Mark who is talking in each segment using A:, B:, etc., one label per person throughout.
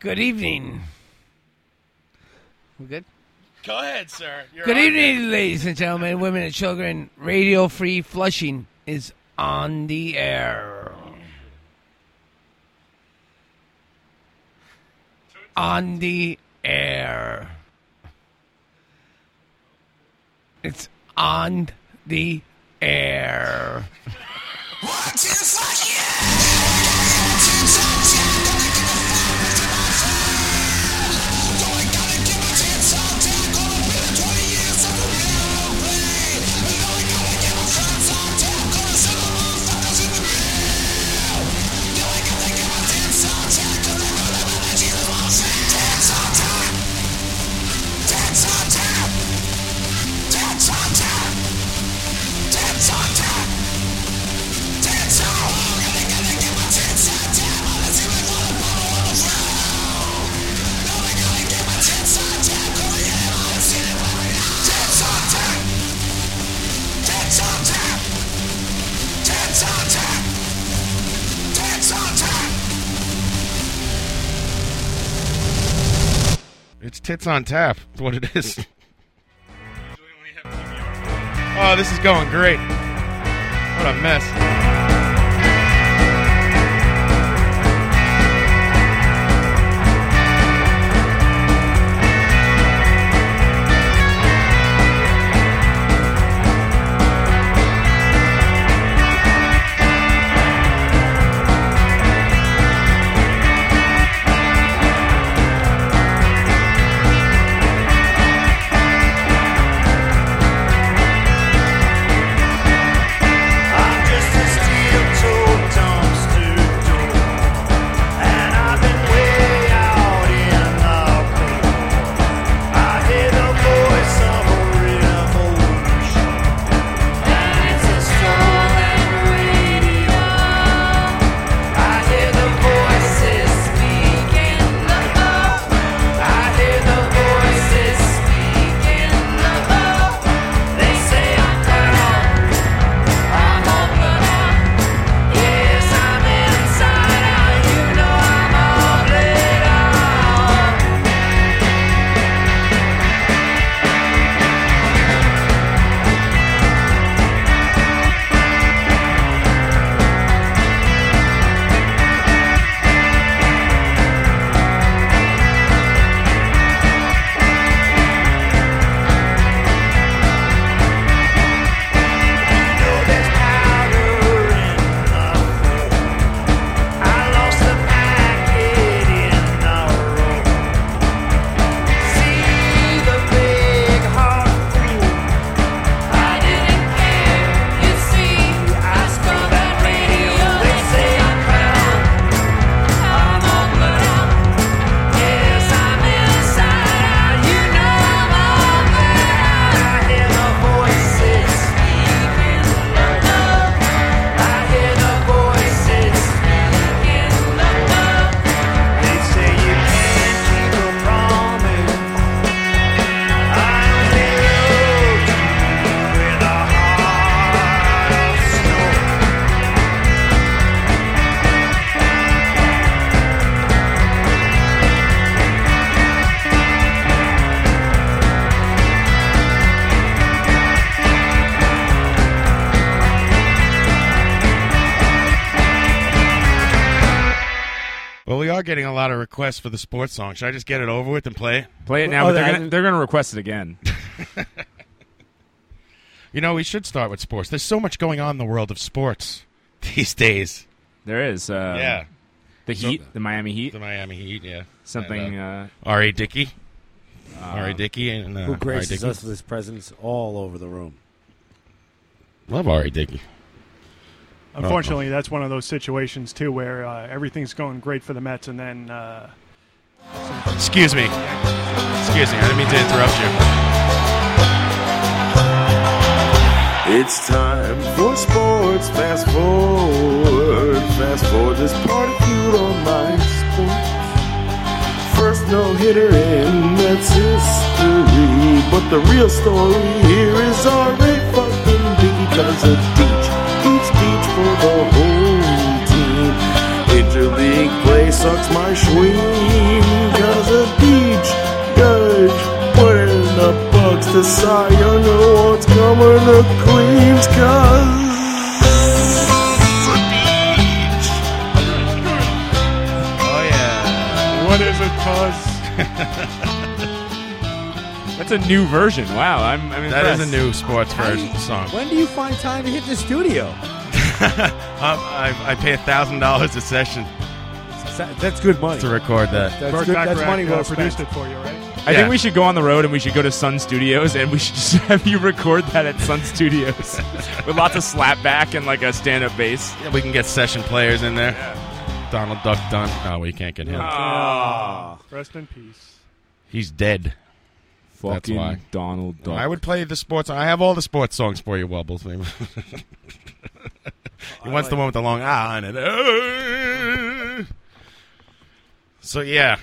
A: Good evening. We good?
B: Go ahead, sir. You're
A: Good
B: on
A: evening, ladies and gentlemen, women and children. Radio Free Flushing is on the air. On the air. It's on the air.
C: It's tits on tap. That's what it is. oh, this is going great. What a mess. Well, we are getting a lot of requests for the sports song. Should I just get it over with and play it?
D: Play it now,
E: Oh,
D: but they're
E: that-
D: gonna, they're gonna request it again.
C: You know, we should start with sports. There's so much going on in the world of sports these days.
D: There is. Uh,
C: yeah.
D: The Heat, the Miami Heat,
C: The Miami Heat, yeah.
D: something. Uh,
C: R.A. Dickey. R.A. Dickey and uh,
E: Who
C: R.A.
E: graces
C: Dickey.
E: us with his presence all over the room?
C: Love R.A. Dickey.
F: Unfortunately, that's one of those situations too where uh, everything's going great for the Mets, and then uh,
C: Excuse me. Excuse me. I didn't mean to interrupt you.
G: It's time for sports. Fast forward, fast forward this part if you don't mind sports. First no hitter in Mets history, but the real story here is our red fucking biggie cause of Deach, Deach, Deach for the whole team. Interleague play sucks my schween.
H: to sigh. You know what's coming to Queens, cause.
D: uh,
C: Oh yeah.
F: What is it, cause?
D: That's a new version. Wow, I'm, I'm
B: That
D: impressed.
B: is a new sports version song.
E: When do you find time to hit the studio?
B: Um, I, I pay thousand dollars a session
E: That's that's good money.
B: to record
E: That's,
B: that.
F: Burt
E: good, that's
F: Bacharach,
E: money
F: uh,
E: well spent.
F: produced it for you, right?
D: I
B: Yeah.
D: think we should go on the road and we should go to Sun Studios and we should just have you record that at Sun Studios with lots of slapback and like a stand-up bass.
B: Yeah, we can get session players in there. Donald Duck Dunn. Oh, we can't get him.
D: Ah.
F: Rest in peace.
B: He's dead.
D: Fucking
B: why.
D: Donald Duck.
B: I would play the sports. I have all the sports songs for you, Wubbles. he wants the one with the long ah on it. Ah. So yeah,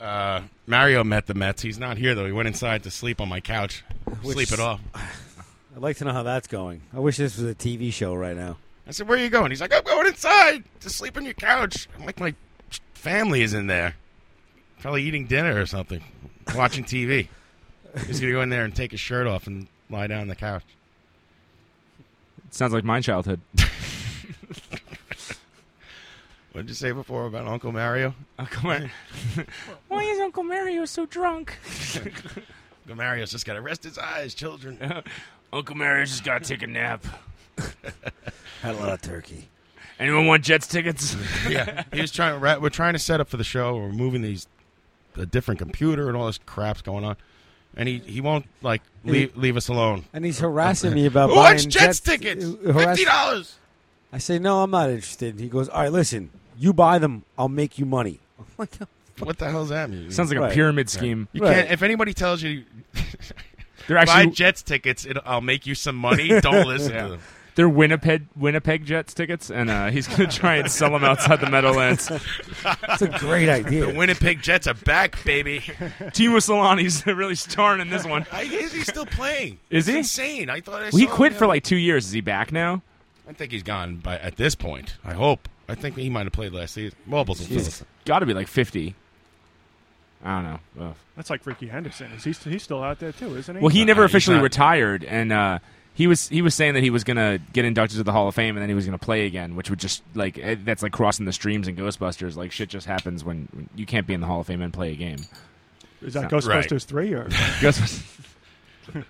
B: uh, Mario met the Mets. He's not here though. He went inside to sleep on my couch.
E: Which-
B: sleep it off.
E: I'd like to know how that's going. I wish this was a TV show right now.
B: I said, "Where are you going?" He's like, "I'm going inside to sleep on your couch." I'm like, "My family is in there, probably eating dinner or something, watching TV." He's gonna go in there and take his shirt off and lie down on the couch.
D: Sounds like my childhood.
B: What did you say before about Uncle Mario?
D: Oh, come on. Why is Uncle Mario so drunk?
B: Uncle Mario's just got to rest his eyes, children.
D: Uncle Mario's just gotta take a nap.
E: Had a lot of turkey.
D: Anyone want Jets tickets?
B: yeah, he was trying. Right, we're trying to set up for the show. We're moving these, a different computer and all this crap's going on, and he he won't like leave leave us alone.
E: And he's harassing me about
B: Who
E: buying
B: wants Jets tickets?
E: uh, harass-
B: Fifty dollars.
E: I say no, I'm not interested. He goes, all right, listen, you buy them, I'll make you money. I'm like,
B: What the hell's that mean?
D: Sounds like
E: Right.
D: a pyramid scheme.
B: you
E: Right.
B: can't. If anybody tells you
D: They're
B: buy
D: actually
B: Jets tickets, it, I'll make you some money. Don't listen
D: Yeah.
B: to them.
D: they're Winnipeg Winnipeg Jets tickets, and uh, he's gonna try and sell them outside the Meadowlands.
E: That's a great
B: The
E: idea.
B: Winnipeg Jets are back, baby.
D: Timo Solani's really starring in this one.
B: I, is he still playing?
D: Is
B: It's
D: he?
B: insane? I thought I
D: Well, he
B: saw him
D: quit
B: the
D: for
B: other-
D: like two years. Is he back now?
B: I think he's gone by at this point. I hope. I think he might have played last season. Mobiles will fill us.
D: Got to be like fifty. I don't know. Ugh.
F: That's like Ricky Henderson. Is he st- he's still out there too, isn't he?
D: Well, he
B: Uh,
D: never
B: he's
D: officially
B: not-
D: retired, and uh, he was he was saying that he was gonna get inducted to the Hall of Fame, and then he was gonna play again, which would just like eh, that's like crossing the streams in Ghostbusters. Like shit just happens when, when you can't be in the Hall of Fame and play a game.
F: is that
B: Right.
F: Ghostbusters three or
D: Ghostbusters.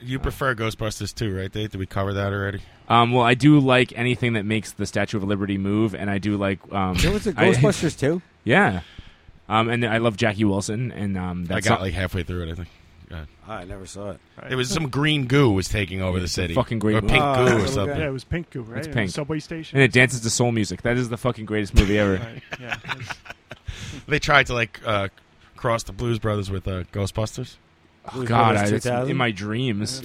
B: You prefer Ghostbusters 2, right, Dave? Did we cover that already?
D: Um, well, I do like anything that makes the Statue of Liberty move, and I do like um,
E: There was a
D: I-
E: Ghostbusters too.
D: yeah. Um, and I love Jackie Wilson, and um,
B: I
D: that's
B: got like halfway through it, I think.
E: Ah, I never saw it.
B: It was some green goo was taking over the city.
D: fucking green
B: or
D: goo.
B: pink
E: Ah,
B: goo
E: little
B: or something.
F: yeah, it was Pink Goo, right?
D: It's
F: In
D: pink.
F: the subway station.
D: and it dances to soul music. That is the fucking greatest movie ever.
F: Right, yeah, it's-
B: They tried to like uh, cross the Blues Brothers with uh, Ghostbusters.
E: Blues
D: Oh, God, I,
E: Brothers
D: it's
E: 2000?
D: in my dreams.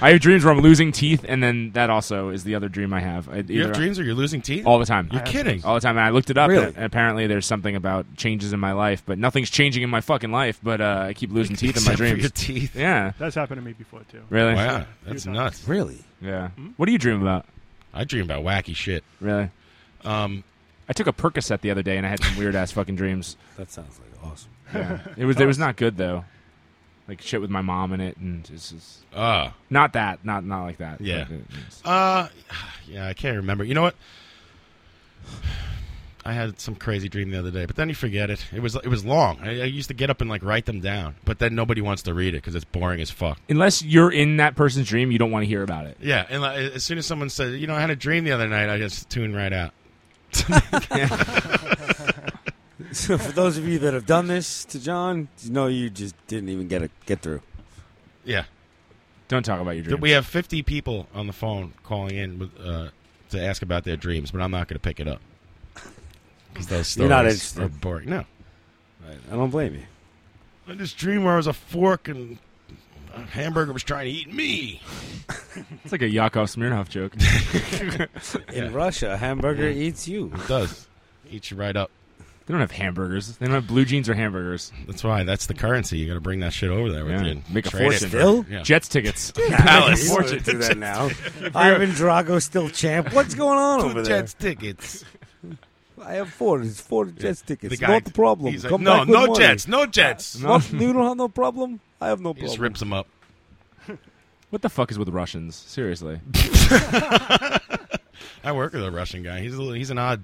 D: I have dreams where I'm losing teeth, and then that also is the other dream I have. I,
B: You
D: either-
B: have dreams or you're losing teeth?
D: all the time.
B: you're kidding.
D: All the time, and I looked it up.
E: Really?
D: And apparently, there's something about changes in my life, but nothing's changing in my fucking life. But uh, I keep losing teeth in my
B: Except for your
D: dreams.
B: teeth.
D: Yeah,
F: that's happened to me before too.
D: really.
B: Wow, that's
F: You're
B: nuts.
E: Really?
D: Yeah. What do you dream about?
B: I dream about wacky shit.
D: Really?
B: Um,
D: I took a Percocet the other day, and I had some weird ass fucking dreams.
E: That sounds like awesome.
D: Yeah. It was
B: Oh.
D: it was not good though. Like shit with my mom in it, and it's just
B: uh,
D: not that, not not like that.
B: Yeah.
D: But it- it's-
B: Uh, yeah, I can't remember. You know what? I had some crazy dream the other day, but then you forget it. It was it was long. I, I used to get up and like write them down, but then nobody wants to read it because it's boring as fuck.
D: unless you're in that person's dream, you don't want to hear about it.
B: Yeah, and like, as soon as someone said, "You know, I had a dream the other night," I just tune right out.
E: So for those of you that have done this to John, you know you just didn't even get a get through.
B: Yeah,
D: Don't talk about your dreams.
B: we have fifty people on the phone calling in with, uh, to ask about their dreams, but I'm not going to pick it up because those
E: You're
B: stories
E: not
B: are
E: interested.
B: boring. No,
E: Right. I don't blame you.
B: I just dreamed where I was a fork and a hamburger was trying to eat me.
D: It's like a Yakov Smirnoff joke.
E: In Russia, a hamburger eats you.
B: It does eat you right up.
D: They don't have hamburgers. They don't have blue jeans or hamburgers.
B: That's why. That's the currency. You got to bring that shit over there with
D: Yeah.
B: you. and
D: Make a
B: trade it
D: fortune.
B: for-
E: Bill?
B: yeah.
D: Jets tickets.
E: You
D: Palace.
E: don't do that now. Ivan Drago still champ. What's going on over there?
B: tickets.
E: I have four. It's four Jets tickets.
B: The guy-
E: not a problem.
B: he's like,
E: Come
B: no,
E: back with
B: no
E: money.
B: Jets, no Jets.
E: What? you don't have no problem. I have no
B: He just
E: problem.
B: rips them up.
D: What the fuck is with Russians? Seriously.
B: I work with a Russian guy. He's a little, he's an odd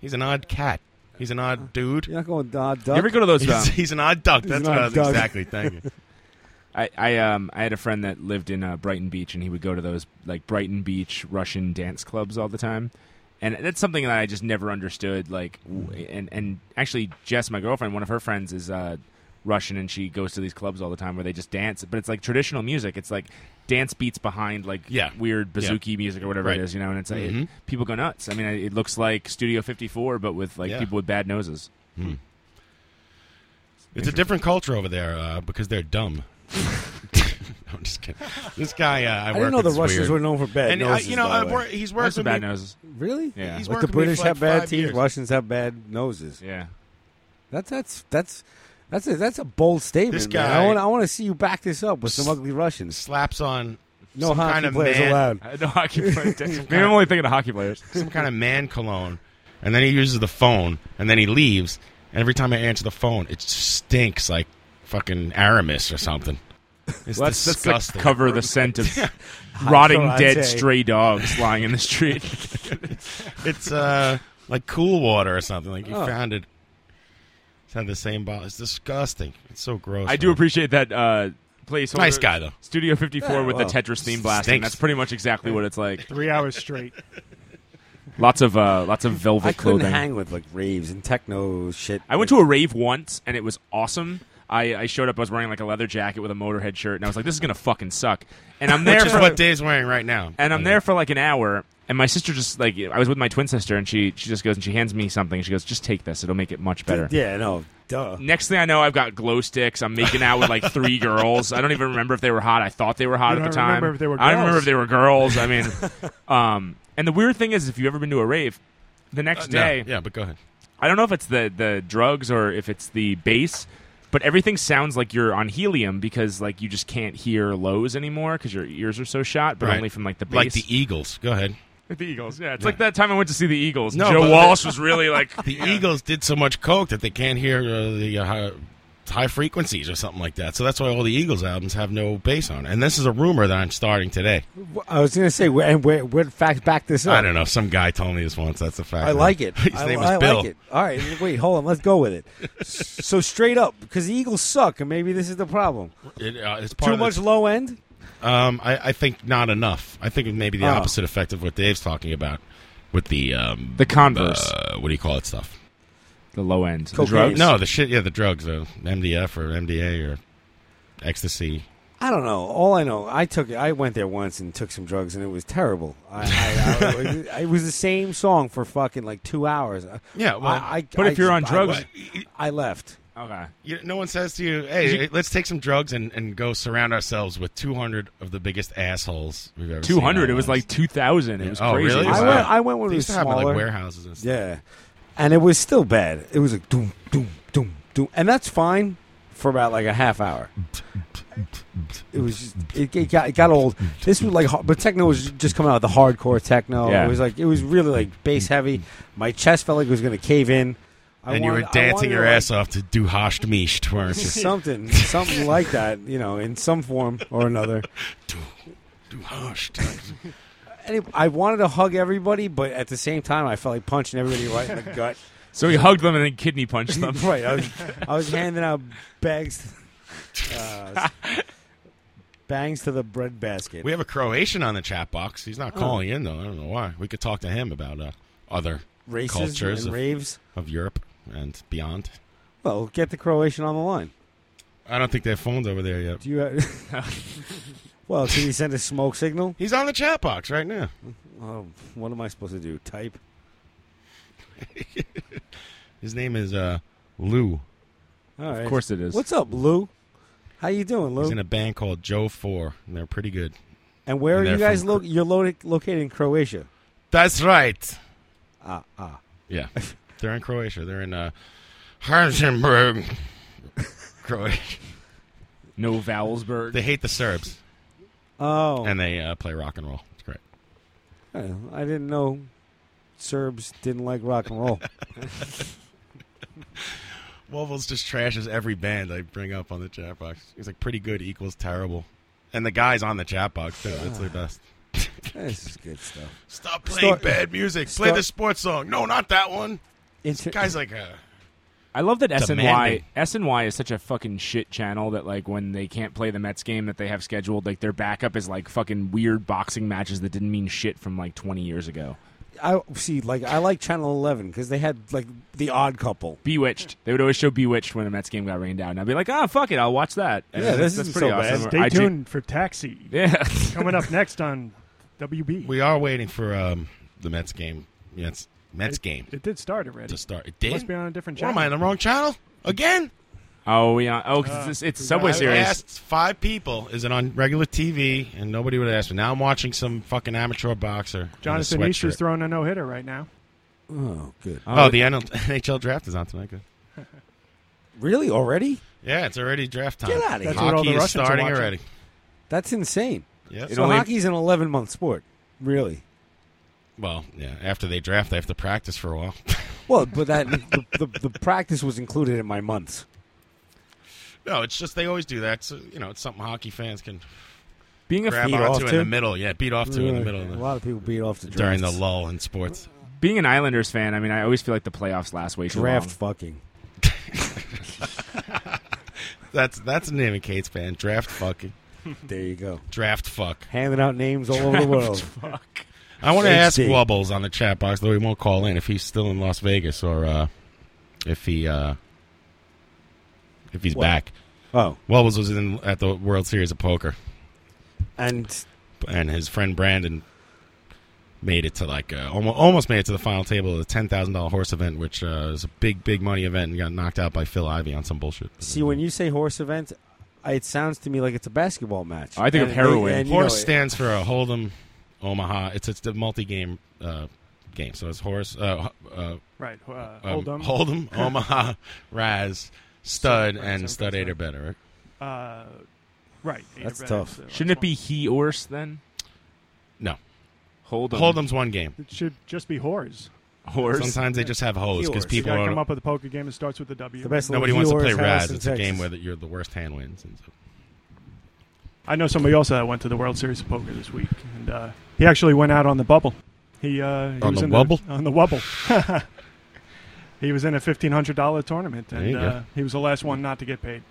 B: he's an odd cat. He's an odd dude.
E: You're not going to duck.
D: You ever go to those?
B: He's,
D: Um,
B: he's an odd duck.
E: He's
B: That's
E: an
B: what I
E: odd
B: was
E: duck.
B: exactly thinking.
D: I, I um I had a friend that lived in uh, Brighton Beach, and he would go to those like Brighton Beach Russian dance clubs all the time, and that's something that I just never understood. Like, w- and and actually, Jess, my girlfriend, one of her friends is uh, Russian, and she goes to these clubs all the time where they just dance, but it's like traditional music. It's like dance beats behind like
B: Yeah.
D: weird bazooki music or whatever
B: Right.
D: it is, you know. And it's like
B: Mhm.
D: people go nuts. I mean, I- it looks like Studio 54, but with like
B: Yeah.
D: people with bad noses.
B: It's a different culture over there uh, because they're dumb. I'm just kidding. This guy, uh, I,
E: I
B: work
E: didn't know the
B: with's
E: Russians
B: weird.
E: were known for bad
B: And uh,
E: noses.
B: you know,
E: by the
B: I've
E: way.
B: wor- he's
D: What's
B: worked
D: the
B: with
D: bad
B: me.
D: noses?
E: really?
D: Yeah,
B: He's
E: Like
B: worked
E: the
B: with me
E: British
B: for like
E: have bad
B: five
E: teeth.
B: years.
E: Russians have bad noses.
D: yeah.
E: That's that's that's that's a, that's a bold statement. man.
B: This guy-
E: I want I want to see you back this up with some
B: S-
E: ugly Russians.
B: Slaps on
E: No
B: some
E: hockey
B: kind of
E: players
B: man,
E: allowed.
D: Uh, No hockey players. Maybe I'm only thinking of hockey players.
B: some kind of man cologne, and then he uses the phone, and then he leaves. And every time I answer the phone, it stinks like fucking Aramis or something. It's
D: Let's, let's like,
B: disgusting.
D: cover the scent of rotting
E: karate.
D: dead stray dogs lying in the street.
B: it's uh, like cool water or something. Like you
E: Oh.
B: found it. It's had the same bottle. It's disgusting. It's so gross.
D: I do
B: man.
D: appreciate that uh, placeholder.
B: Nice guy though.
D: Studio 54
E: Yeah,
D: with
E: well,
D: the Tetris theme blasting.
B: stinks.
D: That's pretty much exactly what it's like.
F: Three hours straight.
D: Lots of uh, lots of velvet
E: I couldn't
D: clothing.
E: hang with like raves and techno shit.
D: I went to a rave once and it was awesome. I, I showed up. I was wearing like a leather jacket with a motorhead shirt, and I was like, "This is gonna fucking suck." And I'm there
B: Which is
D: for
B: what Dave's wearing right now. Oh,
D: and I'm there for like an hour. And my sister just like I was with my twin sister, and she she just goes and she hands me something. and She goes, "Just take this; it'll make it much better."
E: Yeah, no, duh.
D: Next thing I know, I've got glow sticks. I'm making out with like three girls. I don't even remember if they were hot. I thought they were hot
F: You
D: at the
F: don't
D: time.
F: remember if they were
D: I
F: girls.
D: don't remember if they were girls. I mean, um, and the weird thing is, if you've ever been to a rave, the
B: Uh,
D: next
B: no.
D: day,
B: Yeah, but go ahead.
D: I don't know if it's the the drugs or if it's the bass, but everything sounds like you're on helium because like you just can't hear lows anymore because your ears are so shot, but
B: Right.
D: only from like the bass.
B: Like the E- Eagles. Go ahead.
D: The Eagles, yeah. It's like that time I went to see the Eagles.
B: No,
D: Joe
B: but-
D: Walsh was really like
B: The Eagles did so much coke that they can't hear uh, the uh, high, high frequencies or something like that. So that's why all the Eagles albums have no bass on. it. And this is a rumor that I'm starting today.
E: I was gonna say, wh- and where, where did facts back this up?
B: I don't know. Some guy told me this once. That's a fact.
E: I like it.
B: His
E: I,
B: name
E: I
B: is Bill.
E: like it. All right, wait, hold on. Let's go with it. so straight up, because the Eagles suck, and maybe this is the problem.
B: It, uh, it's part
E: Too
B: of
E: much
B: The,
E: low end.
B: um, I, I think not enough. I think it may be the
E: Oh.
B: opposite effect of what Dave's talking about with the um,
D: The Converse.
B: Uh, what do you call it? Stuff.
D: the low end. The
E: Cocaine.
D: drugs?
B: No, the shit. Yeah, the drugs, uh, MDF or MDA or ecstasy.
E: I don't know. All I know, I took, I went there once and took some drugs, and it was terrible. I, I, I, it was the same song for fucking like two hours. I,
B: Yeah, well,
E: I,
D: But
E: I-
D: if you're on
E: I-
D: drugs,
E: I, left.
D: okay.
B: You, no one says to you, "Hey, let's take some drugs and, and go surround ourselves with 200 of the biggest assholes we've ever." seen
D: Two
B: in our
D: hundred. It was
B: lives."
D: like two thousand. It was
B: Oh,
D: crazy.
B: really?
E: I
B: Wow.
E: went. I went when
B: they
E: it was
B: used to have them in,
E: smaller.
B: like warehouses and stuff.
E: Yeah, and it was still bad. It was like doom, doom, doom, doom, and that's fine for about like a half hour. It was just, it, it got it got old. This was like, har- but techno was just coming out the hardcore techno.
D: Yeah.
E: It was like it was really like bass heavy. My chest felt like it was gonna cave in. I
B: and you were
E: wanted- I
B: dancing
E: wanted
B: your
E: to, like,
B: ass off to "Du hast mich," weren't you?
E: something, something like that. You know, in some form or another.
B: Du hast.
E: Any- I wanted to hug everybody, but at the same time, I felt like punching everybody right in the gut.
D: So he hugged them and then kidney punched them.
E: right. I was, I was handing out bags, uh, bangs to the bread basket.
B: We have a Croatian on the chat box. He's
E: Oh.
B: not calling in though. I don't know why. We could talk to him about uh, other
E: Races
B: cultures
E: and
B: of-
E: raves.
B: of Europe and beyond.
E: Well, get the Croatian on the line.
B: I don't think they have phones over there yet.
E: Do you? Have, well, can you send a smoke signal?
B: He's on the chat box right now.
E: Oh, what am I supposed to do? Type.
B: His name is uh, Lou.
E: All right.
D: Of course it is.
E: What's up, Lou? How you doing, Lou?
B: He's in a band called Joe Four, and they're pretty good.
E: and where
B: and
E: are you
B: they're
E: guys?
B: from
E: Lo- you're lo- located in Croatia.
B: That's right.
E: Ah, ah.
B: Yeah. They're in Croatia. They're in uh Harzenberg. Croatia.
D: no Valsburg?
B: They hate the Serbs
E: Oh,
B: and they uh, play rock and roll. It's great.
E: I didn't know Serbs didn't like rock and roll.
B: Wovel's just trashes every band I bring up on the chat box. He's like, pretty good equals terrible. And the guy's on the chat box, too. That's their best.
E: this is good stuff.
B: Stop playing
E: Start-
B: bad music. Play
E: start-
B: the sports song. No, not that one.
E: Inter-
B: This guy's like a.
D: I love that SNY
B: Demanding.
D: SNY is such a fucking shit channel that like when they can't play the Mets game that they have scheduled, like their backup is like fucking weird boxing matches that didn't mean shit from like 20 years ago.
E: I see. Like I like Channel Eleven because they had like the Odd Couple.
D: Bewitched. They would always show Bewitched when the Mets game got rained out, and I'd be like, ah, fuck it, I'll watch that. And
E: Yeah, this
D: that's, that's
E: isn't
D: pretty
E: so bad.
D: awesome.
F: Stay
D: I ju-
F: tuned for Taxi
D: yeah,
F: coming up next on WB.
B: We are waiting for um, the Mets game. Yeah, it's Mets game
F: it did start already.
B: to start. It did.
F: Must be on a different
B: What
F: channel.
B: am I on the wrong channel again?
D: Oh yeah. Oh, 'cause it's, it's Subway
B: I
D: Series.
B: asked five people, is it on regular TV? And nobody would ask me. Now I'm watching some fucking amateur boxer. in a
F: Jonathan Easter's
B: sweatshirt.
F: throwing a no hitter right now.
E: Oh, good.
B: Oh, the NL NHL draft is on tonight. Good.
E: Really already?
B: Yeah, it's already draft time.
E: Get out of here.
F: That's
B: Hockey
F: what all the
B: is
F: Russians are
B: starting
F: watching.
B: already.
E: That's insane.
B: Yeah.
D: It
E: so
D: only-
E: hockey's an eleven month sport. Really?
B: Well, yeah. After they draft, they have to practice for a while.
E: Well, but that the, the, the practice was included in my months.
B: no, it's just they always do that. So, you know, it's something hockey fans can
D: being a
B: grab
E: beat off
B: onto in
E: to?
B: the middle. Yeah, beat off to in the middle of
E: a
B: the,
E: lot of people beat off the
B: during the
E: drafts.
B: lull in sports.
D: being an Islanders fan, I mean, I always feel like the playoffs last way too
E: draft
D: long.
E: fucking.
B: That's that's the name of Kate's band. Draft fucking
E: There you go.
B: draft fuck.
E: Handing out names all over the world.
B: I want to
E: HD.
B: ask Wubbles on the chat box, though he won't call in, if he's still in Las Vegas or uh, if he uh, if he's
E: What?
B: back.
E: Oh,
B: Wubbles was in at the World Series of Poker,
E: and
B: and his friend Brandon made it to like uh, almost almost made it to the final table of the ten thousand dollar horse event, which uh, is a big big money event, and got knocked out by Phil Ivey on some bullshit.
E: see when you say horse event, it sounds to me like it's a basketball match.
D: I think of
E: And
D: heroin.
E: and you
B: Horse
E: know,
B: stands for a Hold'em Omaha. It's it's the multi game uh, game, so it's horse uh, uh,
F: Right. Uh,
B: um,
F: hold on.
B: Hold'em, Omaha, Raz, Stud,
F: Right,
B: and
F: right,
B: Stud
F: right.
B: Eight or better. Right?
F: Uh, right. Ada
E: That's
F: Brad
E: tough.
F: is the last
D: Shouldn't it
F: one.
D: be he horse then?
B: No.
D: Hold on.
B: Hold'em's one game.
F: It should just be whores.
D: Horse.
B: Sometimes they just have hoes
E: Yours.
B: because
F: You
B: people
F: gotta come
B: are,
F: up with a poker game that starts with the W.
E: The best
B: nobody wants to play
E: Yours, Harris,
B: Raz.
E: and
B: It's a game
E: Texas.
B: where the, you're the worst hand wins. And so.
F: I know somebody else that went to the World Series of Poker this week, and uh, he actually went out on the bubble. He, uh, he
B: On
F: was
B: the
F: in
B: wubble?
F: on the wubble. he was in a fifteen hundred dollar tournament,
B: There
F: and
B: you go.
F: uh, he was the last one not to get paid.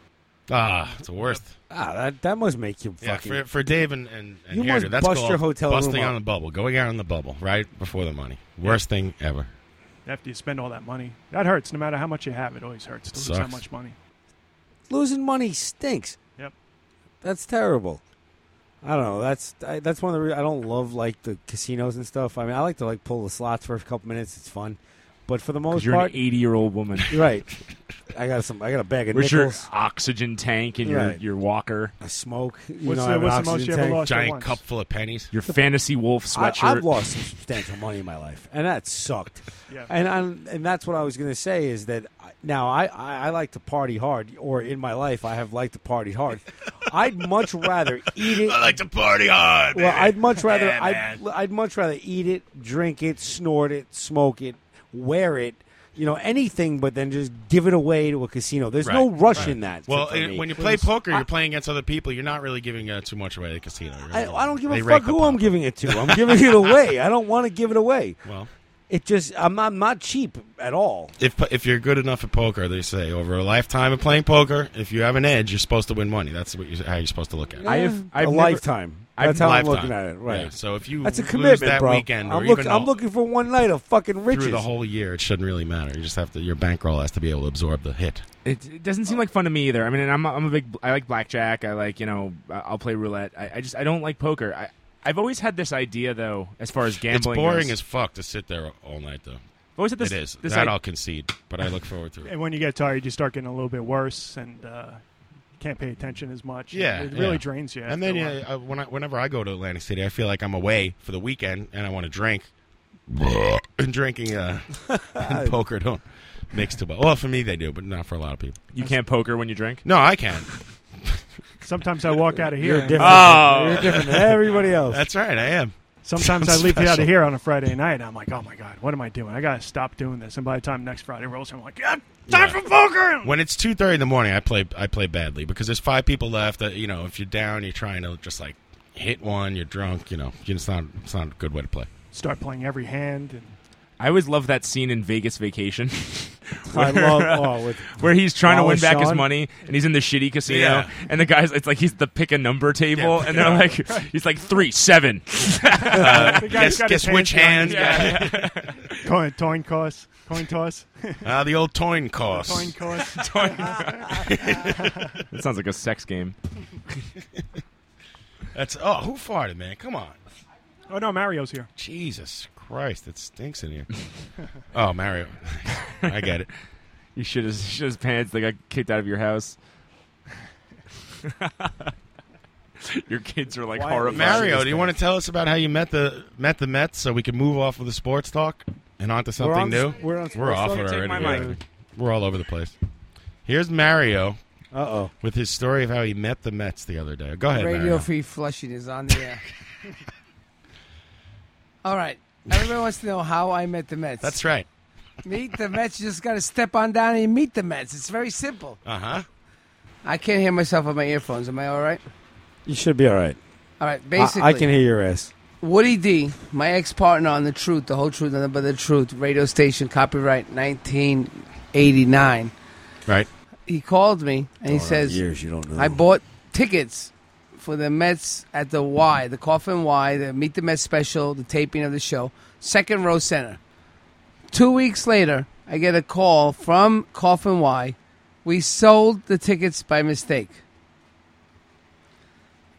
B: Ah, it's the worst.
E: Ah, that, that must make you
B: Yeah,
E: fucking.
B: for, for Dave and, and, and
E: You
B: Herder,
E: must
B: that's
E: bust
B: called
E: your hotel room
B: busting
E: up.
B: on the bubble, going out on the bubble right before the money. Worst thing ever.
F: After you spend all that money, that hurts. No matter how much you have, it always hurts to lose that
B: Sucks.
F: much money.
E: losing money stinks.
F: Yep.
E: That's terrible. I don't know. That's I, that's one of the. Re- I don't love like the casinos and stuff. I mean, I like to like pull the slots for a couple minutes. It's fun, but for the most
D: You're an
E: part,
D: 80 year old woman.
E: you're right. I got some. I got a bag of
D: Where's your
E: nickels,
D: oxygen tank and your,
E: Right.
D: your walker,
E: a smoke. You
F: What's
E: know,
F: the-
E: I have an
F: what's the most
E: oxygen
F: you ever
E: tank.
F: lost? Watched it
B: Giant
F: once.
B: cup full of pennies.
D: your fantasy wolf sweatshirt?
E: I, have lost some substantial money in my life, and that sucked.
F: Yeah.
E: And I, and that's what I was going to say is that I- now I, I, I like to party hard, or in my life I have liked to party hard. I'd much rather eat it
B: I like to party hard.
E: Well,
B: baby.
E: I'd much rather
B: Yeah,
E: I'd, I'd much rather eat it, drink it, snort it, smoke it, wear it, you know, anything but then just give it away to a casino. There's no
B: Right,
E: rush
B: right.
E: in that.
B: Well,
E: for
B: it-
E: me.
B: when you play poker,
E: I-
B: you're playing against other people. You're not really giving uh, too much away at the casino. You're
E: I,
B: really-
E: I don't give
B: they
E: a
B: rake
E: fuck
B: the
E: who I'm
B: pot.
E: giving it to. I'm giving it away. I don't want to give it away.
B: Well,
E: It just I'm not, I'm not cheap at all.
B: if if you're good enough at poker, they say over a lifetime of playing poker, if you have an edge, you're supposed to win money. That's what you how you're supposed to look at. it.
D: I have-
E: Eh,
D: I've
E: a
D: never-
E: lifetime.
D: I've-
E: That's how
B: Lifetime.
E: I'm looking at it. Right.
B: Yeah, so if you
E: That's a
B: lose
E: commitment,
B: that
E: bro.
B: weekend,
E: I'm,
B: or
E: look-
B: even
E: I'm
B: all-
E: looking for one night of fucking riches.
B: through the whole year, it shouldn't really matter. You just have to your bankroll has to be able to absorb the hit.
D: It, it doesn't seem like fun to me either. I mean, and I'm a- I'm a big I like blackjack. I like you know I- I'll play roulette. I, I just I don't like poker. I I've always had this idea though, as far as gambling.
B: it's boring
D: goes.
B: as fuck to sit there all night, though.
D: I've always had this,
B: it is.
D: This
B: that
D: i-
B: I'll concede, but I look forward to it.
F: And when you get tired, you start getting a little bit worse, and uh, can't pay attention as much.
B: Yeah,
F: it really
B: yeah.
F: drains you.
B: And
F: after
B: then
F: a while.
B: yeah, I, when I, whenever I go to Atlantic City, I feel like I'm away for the weekend, and I want to drink. and drinking uh, and poker don't mix too well. Well, for me they do, but not for a lot of people.
D: you can't poker when you drink.
B: No, I can.
F: sometimes I walk out of here.
E: You're
F: and-
E: different.
D: Oh.
E: You're different than everybody else.
B: That's right, I am.
F: Sometimes I
B: Sounds
F: leave out
B: special.
F: of here on a Friday night, and I'm like, oh my god, what am I doing? I gotta stop doing this. And by the time next Friday rolls, I'm like, yeah, time for poker.
B: When it's two thirty in the morning, I play I play badly because there's five people left. That, you know, if you're down, you're trying to just like hit one. You're drunk. You know, it's not it's not a good way to play.
F: Start playing every hand, and
D: I always love that scene in Vegas Vacation.
E: I love- oh, with
D: where he's trying to win
E: Wallace
D: back his
E: Shawn?
D: money, and he's in the shitty casino,
B: Yeah.
D: and the guys, it's like he's the pick a number table, and they're like, he's like three seven.
F: the guy's
B: Uh, Guess,
F: got his
B: guess which hand?
F: hands coin, coin toss, coin toss,
B: Uh, the old coin
F: coin
B: cost.
F: toss.
D: That sounds like a sex game.
B: That's oh, who farted, man? Come on,
F: Oh no, Mario's here.
B: Jesus Christ, it stinks in here. oh, Mario, I get it.
D: You shit his, shit his pants. They got kicked out of your house. your kids are like
E: Why-
D: horrified.
B: Mario, do you want to tell us about how you met the met the Mets so we can move off of the sports talk and onto something
E: on-
B: new?
E: we're on
B: we're
E: sports
B: off
E: talk?
B: it
D: Take my
B: already. We're,
D: mic.
B: we're all over the place. Here's Mario
E: Uh oh.
B: with his story of how he met the Mets the other day. Go ahead,
A: Radio
B: Mario.
A: Free Flushing is on the air. All right. Everybody wants to know how I met the Mets.
B: That's right.
A: Meet the Mets. You just got to step on down and you meet the Mets. It's very simple.
B: Uh huh.
A: I can't hear myself on my earphones. Am I all right?
E: You should be all right.
A: All right.
E: I-
A: Basically,
E: I, can hear your ass.
A: Woody D, my ex partner on The Truth, The Whole Truth, Nothing But The Truth, radio station, copyright 1989.
B: Right.
A: He called me and he
E: All right,
A: says,
E: years you don't know.
A: I bought tickets for the Mets at the Y, the Coffin Y, the Meet the Mets special, the taping of the show, second row center. Two weeks later, I get a call from Coffin Y. We sold the tickets by mistake.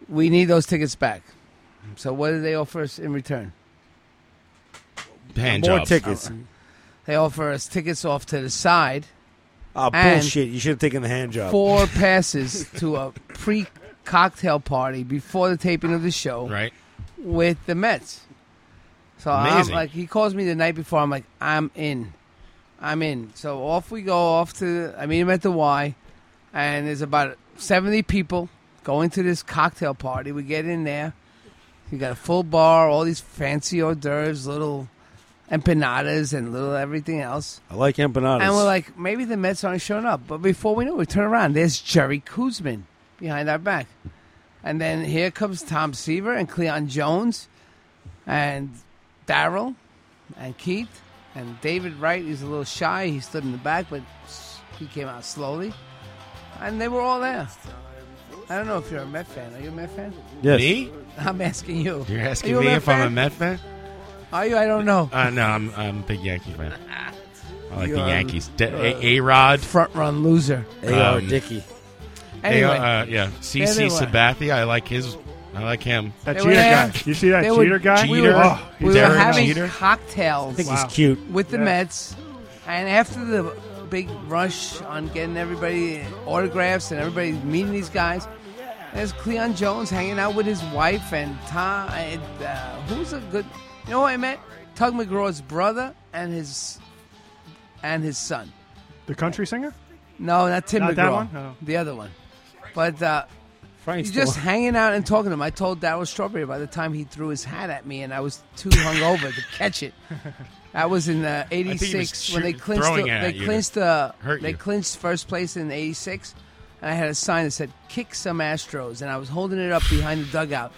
A: We need those tickets back. So, what did they offer us in return?
B: Hand
E: more
B: jobs.
E: tickets.
A: They offer us tickets off to the side,
E: Oh
A: And-
E: bullshit! You should have taken the hand job.
A: Uh, four passes to a pre cocktail party before the taping of the show.
B: Right.
A: with the Mets. So I'm
B: Amazing.
A: like, he calls me the night before. I'm like, I'm in, I'm in. So off we go. Off to I meet him at the Y, and there's about 70 people going to this cocktail party. We get in there. You got a full bar, all these fancy hors d'oeuvres, little empanadas, and little everything else.
E: I like empanadas.
A: And we're like, maybe the Mets aren't showing up. But before we know it, we turn around. There's Jerry Kuzman behind our back. And then here comes Tom Seaver and Cleon Jones and Daryl and Keith and David Wright. He's a little shy. He stood in the back, but he came out slowly. And they were all there. I don't know if you're a Met fan. Are you a Met fan?
E: yes.
B: Me?
A: I'm asking you.
B: You're
A: Are
B: asking
A: you a
B: me
A: Met
B: if I'm a
A: fan?
B: Met fan?
A: Are you? I don't know.
B: Uh, no, I'm I'm a big Yankee fan. I like
A: You
B: the
A: are-
B: Yankees. De- a-, a Rod.
A: Front run loser.
E: A.R.
B: Um,
E: Dickey.
A: Anyway,
B: uh, yeah. CC
A: Anyway.
B: Sabathia. I like his. I like him.
F: That
A: They were
F: cheater
A: there.
F: guy. You see that
A: They
F: cheater
A: were-
F: guy?
A: we were,
F: Oh,
A: we
F: he's
A: were
B: Derek
A: having
B: Jeter?
A: cocktails.
E: I think
F: Wow.
E: he's cute.
A: with the
F: Yeah.
A: Mets, and after the big rush on getting everybody autographs and everybody meeting these guys, there's Cleon Jones hanging out with his wife and Tom. And, uh, who's a good? You know who I met? Tug McGraw's brother and his and his son.
F: the country singer.
A: No, not Tim
F: Not
A: McGraw.
F: that one? Oh. No.
A: The other one. But uh,
E: Frank's
A: He's
E: the
A: just
E: one.
A: hanging out and talking to him. I told Daryl Strawberry by the time he threw his hat at me, and I was too hungover to catch it. That was in uh,
B: he was
A: '86 when they
B: shooting-
A: clinched. The,
B: throwing it
A: they
B: at you to
A: clinched the.
B: hurt
A: They
B: you.
A: clinched first place in '86, and I had a sign that said "Kick some Astros," and I was holding it up behind the dugout.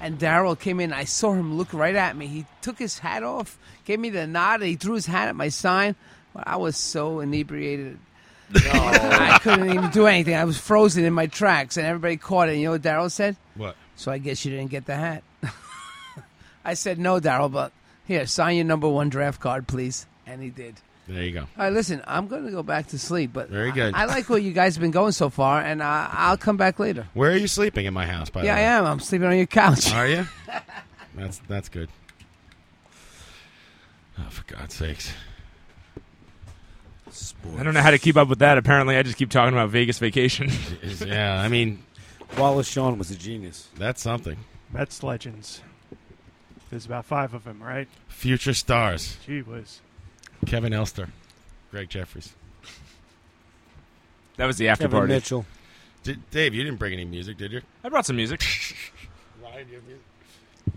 A: And Daryl came in. I saw him look right at me. He took his hat off, gave me the nod, and he threw his hat at my sign. Well, I was so inebriated. I couldn't even do anything. I was frozen in my tracks, and everybody caught it. And you know what Daryl said?
B: What?
A: So I guess you didn't get the hat. I said, No, Daryl, but here, sign your number one draft card, please. And he did.
B: There you go.
A: All right, listen, I'm going to go back to sleep, but
B: Very good.
A: I, I like where you guys have been going so far, and I, I'll come back later.
B: Where are you sleeping in my house? By
A: Yeah, I
B: the way,
A: am. I'm sleeping on your couch.
B: Are you? That's that's good. Oh, for God's sakes!
D: I don't know how to keep up with that. Apparently, I just keep talking about Vegas Vacation.
B: Is- yeah, I mean
E: Wallace Shawn was a genius.
B: that's something.
F: Mets legends. There's about five of them, right?
B: Future stars:
F: Gee whiz.
B: Kevin Elster, Greg Jeffries.
D: that was the after
E: Kevin
D: party.
E: Mitchell.
B: Did, Dave, you didn't bring any music, did you?
D: I brought some music.
B: Ryan, you have music?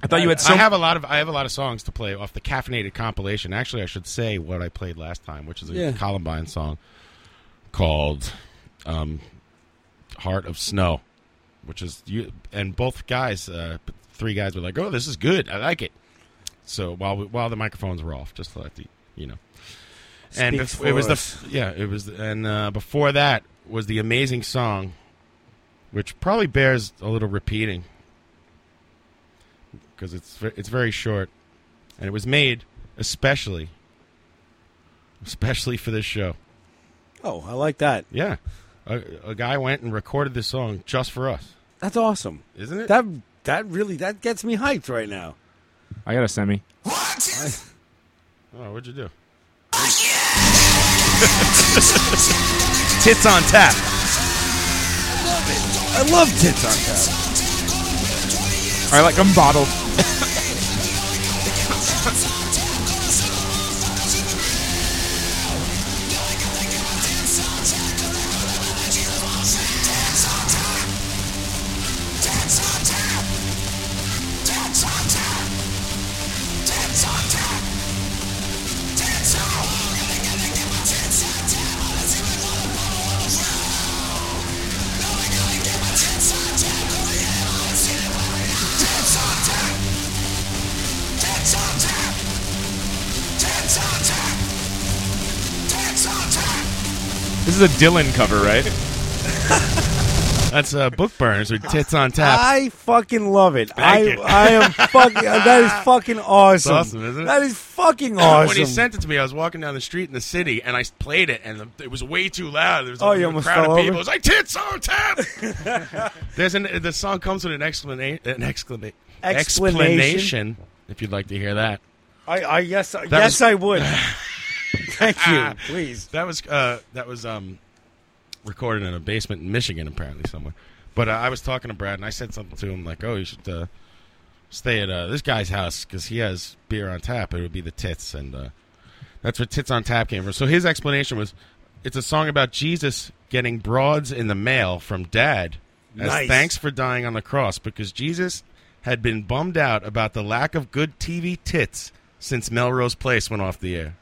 C: I thought you had so.
B: I have a lot of I have a lot of songs to play off the caffeinated compilation. Actually, I should say what I played last time, which is a
E: Yeah.
B: Columbine song called um, "Heart of Snow," which is you and both guys, uh, three guys were like, "Oh, this is good. I like it." So while we, while the microphones were off, just to let the you know, and
E: Speaks
B: bef- it was
E: for
B: the
E: us.
B: f- yeah, it was the- and uh, before that was the amazing song, which probably bears a little repeating because it's ve- it's very short, and it was made especially especially for this show.
E: Oh, I like that.
B: Yeah, a, a guy went and recorded this song just for us,
E: That's awesome.
B: isn't it?
E: That that really that gets me hyped right now.
C: I got a semi.
B: oh, what'd you do?
E: Tits on tap. I love tits on tap.
C: I like I'm bottled. This is a Dylan cover, right?
B: That's uh, book burners with tits on tap.
E: I fucking love it. I
B: Thank you.
E: I am fucking. that is fucking awesome.
B: awesome, isn't it?
E: That is fucking awesome.
B: When he sent it to me, I was walking down the street in the city, and I played it, and it was way too loud. There was
E: Oh,
B: a
E: you almost fell
B: crowd of
E: over?
B: people. It was like tits on tap. There's an the song comes with an exclamation, an exclama-
E: Explanation.
B: explanation. If you'd like to hear that,
E: I, I yes, I-
B: That
E: yes,
B: was-
E: I would. Thank you. Please.
B: that was uh, that was um, recorded in a basement in Michigan, apparently somewhere. But uh, I was talking to Brad, and I said something to him like, "Oh, you should uh, stay at uh, this guy's house because he has beer on tap. It would be the tits, and uh, that's where tits on tap came from." So his explanation was, "It's a song about Jesus getting broads in the mail from Dad as
E: Nice.
B: thanks for dying on the cross because Jesus had been bummed out about the lack of good TV tits since Melrose Place went off the air."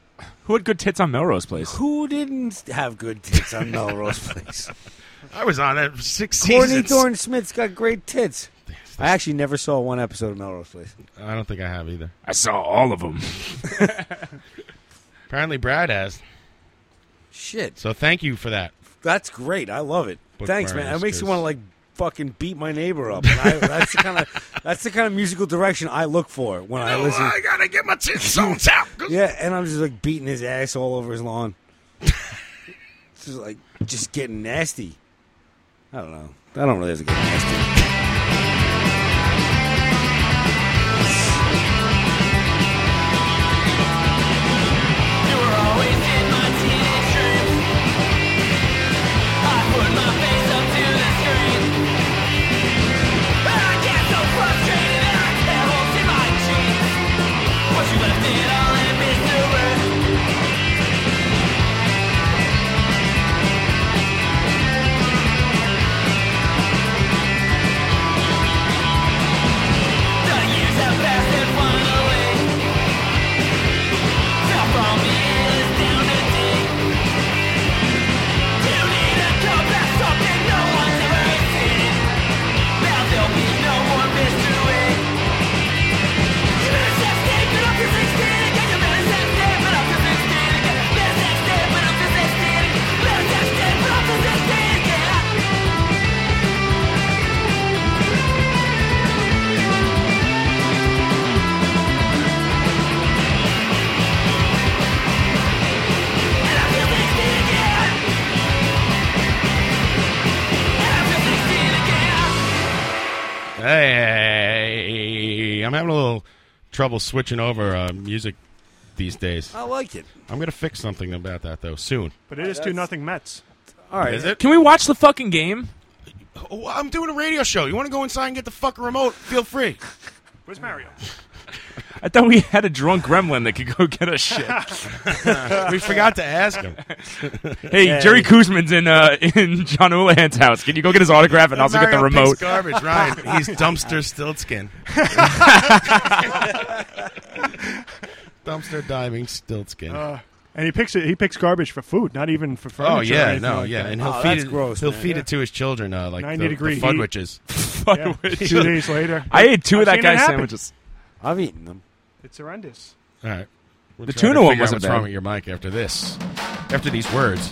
C: Who had good tits on Melrose Place?
E: Who didn't have good tits on Melrose Place?
B: I was on that for six
E: Courtney
B: seasons.
E: Thorne Smith's got great tits. I actually never saw one episode of Melrose Place.
B: I don't think I have either.
C: I saw all of them.
B: Apparently, Brad has.
E: Shit,
B: So thank you for that.
E: that's great. I love it.
B: Book
E: Thanks, man.
B: burners,
E: That makes me
B: 'cause-
E: want to like fucking beat my neighbor up. And I, that's the kind of that's the kind of musical direction I look for when I listen.
B: gotta get my tits on tap.
E: Yeah, and I'm just like beating his ass all over his lawn. It's just like just getting nasty. I don't know. I don't really have to get nasty.
B: Hey, I'm having a little trouble switching over uh, music these days.
E: I like it.
B: I'm gonna fix something about that though soon.
F: But it is two nothing Mets.
E: All right.
B: Is it?
C: Can we watch the fucking game?
B: Oh, I'm doing a radio show. You want to go inside and get the fucking remote? Feel free.
F: Where's Mario?
D: I thought we had a drunk gremlin that could go get us shit.
B: we forgot to ask him.
D: Hey, Jerry Kuzman's in uh, in John Houlihan's house. Can you go get his autograph and also get the
B: Mario picks
D: remote?
B: Garbage, Ryan. He's dumpster Stiltskin. dumpster diving Stiltskin.
F: Uh, and he picks it. He picks garbage for food, not even for furniture.
B: oh
F: or
B: yeah,
F: anything
B: no,
F: like
B: yeah,
F: that.
B: and he'll feed it. he'll feed it to his children, uh, like
F: 90
B: the,
F: degree
B: the
F: heat.
B: Fudwitches.
F: Yeah.
D: Fudwitch.
F: Two days later,
D: I ate two
F: I've
D: of that
F: seen it
D: guy's
F: happen.
D: sandwiches.
E: I've eaten them.
F: It's horrendous.
B: All right. We're
D: The
B: trying
D: tuna
B: to
D: one
B: figure out
D: wasn't
B: what's wrong
D: bad.
B: with your mic after this, after these words.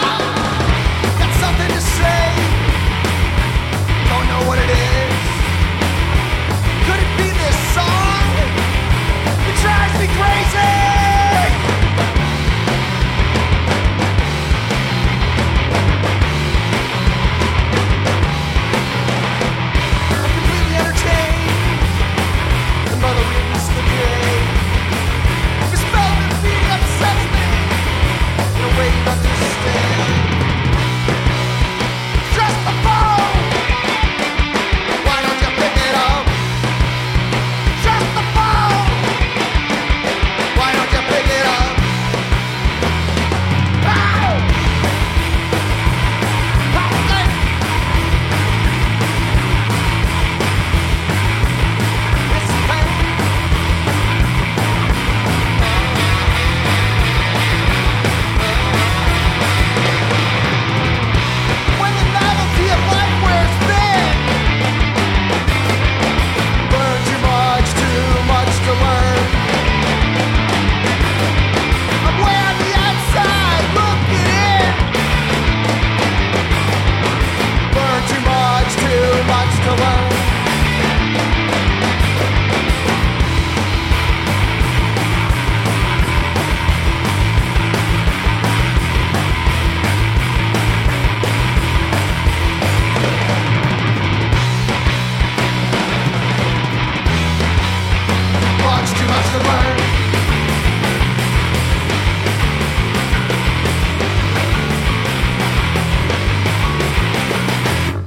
C: Got something to say. Don't know what it is. Could it be this song? It drives me crazy. I'm completely entertained. The mother reading the game. Miss Feldman being upsets me in a way you understand. Just the phone. Why don't you pick it up? Just the phone. Why don't you pick it up? Ow! Ow, hey! This pain. When the novelty of life wears thin, learn too much, too much to learn. I'm way on the outside looking in. Learn too much, too much to learn. Much too much to learn.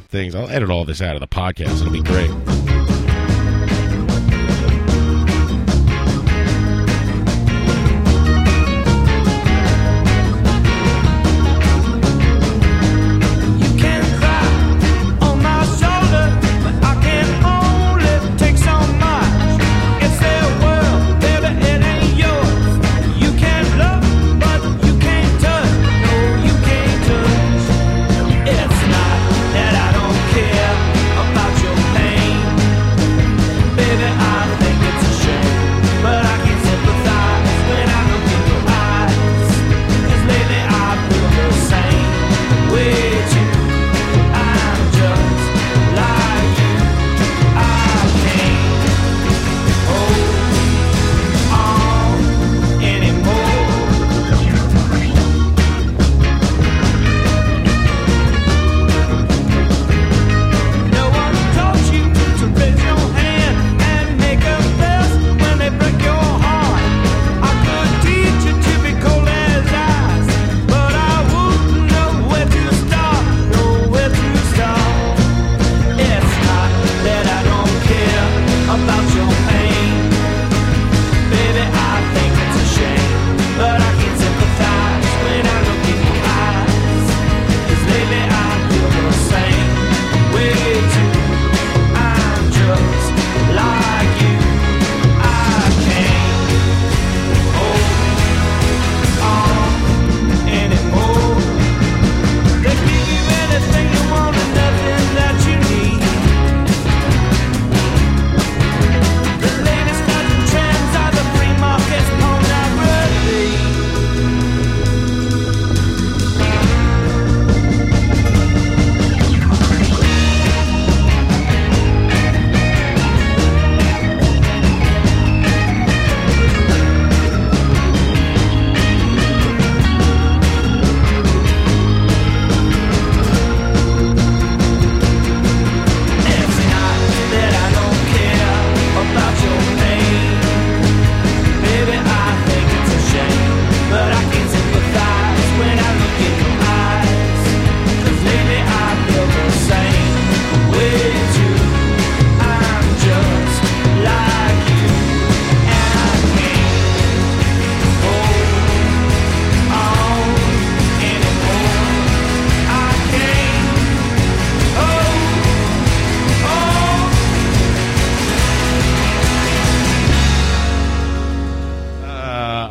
B: Things. I'll edit all this out of the podcast. It'll be great.
C: It's not that I don't care about your pain. Oh,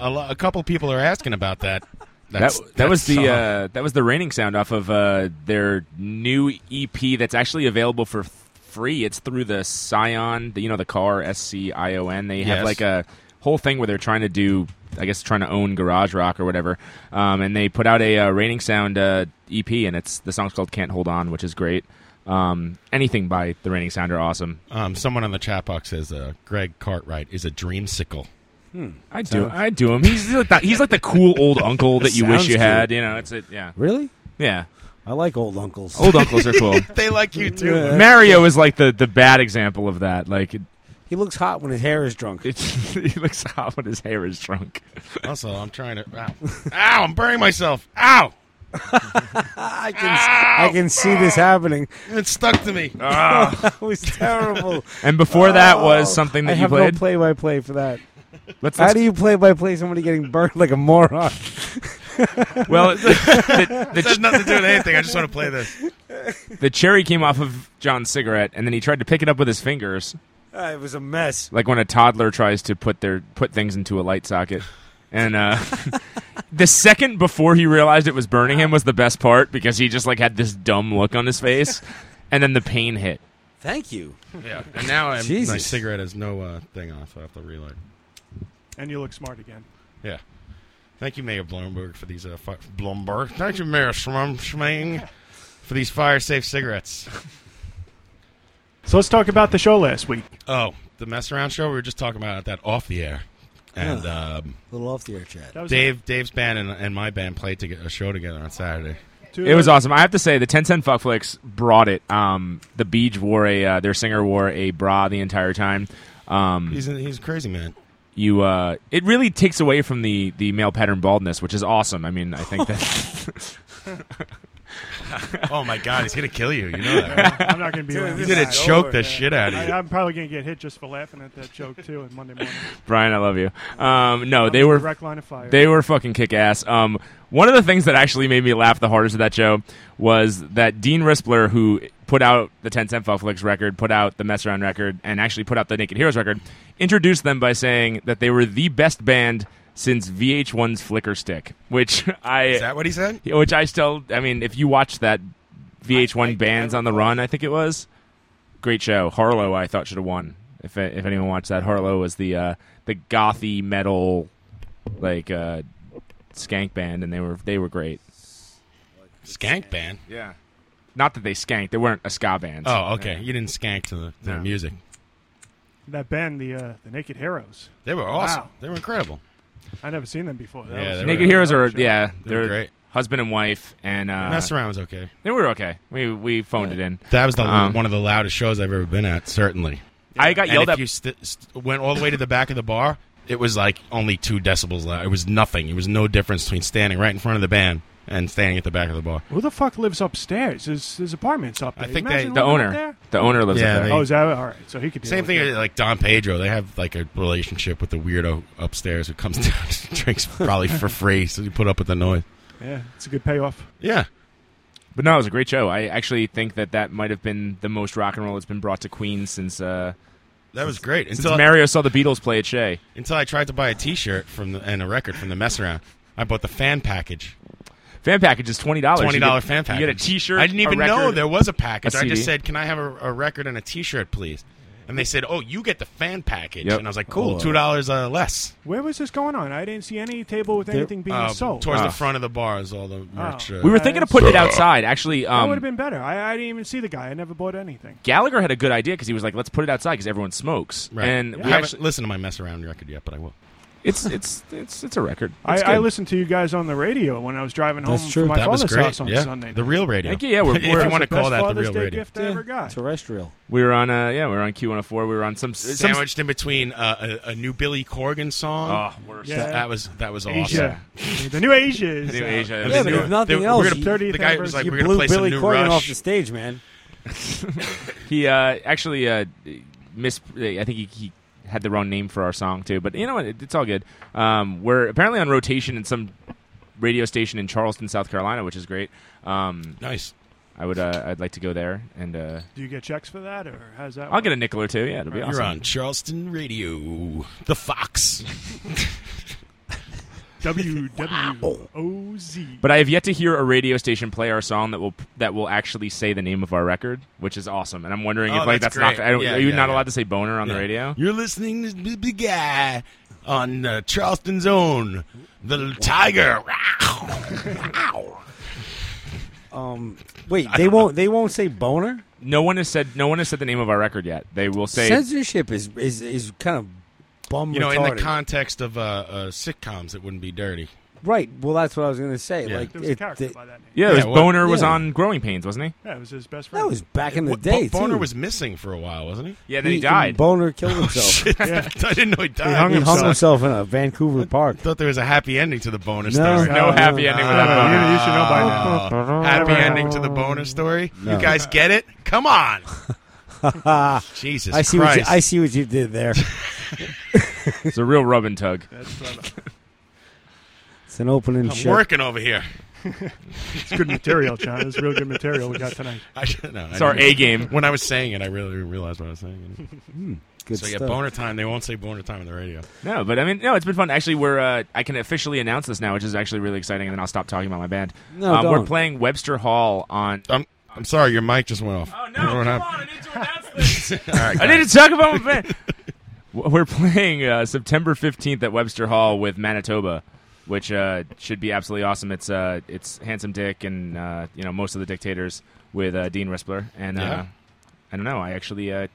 B: Uh, a couple people are asking about that.
D: That,
B: That's,
D: that was
B: that's
D: the
B: song.
D: uh, that was the raining sound off of uh, their new EP that's actually available for f- free. It's through the Scion, the, you know, the car S C I O N. They
B: Yes.
D: have like a whole thing where they're trying to do, I guess, trying to own garage rock or whatever. Um, and they put out a uh, raining sound uh, EP, and it's the song's called "Can't Hold On," which is great. Um, anything by the raining sound are awesome.
B: um, someone on the chat box says uh, Greg Cartwright is a dreamsicle.
E: Hmm.
D: I do, I do him. He's like that, he's like the cool old uncle that you wish
E: Sounds
D: you
E: cute.
D: had. You know, it's it. Yeah,
E: Really?
D: yeah.
E: I like old uncles.
D: Old uncles are cool.
B: They like you too.
E: Yeah.
D: Mario is like the, the bad example of that. Like it,
E: He looks hot when his hair is drunk.
D: it, he looks hot when his hair is drunk.
B: Also, I'm trying to. Ow. Ow! I'm burning myself. Ow!
E: I can, I can see this happening.
B: It stuck to me.
E: That was terrible.
D: And before that was something
E: Oh, I
D: that you
E: have
D: played.
E: no play-by-play for that.
D: let's,
E: How
D: let's-
E: do you play-by-play somebody getting burned like a moron?
D: well, the, the, the
B: It has nothing to do with anything. I just want to play this.
D: ch- the cherry came off of John's cigarette, and then he tried to pick it up with his fingers,
E: Uh, it was a mess.
D: like when a toddler tries to put their put things into a light socket. And uh, the second before he realized it was burning him was the best part because he just like had this dumb look on his face, and then the pain hit.
E: Thank you.
B: Yeah. And now I'm, my
E: Jesus.
B: cigarette has no uh, thing on, so I have to reload.
F: And you look smart again.
B: Yeah. Thank you, Mayor Bloomberg, for these uh, fi- Bloomberg. Thank you, Mayor Schmum Schming, for these fire-safe cigarettes.
F: So let's talk about the show last week.
B: Oh, the mess around show. We were just talking about that off the air, and um,
E: little off the air chat.
F: That was
B: Dave, Dave's band, and, and my band played to a show together on Saturday.
F: two-
D: It was awesome. I have to say, the 1010 Fuck Flicks brought it. Um, the Beach wore a, uh, their singer wore a bra the entire time. Um,
B: He's a, he's a crazy man.
D: you, uh, it really takes away from the, the male pattern baldness, which is awesome. I mean, I think that
B: Oh my God, he's gonna kill you. You know that. Right?
F: I'm not going to be. around
B: He's
F: for
B: gonna
F: that.
B: choke the shit out of
F: I,
B: you.
F: I'm probably going to get hit just for laughing at that joke too on Monday morning.
D: Brian, I love you. Um, no,
F: I'm
D: they
F: in
D: were
F: direct line of fire.
D: They were fucking kick ass. Um, one of the things that actually made me laugh the hardest at that show was that Dean Rispler, who put out the 10 Cent Fuck Flicks record, put out the Mess Around record, and actually put out the Naked Heroes record, introduced them by saying that they were the best band since VH1's Flicker Stick, which
B: Is
D: I,
B: that what he said?
D: which I still, I mean, if you watch that VH1
B: I- I-
D: Bands on the Run, I think it was great show. Harlow, I thought should have won. If if anyone watched that, Harlow was the uh, the gothy metal like uh, skank band, and they were they were great.
B: Skank band.
D: Yeah, not that they skanked; they weren't a ska band.
B: Oh, okay. You didn't skank to the, their
D: No.
B: music.
F: that band, the uh, the Naked Heroes.
B: They were awesome.
F: Wow.
B: They were incredible.
F: I never seen them before. That
B: Yeah,
F: was-
B: they were-
D: Naked Heroes are yeah,
B: They were
D: they're
B: great.
D: husband and wife, and uh,
B: Mess around was okay.
D: they were okay. We we phoned it in.
B: That was the
D: Um,
B: one of the loudest shows I've ever been at. Certainly.
D: I got
B: And
D: yelled
B: if
D: at.
B: you st- st- went all the way to the back of the bar, it was like only two decibels loud. It was nothing. It was no difference between standing right in front of the band and standing at the back of the bar.
F: Who the fuck lives upstairs? His his apartment's up
B: I
F: there.
B: think they-
F: Imagine
D: the
F: living up
D: owner,
F: there.
D: the owner lives
B: Yeah,
D: up there.
B: they-
F: Oh, is that all right? So he could. deal
B: Same
F: with
B: thing
F: it.
B: with, like Don Pedro. They have like a relationship with the weirdo upstairs who comes down and drinks probably for free, so you put up with the noise.
F: Yeah, it's a good payoff.
B: Yeah.
D: But no, it was a great show. I actually think that that might have been the most rock and roll that's been brought to Queens since uh,
B: That was great.
D: since
B: Until,
D: Mario saw the Beatles play at Shea.
B: until I tried to buy a T-shirt from the, and a record from the mess around. I bought the fan package,
D: Fan package is twenty dollars.
B: twenty dollar fan package.
D: You get a T-shirt.
B: I didn't
D: a
B: even
D: record.
B: know there was a package.
D: a
B: I
D: CD.
B: just said, "Can I have a, a record and a T-shirt, please?" And they said, "Oh, you get the fan package."
D: Yep.
B: And I was like, "Cool,
E: Oh.
B: two dollars uh, less."
F: Where was this going on? I didn't see any table with anything being
B: Uh,
F: sold.
B: towards
D: Ah.
B: the front of the bar is all the merch. Uh,
D: We were
F: Yeah,
D: thinking of
F: that's-
D: putting it outside. Actually,
F: Oh. that would have been
D: um,
F: better. I, I didn't even see the guy. I never bought anything.
D: Gallagher had a good idea because he was like, "Let's put it outside because everyone smokes."
B: right.
D: And
B: I
D: we
B: haven't
D: actually,
B: listened to my mess around record yet, but I will.
D: it's it's it's it's a record.
F: I,
D: It's
F: I
D: good.
F: listened to you guys on the radio when I was driving
E: That's
F: home
E: true.
F: from my
B: that was
F: father's
B: great.
F: house on
B: yeah.
F: Sunday.
B: The real radio.
D: Thank you. Yeah, we're-
B: if
D: we're-
B: you want
F: That's
B: to
F: the
B: call that the
F: best
B: real
F: Father's Day
B: radio.
F: gift I ever got.
E: Terrestrial.
D: We were on uh yeah we were on Q104. We were on some some
B: Sandwiched in between uh, a, a new Billy Corgan song.
D: Oh, worse.
F: Yeah.
B: That was that was awesome.
F: Asia, the new Asia. Is
D: New
F: out.
D: Asia.
B: And
E: Yeah,
B: they
E: but
B: knew
E: if
B: it.
E: nothing
B: They-
E: else,
B: we're gonna-
F: 30th
B: the guy was like,
F: anniversary.
E: you
B: "We're gonna
E: blew
B: play
E: Billy
B: some new
E: Corgan
B: Rush."
E: off the stage, man.
D: He uh, actually uh, mis. I think he, he had the wrong name for our song too. But you know what? It, it's all good. Um, we're apparently on rotation in some radio station in Charleston, South Carolina, which is great. Um,
B: Nice.
D: I would. Uh, I'd like to go there, and uh,
F: Do you get checks for that, or how's that?
D: I'll get a nickel or two. Yeah, it'll be
F: You're
D: awesome.
B: You're on Charleston Radio, the Fox.
F: W W O Z.
D: But I have yet to hear a radio station play our song that will that will actually say the name of our record, which is awesome. And I'm wondering
B: Oh,
D: if like
B: that's
D: that's, not
B: great.
D: I don't,
B: Yeah,
D: are you
B: yeah,
D: not
B: yeah.
D: allowed to say boner on the
B: Yeah.
D: radio?
B: You're listening to the big guy on uh, Charleston's own, the Tiger.
E: Um, wait, they won't. They won't say boner.
D: No one has said no one has said the name of our record yet. They will say
E: Censorship is is is kind of bum.
B: you know, in
E: retarded.
B: the context of uh, uh, sitcoms, it wouldn't be dirty.
E: right. Well, that's what I was gonna say.
B: Yeah.
E: Like
F: There was a
E: it-
F: character
E: it-
F: by that name.
D: yeah, it was
B: Yeah, what-
D: boner was
E: yeah.
D: on Growing Pains, wasn't he?
F: Yeah, it was his best friend.
E: that was back in the
B: What-
E: day.
B: Bo- Boner
E: too.
B: was missing for a while, wasn't he? Oh,
D: Yeah, then he,
E: and
D: died.
E: Boner killed himself.
B: Shit,
F: Yeah.
B: I didn't know he died.
F: hung
E: He hung
F: himself.
E: himself in a Vancouver park.
B: I thought there was a happy ending to the bonus
E: No.
B: story. Oh,
D: no
F: Uh,
D: happy ending with that
F: Uh,
D: boner.
F: you, you should know by now.
B: Happy ending to the bonus story.
E: No.
B: You guys get it? Come on. Jesus
E: I see what
B: Christ.
E: you, I see what you did there.
D: It's a real rub and tug.
F: That's what I-
E: It's an opening
B: am
E: shot.
B: working over here.
F: it's good material, John. It's real good material we got tonight.
B: I, should- no, I
D: It's our
B: didn't-
D: A game.
B: When I was saying it, I really realized what I was saying.
E: Hmm. Good
B: so yeah,
E: stuff.
B: boner time. They won't say boner time on the radio.
D: No, but I mean, no, it's been fun. Actually, we're uh, I can officially announce this now, which is actually really exciting, and then I'll stop talking about my band.
E: No,
D: um, we're
E: don't.
D: playing Webster Hall on.
B: I'm I'm sorry, your mic just went off.
D: Oh no!
B: I don't know what
D: Come on, I
B: happened.
D: need to announce this.
B: All right,
D: I
B: guys.
D: need to talk about my band. We're playing uh, September fifteenth at Webster Hall with Manitoba, which uh, should be absolutely awesome. It's uh, it's Handsome Dick and uh, you know most of the dictators with uh, Dean Rispler, and
B: Yeah.
D: uh, I don't know. I actually uh,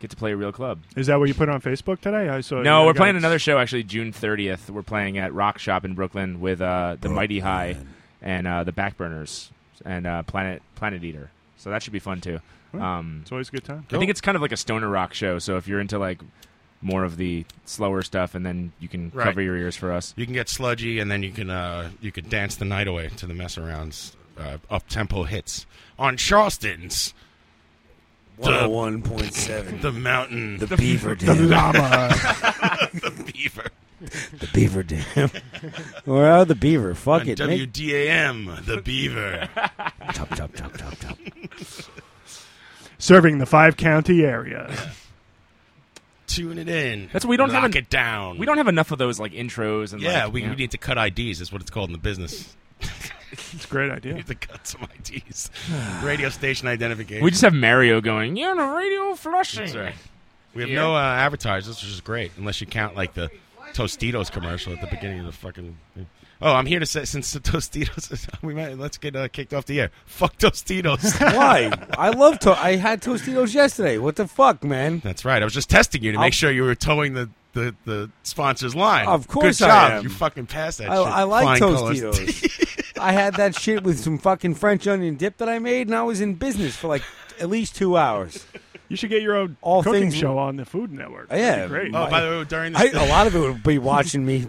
D: get to play a real club.
F: Is that what you put on Facebook today? I saw.
D: no,
F: you
D: we're
F: got-
D: playing another show actually June thirtieth. We're playing at Rock Shop in Brooklyn with uh,
B: Oh,
D: the Mighty High and uh, the Backburners and uh, Planet Planet Eater. So that should be fun too.
F: Hmm.
D: Um,
F: It's always a good time.
D: I think it's kind of like a stoner rock show. So if you're into like more of the slower stuff, and then you can
B: Right.
D: cover your ears for us.
B: You can get sludgy, and then you can uh, you can dance the night away to the mess arounds, uh, up tempo hits on Charleston's
E: 101.7.
B: the mountain,
E: The,
B: the,
E: Beaver Dam.
F: Llama.
B: beaver,
E: the Beaver Dam. Or uh, the Beaver. Fuck
B: on
E: it. Make-
B: WDAM, the beaver.
E: chop, chop, chop, chop, chop.
F: Serving the five county area.
B: Tune it in.
D: That's what we don't have
B: Lock
D: an-
B: it down.
D: We don't have enough of those like intros and
B: Yeah,
D: like,
B: we,
D: you know.
B: we need to cut IDs. Is what it's called in the business.
F: It's a great
B: We
F: idea.
B: need to cut some IDs. Radio station identification.
D: We just have Mario going. You're on a radio flushing.
B: That's right. We have no uh, advertisers, which is great, unless you count like the Tostitos commercial at the beginning of the fucking. Oh, I'm here to say since the Tostitos, is- we might let's get uh, kicked off the air. Fuck Tostitos.
E: Why? I love to. I had Tostitos yesterday. What the fuck, man?
B: That's right. I was just testing you to
E: I'll-
B: make sure you were towing the the, the sponsor's line.
E: Of course
B: Good
E: I
B: job.
E: am.
B: You fucking passed that.
E: I,
B: shit.
E: I like
B: Flying colours.
E: Tostitos. I had that shit with some fucking French onion dip that I made, and I was in business for like at least two hours.
F: You should get your own
E: All
F: cooking
E: things-
F: show on the Food Network.
E: Oh,
F: That'd
E: yeah.
F: be great.
B: Oh, by the way, during
E: I,
B: this,
E: a lot of it would be watching me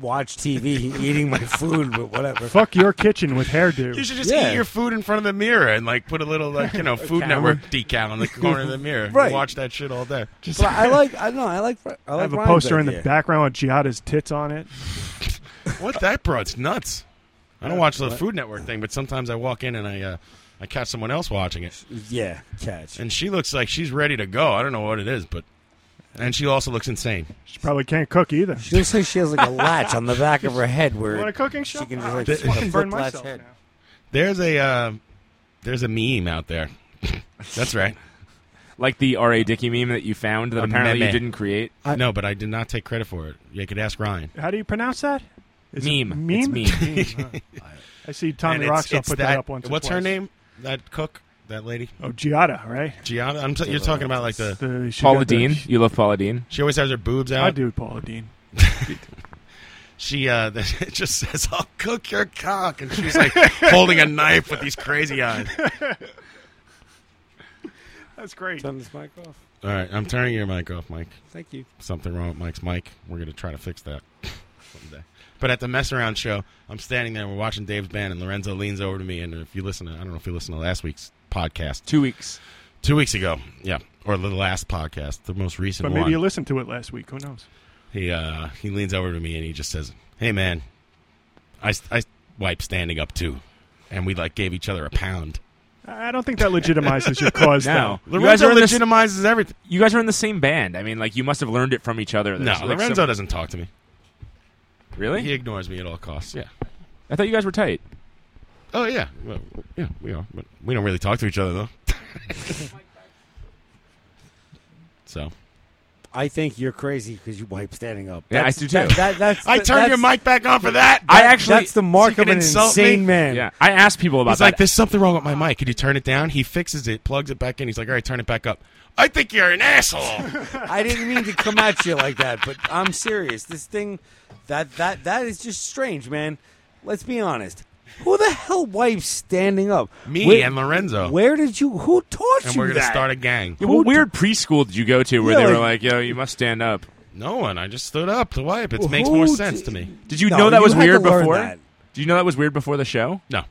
E: watch TV, eating my food, but whatever.
F: Fuck your kitchen with hairdo.
B: you should just
E: Yeah.
B: eat your food in front of the mirror and like put a little like you know Food Network decal on the corner of the mirror.
E: Right.
B: Watch that shit all day.
E: But I like. I know. I like. fr- I like.
F: have a
E: Ryan's
F: poster in the
E: idea.
F: background with Giada's tits on it.
B: What that bro? It's nuts. I don't watch the Food Network thing, but sometimes I walk in and I uh, I catch someone else watching it,
E: Yeah, catch.
B: and she looks like she's ready to go. I don't know what it is, but and she also looks insane.
F: She probably can't cook either.
E: She looks like she has like a latch on the back of her head
F: Want
E: where
F: a cooking show?
E: she can
F: Ah,
E: just like
F: just fucking burn
E: flip latch
F: myself
E: head.
F: now.
B: There's a uh, there's a meme out there. That's right.
D: Like the R. A. Dickey meme that you found that
B: A
D: apparently
B: meme.
D: you didn't create.
E: I-
B: no, but I did not take credit for it. You could ask Ryan.
F: How do you pronounce that? Is it
D: Meme.
F: Meme.
D: It's
F: huh. I see Tommy
B: And it's-
F: Roxell
B: it's
F: put that, up once. or
B: What's her
F: twice.
B: name? That cook, that lady,
F: Oh, Giada, right?
B: Gianna. I'm t- you're talking about like the
F: The, she
D: Paula
F: got the-
D: Dean. You love Paula Dean.
B: she always has her boobs out.
F: I do Paula Dean.
B: she uh it just says i'll cook your cock and she's like holding a knife with these crazy eyes
F: That's great.
E: Turn this mic off.
B: all right i'm turning your mic off mike
E: Thank you.
B: something wrong with mike's mic we're gonna try to fix that someday but at the mess around show i'm standing there we're watching dave's band and lorenzo leans over to me and if you listen to i don't know if you listen to last week's podcast
D: Two weeks.
B: two weeks ago yeah or the last podcast the most recent
F: But
B: one
F: maybe you listened to it last week. Who knows?
B: he uh he leans over to me and he just says hey man i i wipe standing up too and we like gave each other a pound
F: I I don't think that legitimizes your cause.
D: No.
F: though.
D: You guys,
B: Lorenzo
D: are in the, s-
B: legitimizes everything.
D: you guys are in the same band. I mean, like you must have learned it from each other.
B: No,
D: There's, like,
B: Lorenzo
D: some-
B: doesn't talk to me.
D: Really?
B: He ignores me at all costs. Yeah.
D: I thought you guys were tight.
B: Oh yeah. Well, yeah, we are. But we don't really talk to each other though. so
E: I think you're crazy because you wipe standing up.
D: Yeah, I
E: That's-
D: do
E: that-
D: too.
E: that- that's
B: I
E: the-
B: turned your
E: that's-
B: mic back on for that.
D: I
E: that-
D: actually-
E: That's the mark
B: so you
E: of
B: can
E: an
B: insult me?
E: insane man.
D: Yeah, I asked people about
B: He's like,
D: that.
B: "There's something wrong with my mic. Could you turn it down?" He fixes it, plugs it back in. He's like, "All right, turn it back up." I think you're an asshole.
E: I didn't mean to come at you like that, but I'm serious. This thing, that that that is just strange, man. Let's be honest. Who the hell wipes standing up?
B: me
E: Where-
B: and Lorenzo,
E: Where did you? Who taught
B: and
E: you
B: we're gonna
E: that?
B: start a gang.
D: Yeah, what weird preschool did you go to
E: Yeah,
D: where they were
E: like-
D: like, "Yo, you must stand up"?
B: No one. I just stood up to wipe. It
E: Who
B: makes more
E: d-
B: sense to me.
D: Did you
E: No,
D: know that
E: you
D: was
E: had to
D: weird
E: learn
D: before?
E: that.
D: Did you know that was weird before the show?
B: No,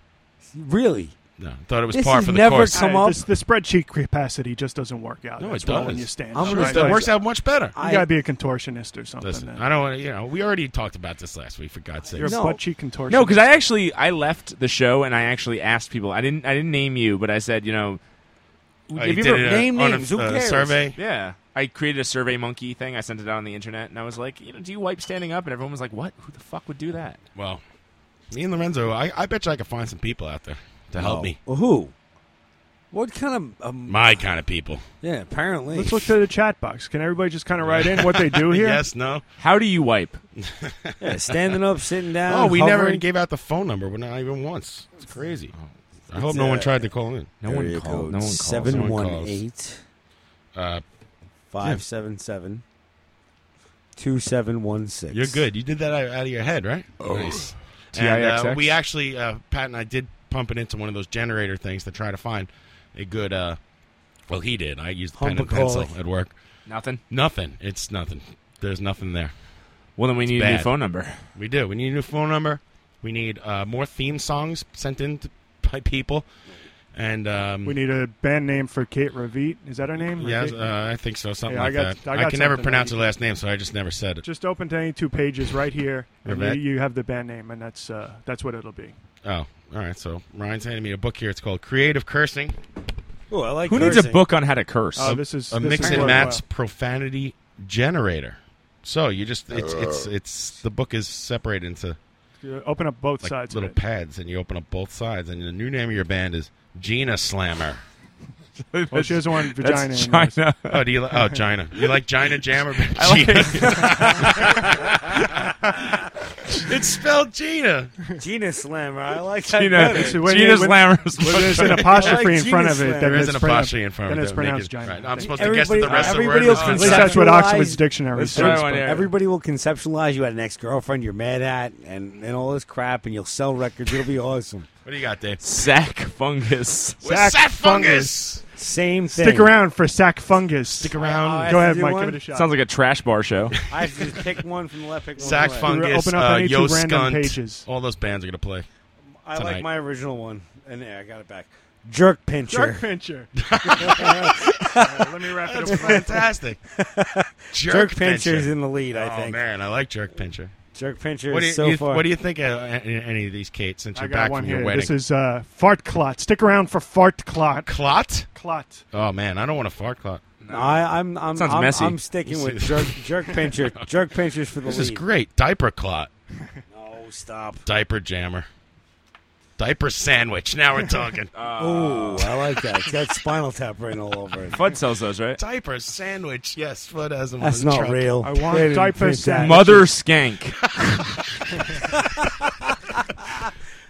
E: Really?
B: no. I thought it was
E: This
B: par
E: has
B: for the
E: never
B: course.
E: come-
F: Uh,
E: up-
F: this- the spreadsheet capacity just doesn't work out.
B: No, it
F: as well when
B: does.
F: you stand.
E: I'm
F: up.
E: gonna
F: Right.
B: that
E: start-
B: works out much better.
F: You gotta be a contortionist or something.
B: Listen,
F: then.
B: I don't want to. You know, we already talked about this last week. For God's sake,
F: You're
E: No.
F: a butt cheek contortionist.
D: No, because I actually I left the show and I actually asked people. I didn't I didn't name you, but I said you know,
B: Oh,
D: have
B: you
D: you
B: did
D: ever-
B: it uh,
E: name
B: on a,
E: names, who
B: uh,
E: cares?
B: survey.
D: yeah. I created a Survey Monkey thing. I sent it out on the internet, and I was like, you know, do you wipe standing up? And everyone was like, what? Who the fuck would do that?
B: Well, me and Lorenzo, I, I bet you I could find some people out there to help me.
E: Well, who? What kind of? Um,
B: My kind of people.
E: yeah, apparently.
F: Let's look to the chat box. Can everybody just kind of write in what they do here?
B: Yes, no.
D: How do you wipe?
E: Yeah, standing up, sitting down.
B: Oh, we never
E: hovering. Oh,
B: gave out the phone number, but not even once. It's crazy. I hope
E: It's,
B: no one
E: uh,
B: tried to call in.
D: No
E: Area
D: one called.
E: code
D: No one called.
E: Seven
B: No one
E: one
B: calls.
E: eight
B: Uh,
E: five seven seven two seven one six. Oh.
B: you're good. You did that out out of your head, right? Nice. And uh,
D: TIXX?
B: we actually, uh, Pat and I did pump it into one of those generator things to try to find a good. Uh, well, he did. I used pen and pencil
E: Humpercauley.
B: at work.
D: Nothing.
B: Nothing. It's nothing. There's nothing there.
D: Well, then we need a new
B: bad.
D: phone number.
B: We do. We need a new phone number. We need uh, more theme songs sent in to, by people. And um,
F: We need a band name for Kate Ravit. Is that her name?
B: yeah,
F: Ravit?
B: uh, I think so. Something
F: Yeah, I
B: like
F: got-
B: that.
F: I
B: I,
F: got
B: can never
F: something
B: pronounce
F: that
B: her
F: you-
B: last name, so I just never said it.
F: Just open to any two pages right here, and you,
B: Ravit.
F: you have the band name, and that's uh, that's what it'll be.
B: Oh, all right. So Ryan's handing me a book here. It's called Creative Cursing:
E: Oh, I like.
D: Who needs a book on how to curse?
F: Uh, this is
B: A
F: this
B: Mix
F: is
B: and
F: worthwhile.
B: Match Profanity Generator. So you just it's it's it's the book is separated into
F: You Open up both
B: like
F: sides.
B: little
F: of it.
B: pads, and you open up both sides, and the new name of your band is Gina Slammer.
F: Well, Oh, she doesn't want vagina.
D: That's
F: in there.
D: China.
B: Oh, do you? Li- oh, Gina. You like Gina Jammer?
D: like-
B: Gina. it's spelled Gina.
E: Gina Slammer. I like that.
D: Gina,
E: better.
F: when
D: Gina
F: you- when- Well,
D: Slammers.
F: there's an apostrophe
E: I like
F: in front of
E: Genius
F: it. Then
E: Slam.
B: There
F: it's
B: is an
F: pronounced-
B: apostrophe in front
F: Then
B: of it.
F: it's
B: that would make
F: pronounced
B: it- right.
F: Gina.
B: I'm supposed to
E: Everybody-
B: guess that the rest of the
E: everybody
B: word is
E: else
B: on
E: can
F: At least
B: that.
F: that's what
E: Conceptualize-
F: Oxford's dictionary
D: Let's
F: says.
D: try one
F: but-
D: here.
E: Everybody will conceptualize you had an ex girlfriend you're mad at, and, and all this crap, and you'll sell records. It'll be awesome.
B: What do you got, Dave?
D: Sack fungus.
B: Sack,
F: Sack
B: fungus.
E: Same thing.
F: Stick around for sack fungus. Stick
E: Oh, I
B: around.
F: Go
E: have to
F: ahead,
E: do
F: Mike.
E: one?
F: Give it a shot.
D: Sounds like a trash bar show.
E: I have to just pick one from the left. Pick one
B: Sack
E: from the left.
B: fungus.
F: Open up
B: uh,
F: any two
B: Yo
F: random
B: Skunt.
F: pages.
B: All those bands are gonna play.
E: I
B: tonight.
E: like my original one, and there I got it back. Jerk pincher.
F: Jerk pincher. Uh, let me wrap it up.
B: Fantastic. jerk,
E: Jerk
B: pincher.
E: pincher's in the lead. I
B: oh
E: think.
B: man, I like jerk pincher.
E: Jerk pincher
B: What do you,
E: is so
B: you-
E: far.
B: what do you think of uh, any of these, Kate? Since
F: I
B: you're
F: got
B: back
F: one
B: from
F: here.
B: your wedding,
F: This is uh, fart clot. Stick around for fart clot.
B: clot.
F: Clot.
B: Oh man, I don't want a fart clot.
E: I, I'm I'm
D: Sounds
E: I'm,
D: messy.
E: I'm sticking with
B: This is-
E: jerk jerk pincher. Jerk pinchers for the
B: This
E: lead.
B: is great. Diaper clot.
E: No, stop.
B: Diaper jammer. Diaper sandwich. Now we're talking.
E: Oh, I like that. It's got spinal tap written all over it.
D: Bud sells those, right?
B: diaper sandwich. Yes, Flood has them.
E: That's
B: on
E: not
B: his truck.
E: real.
F: I want
E: They didn't
F: diaper
E: print that.
F: sandwich.
D: Mother skank.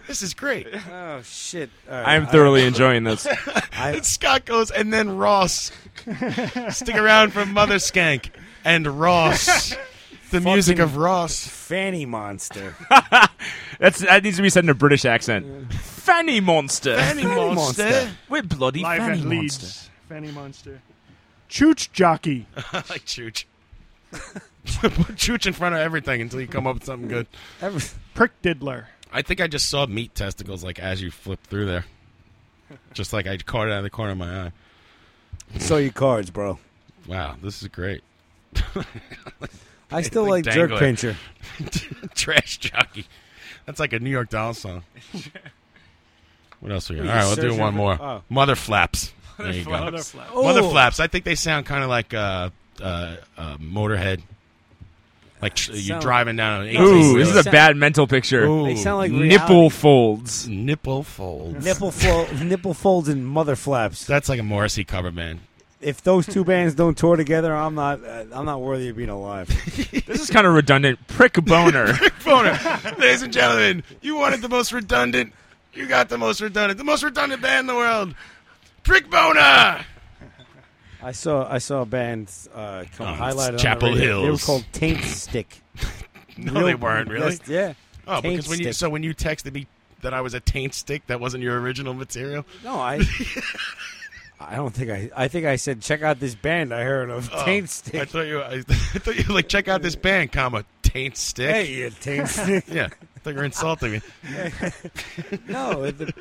B: This is great.
E: Oh shit! All right.
D: I'm thoroughly enjoying this.
E: I,
B: Scott goes and then Ross. Stick around for Mother Skank and Ross. The music of Ross.
E: fanny monster.
D: That's that needs to be said in a British accent. Fanny monster.
B: Fanny
E: Monster.
B: Monster.
D: We're bloody
F: Live
D: fanny
F: at Leeds.
D: monster.
F: Fanny Monster. Chooch jockey.
B: I like Chooch. Put Chooch in front of everything until you come up with something good.
E: Every-
F: Prick diddler.
B: I think I just saw meat testicles like as you flip through there. Just like I caught it out of the corner of my eye.
E: Saw your cards, bro.
B: Wow, this is great.
E: I still
B: like
E: like jerk
B: dangling.
E: pincher.
B: Trash jockey. That's like a New York Doll song. What else we got?
E: you
B: All right, we'll
E: searching
B: do one
E: for-
B: more.
E: oh.
B: Mother flaps. There you go. Mother flaps. I think they sound kind of like uh, uh, uh, Motorhead. Like tr- you're
E: Sound-
B: driving down an 18
D: Ooh,
E: They
D: this is a
E: sound-
D: bad mental picture.
B: Ooh.
E: They sound like
D: Nipple folds.
B: nipple folds.
E: nipple fol- nipple folds and mother flaps.
B: That's like a Morrissey cover band.
E: If those two bands don't tour together, I'm not uh, I'm not worthy of being alive.
D: This is kind of redundant. Prick boner.
B: Boner, ladies and gentlemen, you wanted the most redundant. You got the most redundant, the most redundant band in the world. Prick Boner.
E: I saw I saw a band uh, come
B: Oh, it's
E: highlighted on the
B: Chapel
E: radio. They were
B: Hills.
E: called Taint Stick.
B: No, they weren't really.
E: Yes, yeah.
B: oh,
E: Taint
B: because when you
E: Stick.
B: so when you texted me that I was a taint stick, that wasn't your original material.
E: No, I. I don't think I. I think I said check out this band I heard of
B: Oh,
E: Taint
B: I
E: Stick.
B: thought you. I, thought you were like check out this band, comma taint stick.
E: Hey, you Taint Stick.
B: Yeah, I thought you were insulting me.
E: no, the,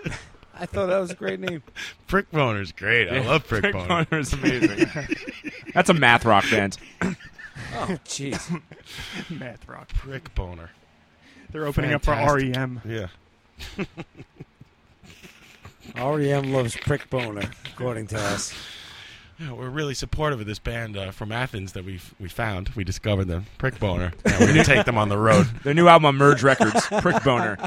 E: I thought that was a great name.
B: Prick Boner's great. I love Prick,
D: Prick
B: Boner.
D: boner is amazing. That's a math rock band.
E: Oh, jeez.
F: Math rock.
B: Prick Boner.
F: They're opening
B: Fantastic.
F: up for E REM.
B: Yeah.
E: REM loves prick boner, according to us.
B: Yeah, we're really supportive of this band uh, from Athens that we we found. We discovered them, Prick Boner. and we're gonna take them on the road.
D: Their new album on Merge Records, Prick Boner.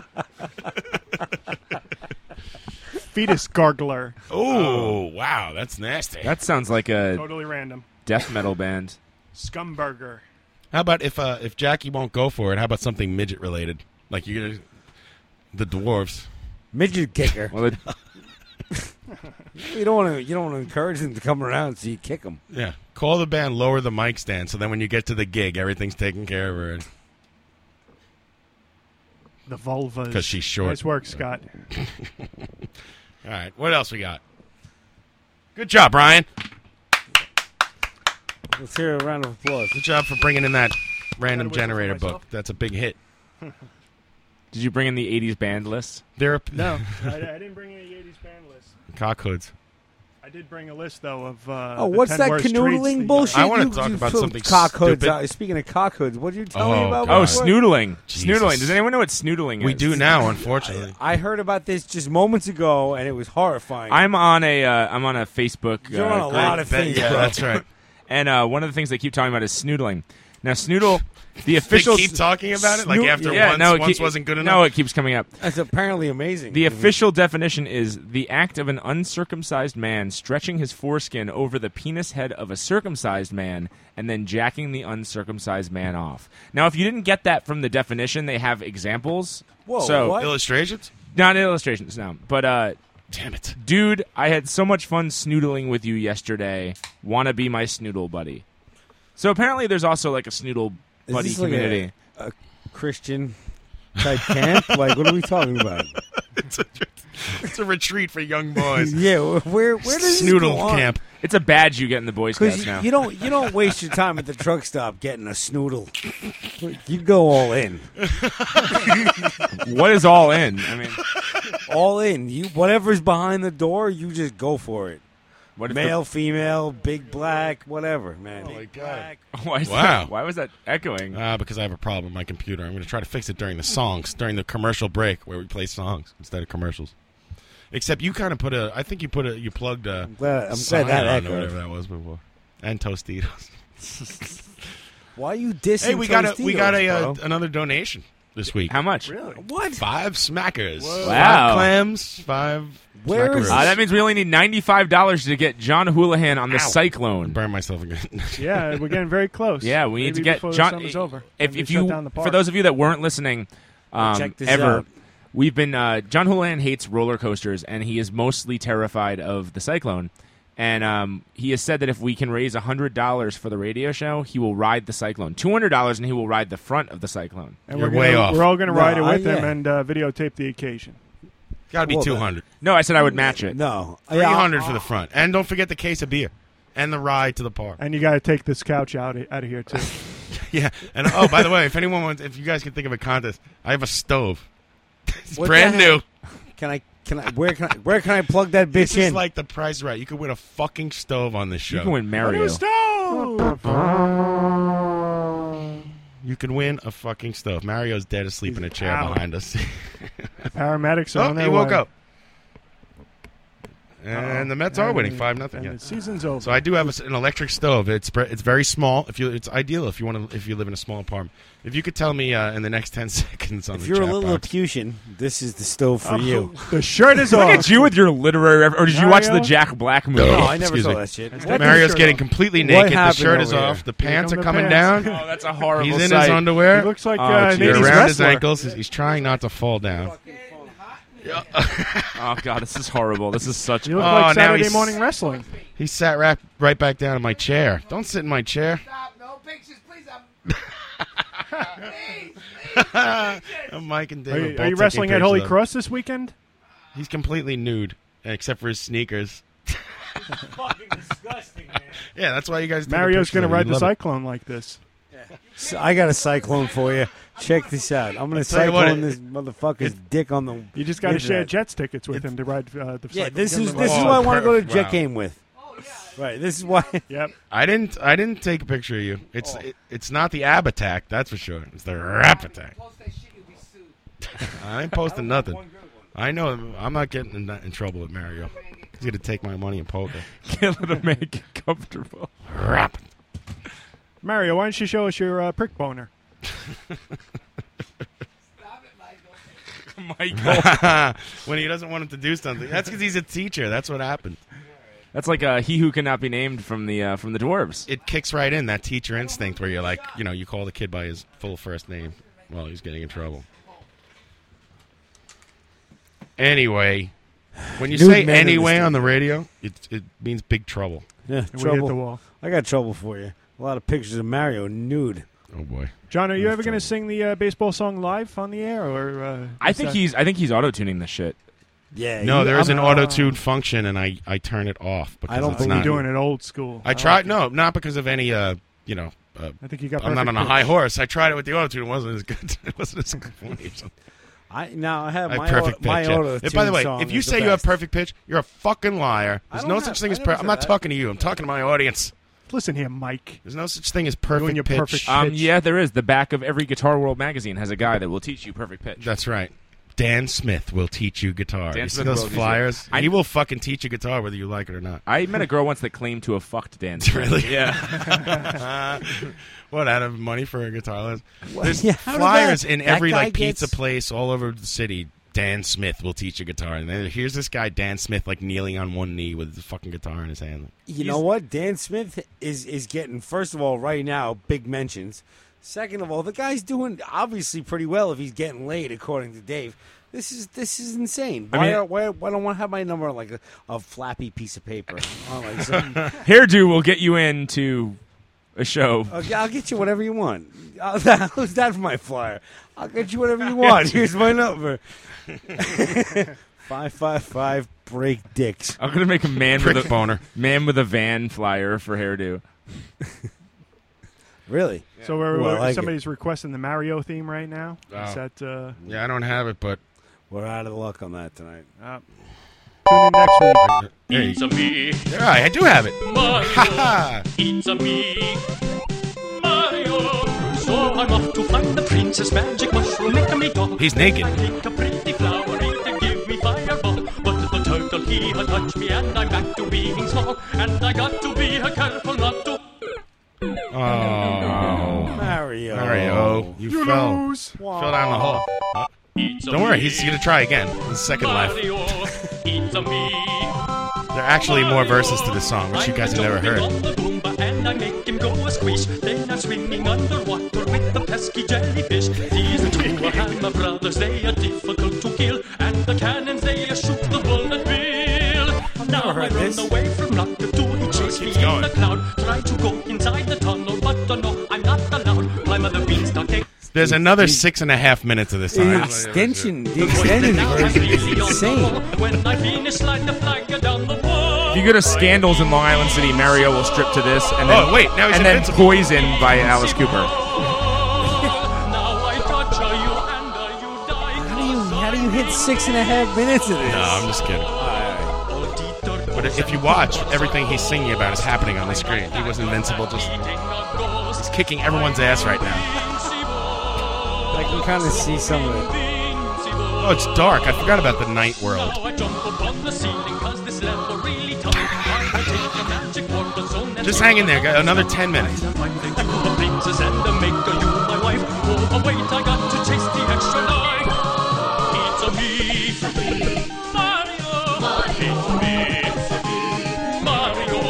F: Fetus gargler.
B: Oh wow, that's nasty.
D: That sounds like a
F: Totally random.
D: death metal band.
F: Scumburger.
B: how about if uh, if Jackie won't go for it? How about something midget related? Like you're gonna the dwarves.
E: Midget kicker.
D: Well, it,
E: You don't want to. You don't want to encourage them to come around, so you kick them.
B: Yeah, call the band Lower the Mic Stand. So then when you get to the gig, everything's taken care of her
F: The vulvas.
B: because she's short.
F: Nice work, Scott.
B: All right, what else we got? Good job, Brian.
E: Let's hear a round of applause.
B: Good job for bringing in that random
F: Gotta whistle for
B: generator book.
F: myself.
B: That's a big hit.
D: did you bring in the 80s band list?
B: There are
E: No,
F: I, I didn't bring any 80s band list.
B: cock hoods.
F: I did bring a list, though, of. Uh,
E: Oh,
F: the
E: what's
F: 10
E: that
F: worst traits that
E: canoodling
F: you-
E: bullshit?
B: I wanna
E: You-
B: talk
E: you
B: about
E: filled
B: something
E: cock hoods
B: stupid.
E: out. uh, Speaking of cock hoods, what did you tell
B: Oh,
E: me about?
B: God.
D: Oh,
E: before?
D: snoodling.
B: Jesus.
D: Snoodling. Does anyone know what snoodling is?
B: We do now, unfortunately.
E: I heard about this just moments ago, and it was horrifying.
D: I'm on a uh, I'm on a Facebook
E: You're
D: uh,
E: on a
D: group,
E: lot of
B: That-
E: things,
B: yeah,
E: bro.
B: that's right.
D: and uh, one of the things they keep talking about is snoodling. Now snoodle, the official
B: they keep talking about it. Like
D: snoo-
B: after
D: yeah,
B: once,
D: no, it
B: once
D: keep-
B: wasn't good
D: No,
B: enough.
D: it keeps coming up.
E: That's apparently amazing.
D: The official definition is the act of an uncircumcised man stretching his foreskin over the penis head of a circumcised man and then jacking the uncircumcised man off. Now, if you didn't get that from the definition, they have examples.
E: Whoa,
D: so,
E: what?
B: Illustrations.
D: Not illustrations, no. But, uh,
B: Damn it.
D: dude, I had so much fun snoodling with you yesterday. Wanna be my snoodle buddy? So apparently, there's also like a snoodle
E: Is
D: buddy
E: this like a-
D: community.
E: Christian type camp. like, what are we talking about?
B: It's a, it's a retreat for young boys.
E: Yeah, wh- where where does this
B: Snoodle
E: go on?
B: camp.
D: it's a badge you get in the Boy Scouts
E: Because
D: now.
E: you don't you don't waste your time at the truck stop getting a snoodle. You go all in,
D: what is all in? I mean,
E: all in. You whatever's behind the door, you just go for it.
D: what if the-
E: Male, female, big black, whatever, man.
B: Oh my God.
D: Why is
B: Wow.
D: That, why was that echoing?
B: Uh, because I have a problem with my computer. I'm going to try to fix it during the songs, during the commercial break where we play songs instead of commercials. Except you kind of put a. I think you put a. You plugged a.
E: I'm glad, I'm
B: sign
E: glad that
B: on or
E: echoed.
B: whatever that was before. And Tostitos.
E: Why you dissing?
B: Hey, we got a. We got a
E: Tostitos,
B: uh, another donation this week.
D: How much?
E: bro? What?
B: Five smackers.
D: Wow.
B: Five clams. Five.
E: Where
B: smackaroos.
E: is-
D: Uh, that means we only need ninety-five dollars to get John Houlihan on the
B: Ow.
D: Cyclone.
B: Burn myself again.
F: Yeah, we're getting very close.
D: Yeah, we need
F: Maybe
D: to get
F: before the
D: John.
F: summer's over.
D: If,
F: and we
D: if
F: shut
D: you,
F: down the
D: for
F: park.
D: those of you that weren't listening, um,
E: Check this
D: ever,
E: out.
D: we've been uh, John Houlihan hates roller coasters, and he is mostly terrified of the Cyclone. And um, he has said that if we can raise hundred dollars for the radio show, he will ride the Cyclone. Two hundred dollars, and he will ride the front of the Cyclone.
F: and
B: You're
F: we're gonna,
B: way off.
F: We're all going to
E: No,
F: ride it with
E: I-
F: him
E: yeah.
F: and uh, videotape the occasion.
B: Got to be
E: Well, that-
B: two hundred.
D: No, I said I would match it.
E: No,
B: Three
E: Yeah, I-
B: hundred for the front, and don't forget the case of beer and the ride to the park.
F: And you got to take this couch out of, out of here too.
B: Yeah, and oh, by the way, if anyone wants, if you guys can think of a contest, I have a stove. It's
E: What
B: brand
E: the heck?
B: new.
E: Can I? Can I? Where can I? Where can I plug that bitch
B: This is
E: in?
B: like the price right. You could win a fucking stove on this show.
D: You can win Mario.
B: You could win a fucking stove. Mario's dead asleep in a chair
F: out.
B: behind us.
F: Paramedics are
B: oh,
F: on
B: he
F: their
B: woke
F: way.
B: up. and the Mets are winning five nothing.
F: And
B: Yeah.
F: the season's
E: Oh.
F: over.
B: So I do have a s an electric stove. It's pre- it's very small. If you, it's ideal if you want to if you live in a small apartment. If you could tell me uh, in the next ten seconds on
E: If
B: the
E: you're a
B: chat box.
E: Lilliputian, this is the stove
B: Um,
E: for you.
F: the shirt is
D: Look
F: off.
D: at you with your literary. Or did you watch the
F: Mario?
D: Jack Black movie?
E: No, I never
B: Excuse
E: saw
B: me.
E: that shit.
F: What the
B: Mario's
F: shirt
B: getting
F: off?
B: completely
E: What
B: naked. The
E: happened
B: shirt is
E: over
B: off.
E: here?
B: The pants
F: come
B: are
F: the
B: coming
F: pants.
B: down.
D: Oh, that's a horrible
B: He's in
D: sight.
B: his
F: He
B: underwear.
F: looks like
D: Oh,
F: uh, an
D: gee,
F: 80s
B: Around his
F: wrestler.
B: ankles, he's, he's trying not to fall down.
D: Oh god, this is horrible. This is such.
F: You look
B: Oh, now
F: like Saturday
B: he's-
F: morning wrestling.
B: He sat right, right back down in my chair. Don't sit in my chair.
A: Stop! No pictures, please. I'm. please,
B: Mike and Dave
F: Are
B: both
F: you, are you
B: taking
F: wrestling at
B: pictures
F: Holy
B: of him.
F: Cross this weekend?
B: He's completely nude except for his sneakers. fucking disgusting, man. Yeah, that's why you guys. take a
F: Mario's
B: picture
F: going to
B: of it.
F: ride
B: You
F: the
B: love it.
F: cyclone like this.
E: So I got a cyclone for you. Check this out. I'm gonna
B: tell you what,
E: cyclone
B: it-
E: this motherfucker's dick on the.
F: You just got to
E: internet.
F: share Jets tickets with him to ride uh, the
E: Yeah,
F: cyclone.
E: this
F: Get him
E: is
F: to
E: this is
F: ride.
B: Oh,
E: who I want to go to
B: Wow.
E: Jet Game with. Right, this is why.
F: Yep.
B: I didn't. I didn't take a picture of you.
E: Oh.
B: It's it, it's not the ab attack. That's for sure. It's the rap attack.
A: Post that shit, you'll be sued.
B: I ain't posting nothing. I know. I'm not getting in, in trouble with Mario. He's going to take my money in poker.
D: Can't let him make it comfortable.
B: Rap.
F: Mario, why don't you show us your uh, prick boner?
A: Stop it, Michael.
D: Oh, Michael.
B: when he doesn't want him to do something. That's because he's a teacher. That's what happened.
D: That's like uh, he who cannot be named from the uh, from the dwarves.
B: It kicks right in that teacher instinct where you're like, you know, you call the kid by his full first name. Well, he's getting in trouble. Anyway, when you
E: Nude
B: say
E: men in
B: anyway
E: this
B: on the radio, it it means big trouble.
E: Yeah,
F: And we hit the
E: trouble.
F: wall.
E: I got trouble for you. A lot of pictures of Mario nude.
B: Oh boy.
F: John, are you
E: That's
F: ever going
E: trouble.
F: to sing the uh, baseball song live on the air? Or uh,
D: I
F: is
D: think
F: that-
D: he's I think he's auto tuning this shit.
E: Yeah.
B: No,
E: you-
B: there is
E: I'm-
B: an auto tune function, and I, I turn it off because
E: I don't
B: it's
E: believe
F: We're
B: not.
F: doing it old school.
B: I tried. No, not because of any. Uh, you know, uh,
F: I think you got.
B: I'm not
F: perfect
B: on a
F: pitch.
B: high horse. I tried it with the auto tune. It wasn't as good. It wasn't as funny. Or something.
E: I now I have
B: I
E: my
B: have perfect
E: au- my
B: pitch. yeah.
E: auto.
B: And by the way, if you say you have perfect pitch, you're a fucking liar. There's
E: don't
B: no
E: have-
B: such thing
E: I
B: as
E: never
B: perfect.
E: said
B: I'm not
E: that.
B: talking to you. I'm talking to my audience.
F: Listen here, Mike.
B: There's no such thing as perfect
F: your
B: pitch.
F: perfect-
D: Um,
F: Pitch.
D: yeah, there is. The back of every Guitar World magazine has a guy that will teach you perfect pitch.
B: That's right. Dan Smith will teach you guitar.
D: Dan
B: you see
D: Smith
B: those
D: will teach you.
B: flyers?
D: I-
B: he will fucking teach you guitar whether you like it or not.
D: I met a girl once that claimed to have fucked Dan.
B: Really?
D: Yeah.
B: What out of money for a guitar lesson? There's
E: yeah, how did
B: flyers
E: that-
B: in
E: that
B: every
E: guy
B: like
E: gets-
B: pizza place all over the city. Dan Smith will teach you guitar, and then here's this guy Dan Smith like kneeling on one knee with the fucking guitar in his hand.
E: You know what? Dan Smith is is getting first of all right now big mentions. Second of all, the guy's doing obviously pretty well if he's getting laid, according to Dave. This is this is insane. Why
D: mean-
E: are, why, why don't want to have my number on like a, a flappy piece of paper? On like some,
D: Hairdo will get you into a show.
E: I'll, uh, I'll get you whatever you want. I'll, how's that for my flyer? I'll get you whatever you want. Here's my number. five five five break dicks.
D: I'm gonna make a man with
B: Prick
D: a
B: boner.
D: man with a van flyer for hairdo.
E: Really?
F: So we're,
E: Ooh, I
F: we're-
E: like it.
F: somebody's requesting the Mario theme right now. Is
B: Oh.
F: that uh,
B: Yeah, I don't have it, but
E: We're out of luck on that tonight.
F: uh, tune in next week?
B: Hey,
G: It's a me,
B: yeah, I do have it.
G: Mario.
B: Ha!
G: It's a me, Mario. So I'm off to find the princess magic mushroom. Make a me doll.
B: He's naked.
G: I picked a pretty flower eat and give me fireball. But the turtle he had touched me and I'm back to being small. And I got to be a careful not to.
B: Oh,
E: Mario.
B: Mario, you, fell, fell down the hole.
G: It's a
B: Don't worry,
G: me,
B: he's gonna try again. His second life.
G: Mario. It's a me.
B: There are actually more verses to this song, which you guys have never heard.
G: And I make him go a squish. Then I'm swimming underwater with the pesky jellyfish. These two are hammer brothers, they are difficult to kill. And the cannons, they are shoot the bullet bill. Now I
E: heard
G: run
E: this. Oh,
G: away from Rocket to he chase me in the cloud. Try to go inside the tunnel, but uh, no, I'm not allowed. My mother beanstalk cake.
B: There's another six and a half minutes of this
E: The
B: song.
E: extension, the extended
G: Poison now I'm
E: version is
G: really on the wall.
E: insane.
G: When I finish, slide the flag down the wall.
D: If you go to Scandals in Long Island City, Mario will strip to this, and then
B: Oh, wait, now he's
D: and then
B: invincible.
D: Poison by Alice Cooper.
G: Now I torture you and uh, you die.
E: How do you how do you hit six and a half minutes of this?
B: No, I'm just kidding. But if you watch, everything he's singing about is happening on the screen. He was invincible, just he's kicking everyone's ass right now.
E: I can kind of see some of it.
G: Invincible.
B: Oh, it's dark. I forgot about the night world.
G: Now I jump up on the ceiling 'cause this level really tough. I take a magic wand and zone and
B: Just hang in there. Got another 10 minutes.
G: I thank you, the princess and the maker, you my wife. Oh, wait, I got to chase the extra life. It's a me, Mario. It's me, Mario.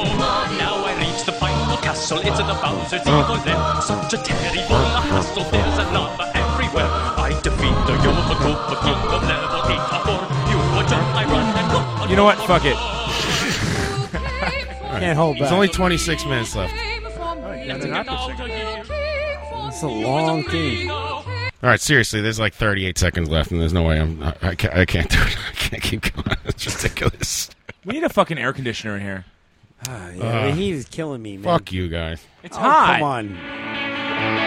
G: Now I reach the final castle. It's in the Bowser's evil lair. Such a terrible hassle. There's a lava everywhere. I defeat the Yoda Copa King of level 8 or You a jump, I run and go.
D: You know what? Fuck it.
E: Can't hold
B: There's
E: back. Oh,
B: only 26 minutes left.
G: Let's get out of here.
E: It's a long thing.
B: All right, seriously, there's like 38 seconds left, and there's no way I'm. I, I, can't, I can't do it. I can't keep going. It's ridiculous.
D: We need a fucking air conditioner in here.
E: Ah, yeah,
B: Uh,
E: the heat is killing me, man.
B: Fuck you guys.
D: It's
E: Oh,
D: hot.
E: come on.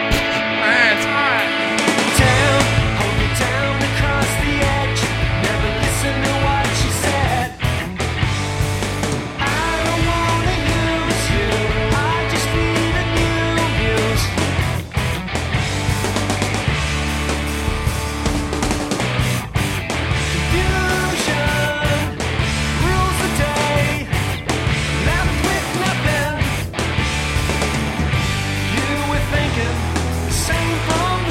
C: Thinking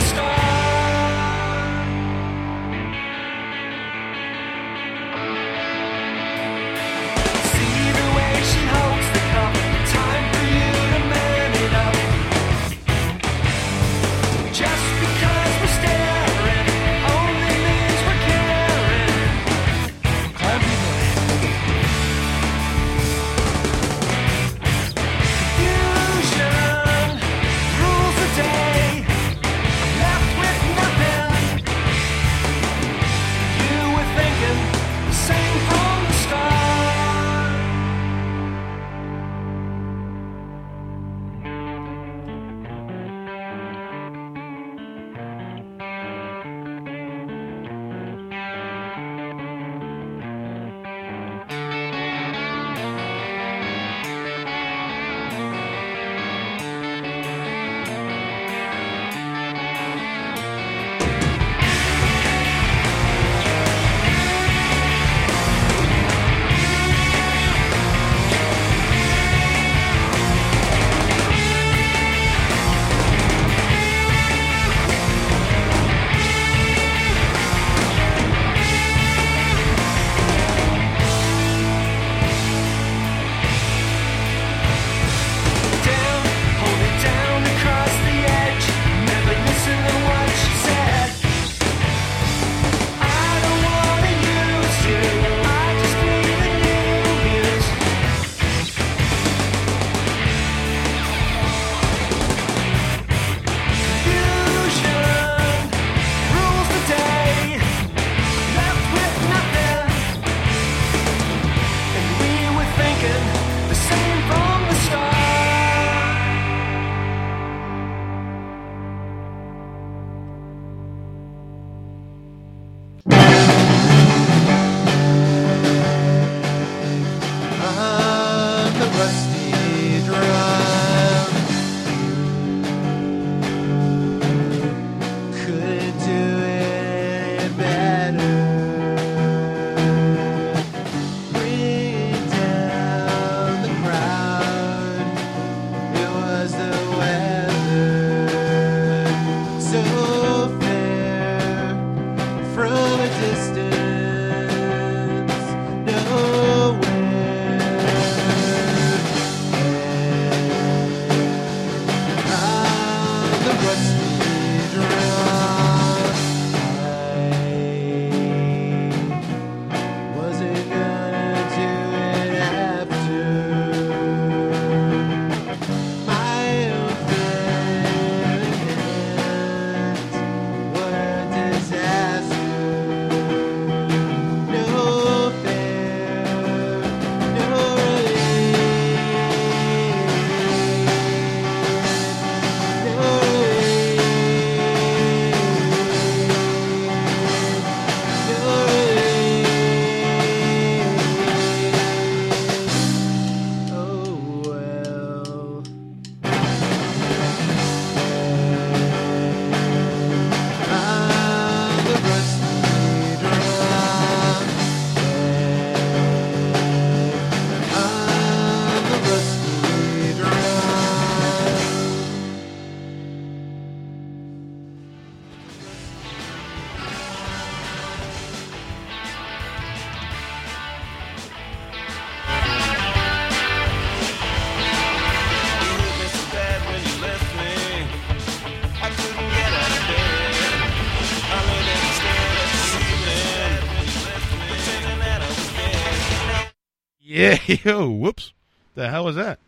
B: Yeah, yo, whoops. The hell was that?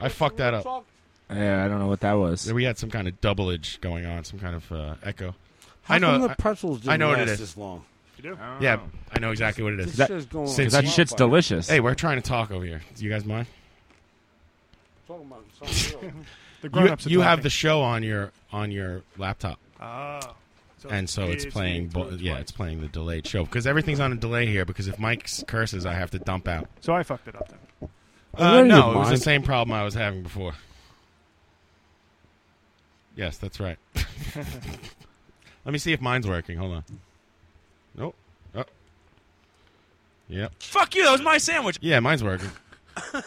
B: I fucked that up.
D: Yeah, I don't know what that was.
B: We had some kind of doubleage going on, some kind of uh, echo.
E: How
B: I know-
E: come the
B: I-
E: pretzels didn't
B: I know what
E: last
B: it is.
E: this long?
B: Yeah, I know exactly what it is.
E: This
D: that-
E: shit's going
B: since
E: on
D: That shit's
E: fire.
D: delicious.
B: Hey, we're trying to talk over here. Do you guys mind?
E: Talking about something real.
F: The
B: You,
F: grown-ups are
B: you have
F: talking.
B: the show on your on your laptop,
I: Oh,
F: Ah. So
B: and so it's
F: PhD
B: playing. Bo-
F: through
B: yeah,
F: twice.
B: it's playing the delayed show because everything's on a delay here. Because if Mike curses, I have to dump out.
F: So I fucked it up then.
B: Uh,
E: read
B: no,
E: your
B: it was the
E: mind.
B: same problem I was having before. Yes, that's right. Let me see if mine's working. Hold on. Nope. Oh. Yep.
I: Fuck you, that was my sandwich.
B: Yeah, mine's working. uh,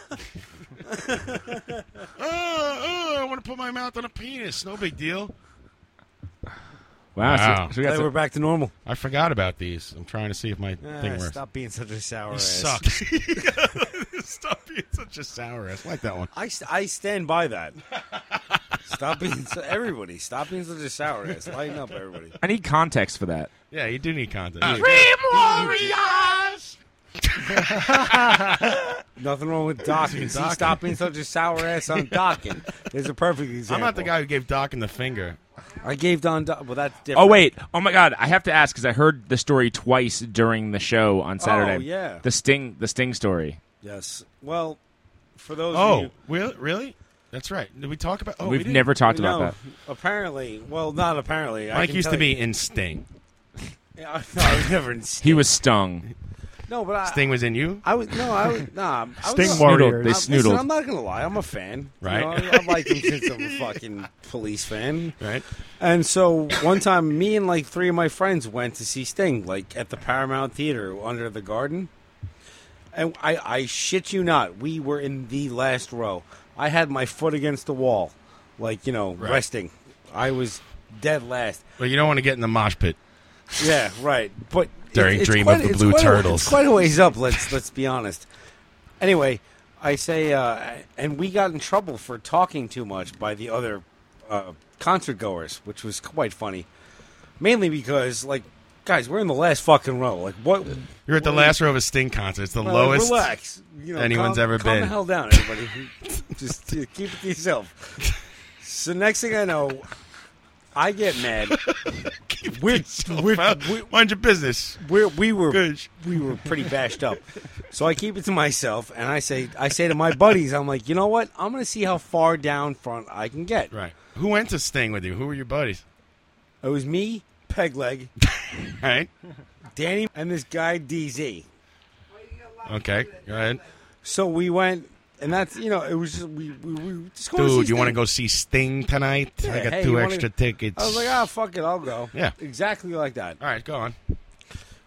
B: uh, I want to put my mouth on a penis. No big deal.
D: Wow. so-
B: Wow.
D: So, we got
E: Hey,
D: some-
E: we're back to normal.
B: I forgot about these. I'm trying to see if my thing
E: Ah,
B: works.
E: stop being such a sour
B: You
E: ass.
B: suck. stop being such a sour ass. I like that one.
E: I, st- I stand by that. stop being so, everybody. Stop being such a sour ass. Lighten up, everybody.
D: I need context for that.
B: Yeah, you do need content.
E: Nothing wrong with docking. See, stop being such a sour ass on docking. There's a perfect example.
B: I'm not the guy who gave Doc in the finger.
E: I gave Don. Do- well, that's different.
D: Oh wait! Oh my God! I have to ask because I heard the story twice during the show on Saturday.
E: Oh, yeah.
D: The sting, the sting story.
E: Yes. Well, for those. of
B: Oh,
E: you,
B: really? Really? That's right. Did we talk about? Oh, we
D: We've
B: didn't.
D: never talked about
E: no,
D: that.
E: Apparently, well, not apparently. I
B: Mike
E: can
B: used
E: tell
B: to
E: you-
B: be in Sting.
E: Yeah, no, I was never in.
D: He was stung.
E: No, but I.
B: Sting was in you,
E: I was no, I was nah. I was,
F: Sting
E: I'm-
F: Warriors.
D: They
E: listen,
D: snoodled.
E: I'm not gonna lie, I'm a fan. You
B: Right.
E: know, I- I've liked him since I'm a fucking police fan.
B: right?
E: And so one time, me and like three of my friends went to see Sting, like at the Paramount Theater under the garden. And I, I shit you not, we were in the last row. I had my foot against the wall, like, you know,
B: Right.
E: resting. I was dead last.
B: Well, you don't want to get in the mosh pit.
E: Yeah, right. But it's-
B: During
E: it's
B: Dream
E: quite-
B: of the
E: it's
B: Blue
E: quite a-
B: Turtles.
E: it's quite a ways up. Let's let's be honest. Anyway, I say, uh, and we got in trouble for talking too much by the other uh, concert goers, which was quite funny. Mainly because, like, guys, we're in the last fucking row. Like, what?
B: You're at the last row of a Sting concert. It's the
E: Well,
B: lowest.
E: relax. You know,
B: anyone's
E: calm-
B: ever
E: calm
B: been.
E: the hell down, everybody. Just you know, keep it to yourself. So next thing I know, I get mad. we're, we're,
B: Well,
E: we're,
B: mind your business.
E: we're, we were
B: Good.
E: we were pretty bashed up. So I keep it to myself, and I say I say to my buddies, I'm like, you know what? I'm gonna see how far down front I can get.
B: Right. Who went to Sting with you? Who were your buddies?
E: It was me, Pegleg,
B: Right.
E: Danny, and this guy DZ.
B: Okay. Go ahead.
E: So we went, and that's you know, it was just, we, we we just going.
B: Dude, you want to go see Sting tonight? I
E: Yeah,
B: got
E: hey,
B: two
E: you wanna-
B: extra tickets.
E: I was like, ah, fuck it, I'll go.
B: Yeah.
E: exactly like that.
B: All right, go on.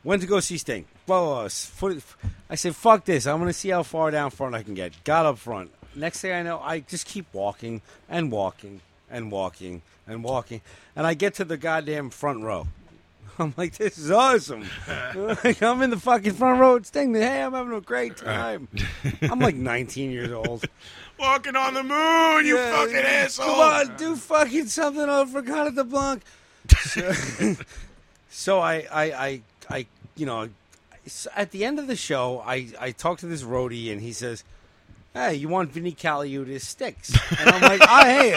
E: Went to go see Sting. Blah, blah, blah. S- foot- I said, fuck this. I'm going to see how far down front I can get. Got up front. Next thing I know, I just keep walking and walking and walking and walking. And I get to the goddamn front row. I'm like, this is awesome. like, I'm in the fucking front row at Sting. Hey, I'm having a great time. I'm like 19 years old.
B: Walking on the moon, you
E: Yeah,
B: fucking asshole!
E: Come on, do fucking something over Regatta de Blanc. So, so I, I, I, I, you know, so at the end of the show, I, I talked to this roadie and he says, "Hey, you want Vinny Caliutis sticks?" And I'm like, "I hey,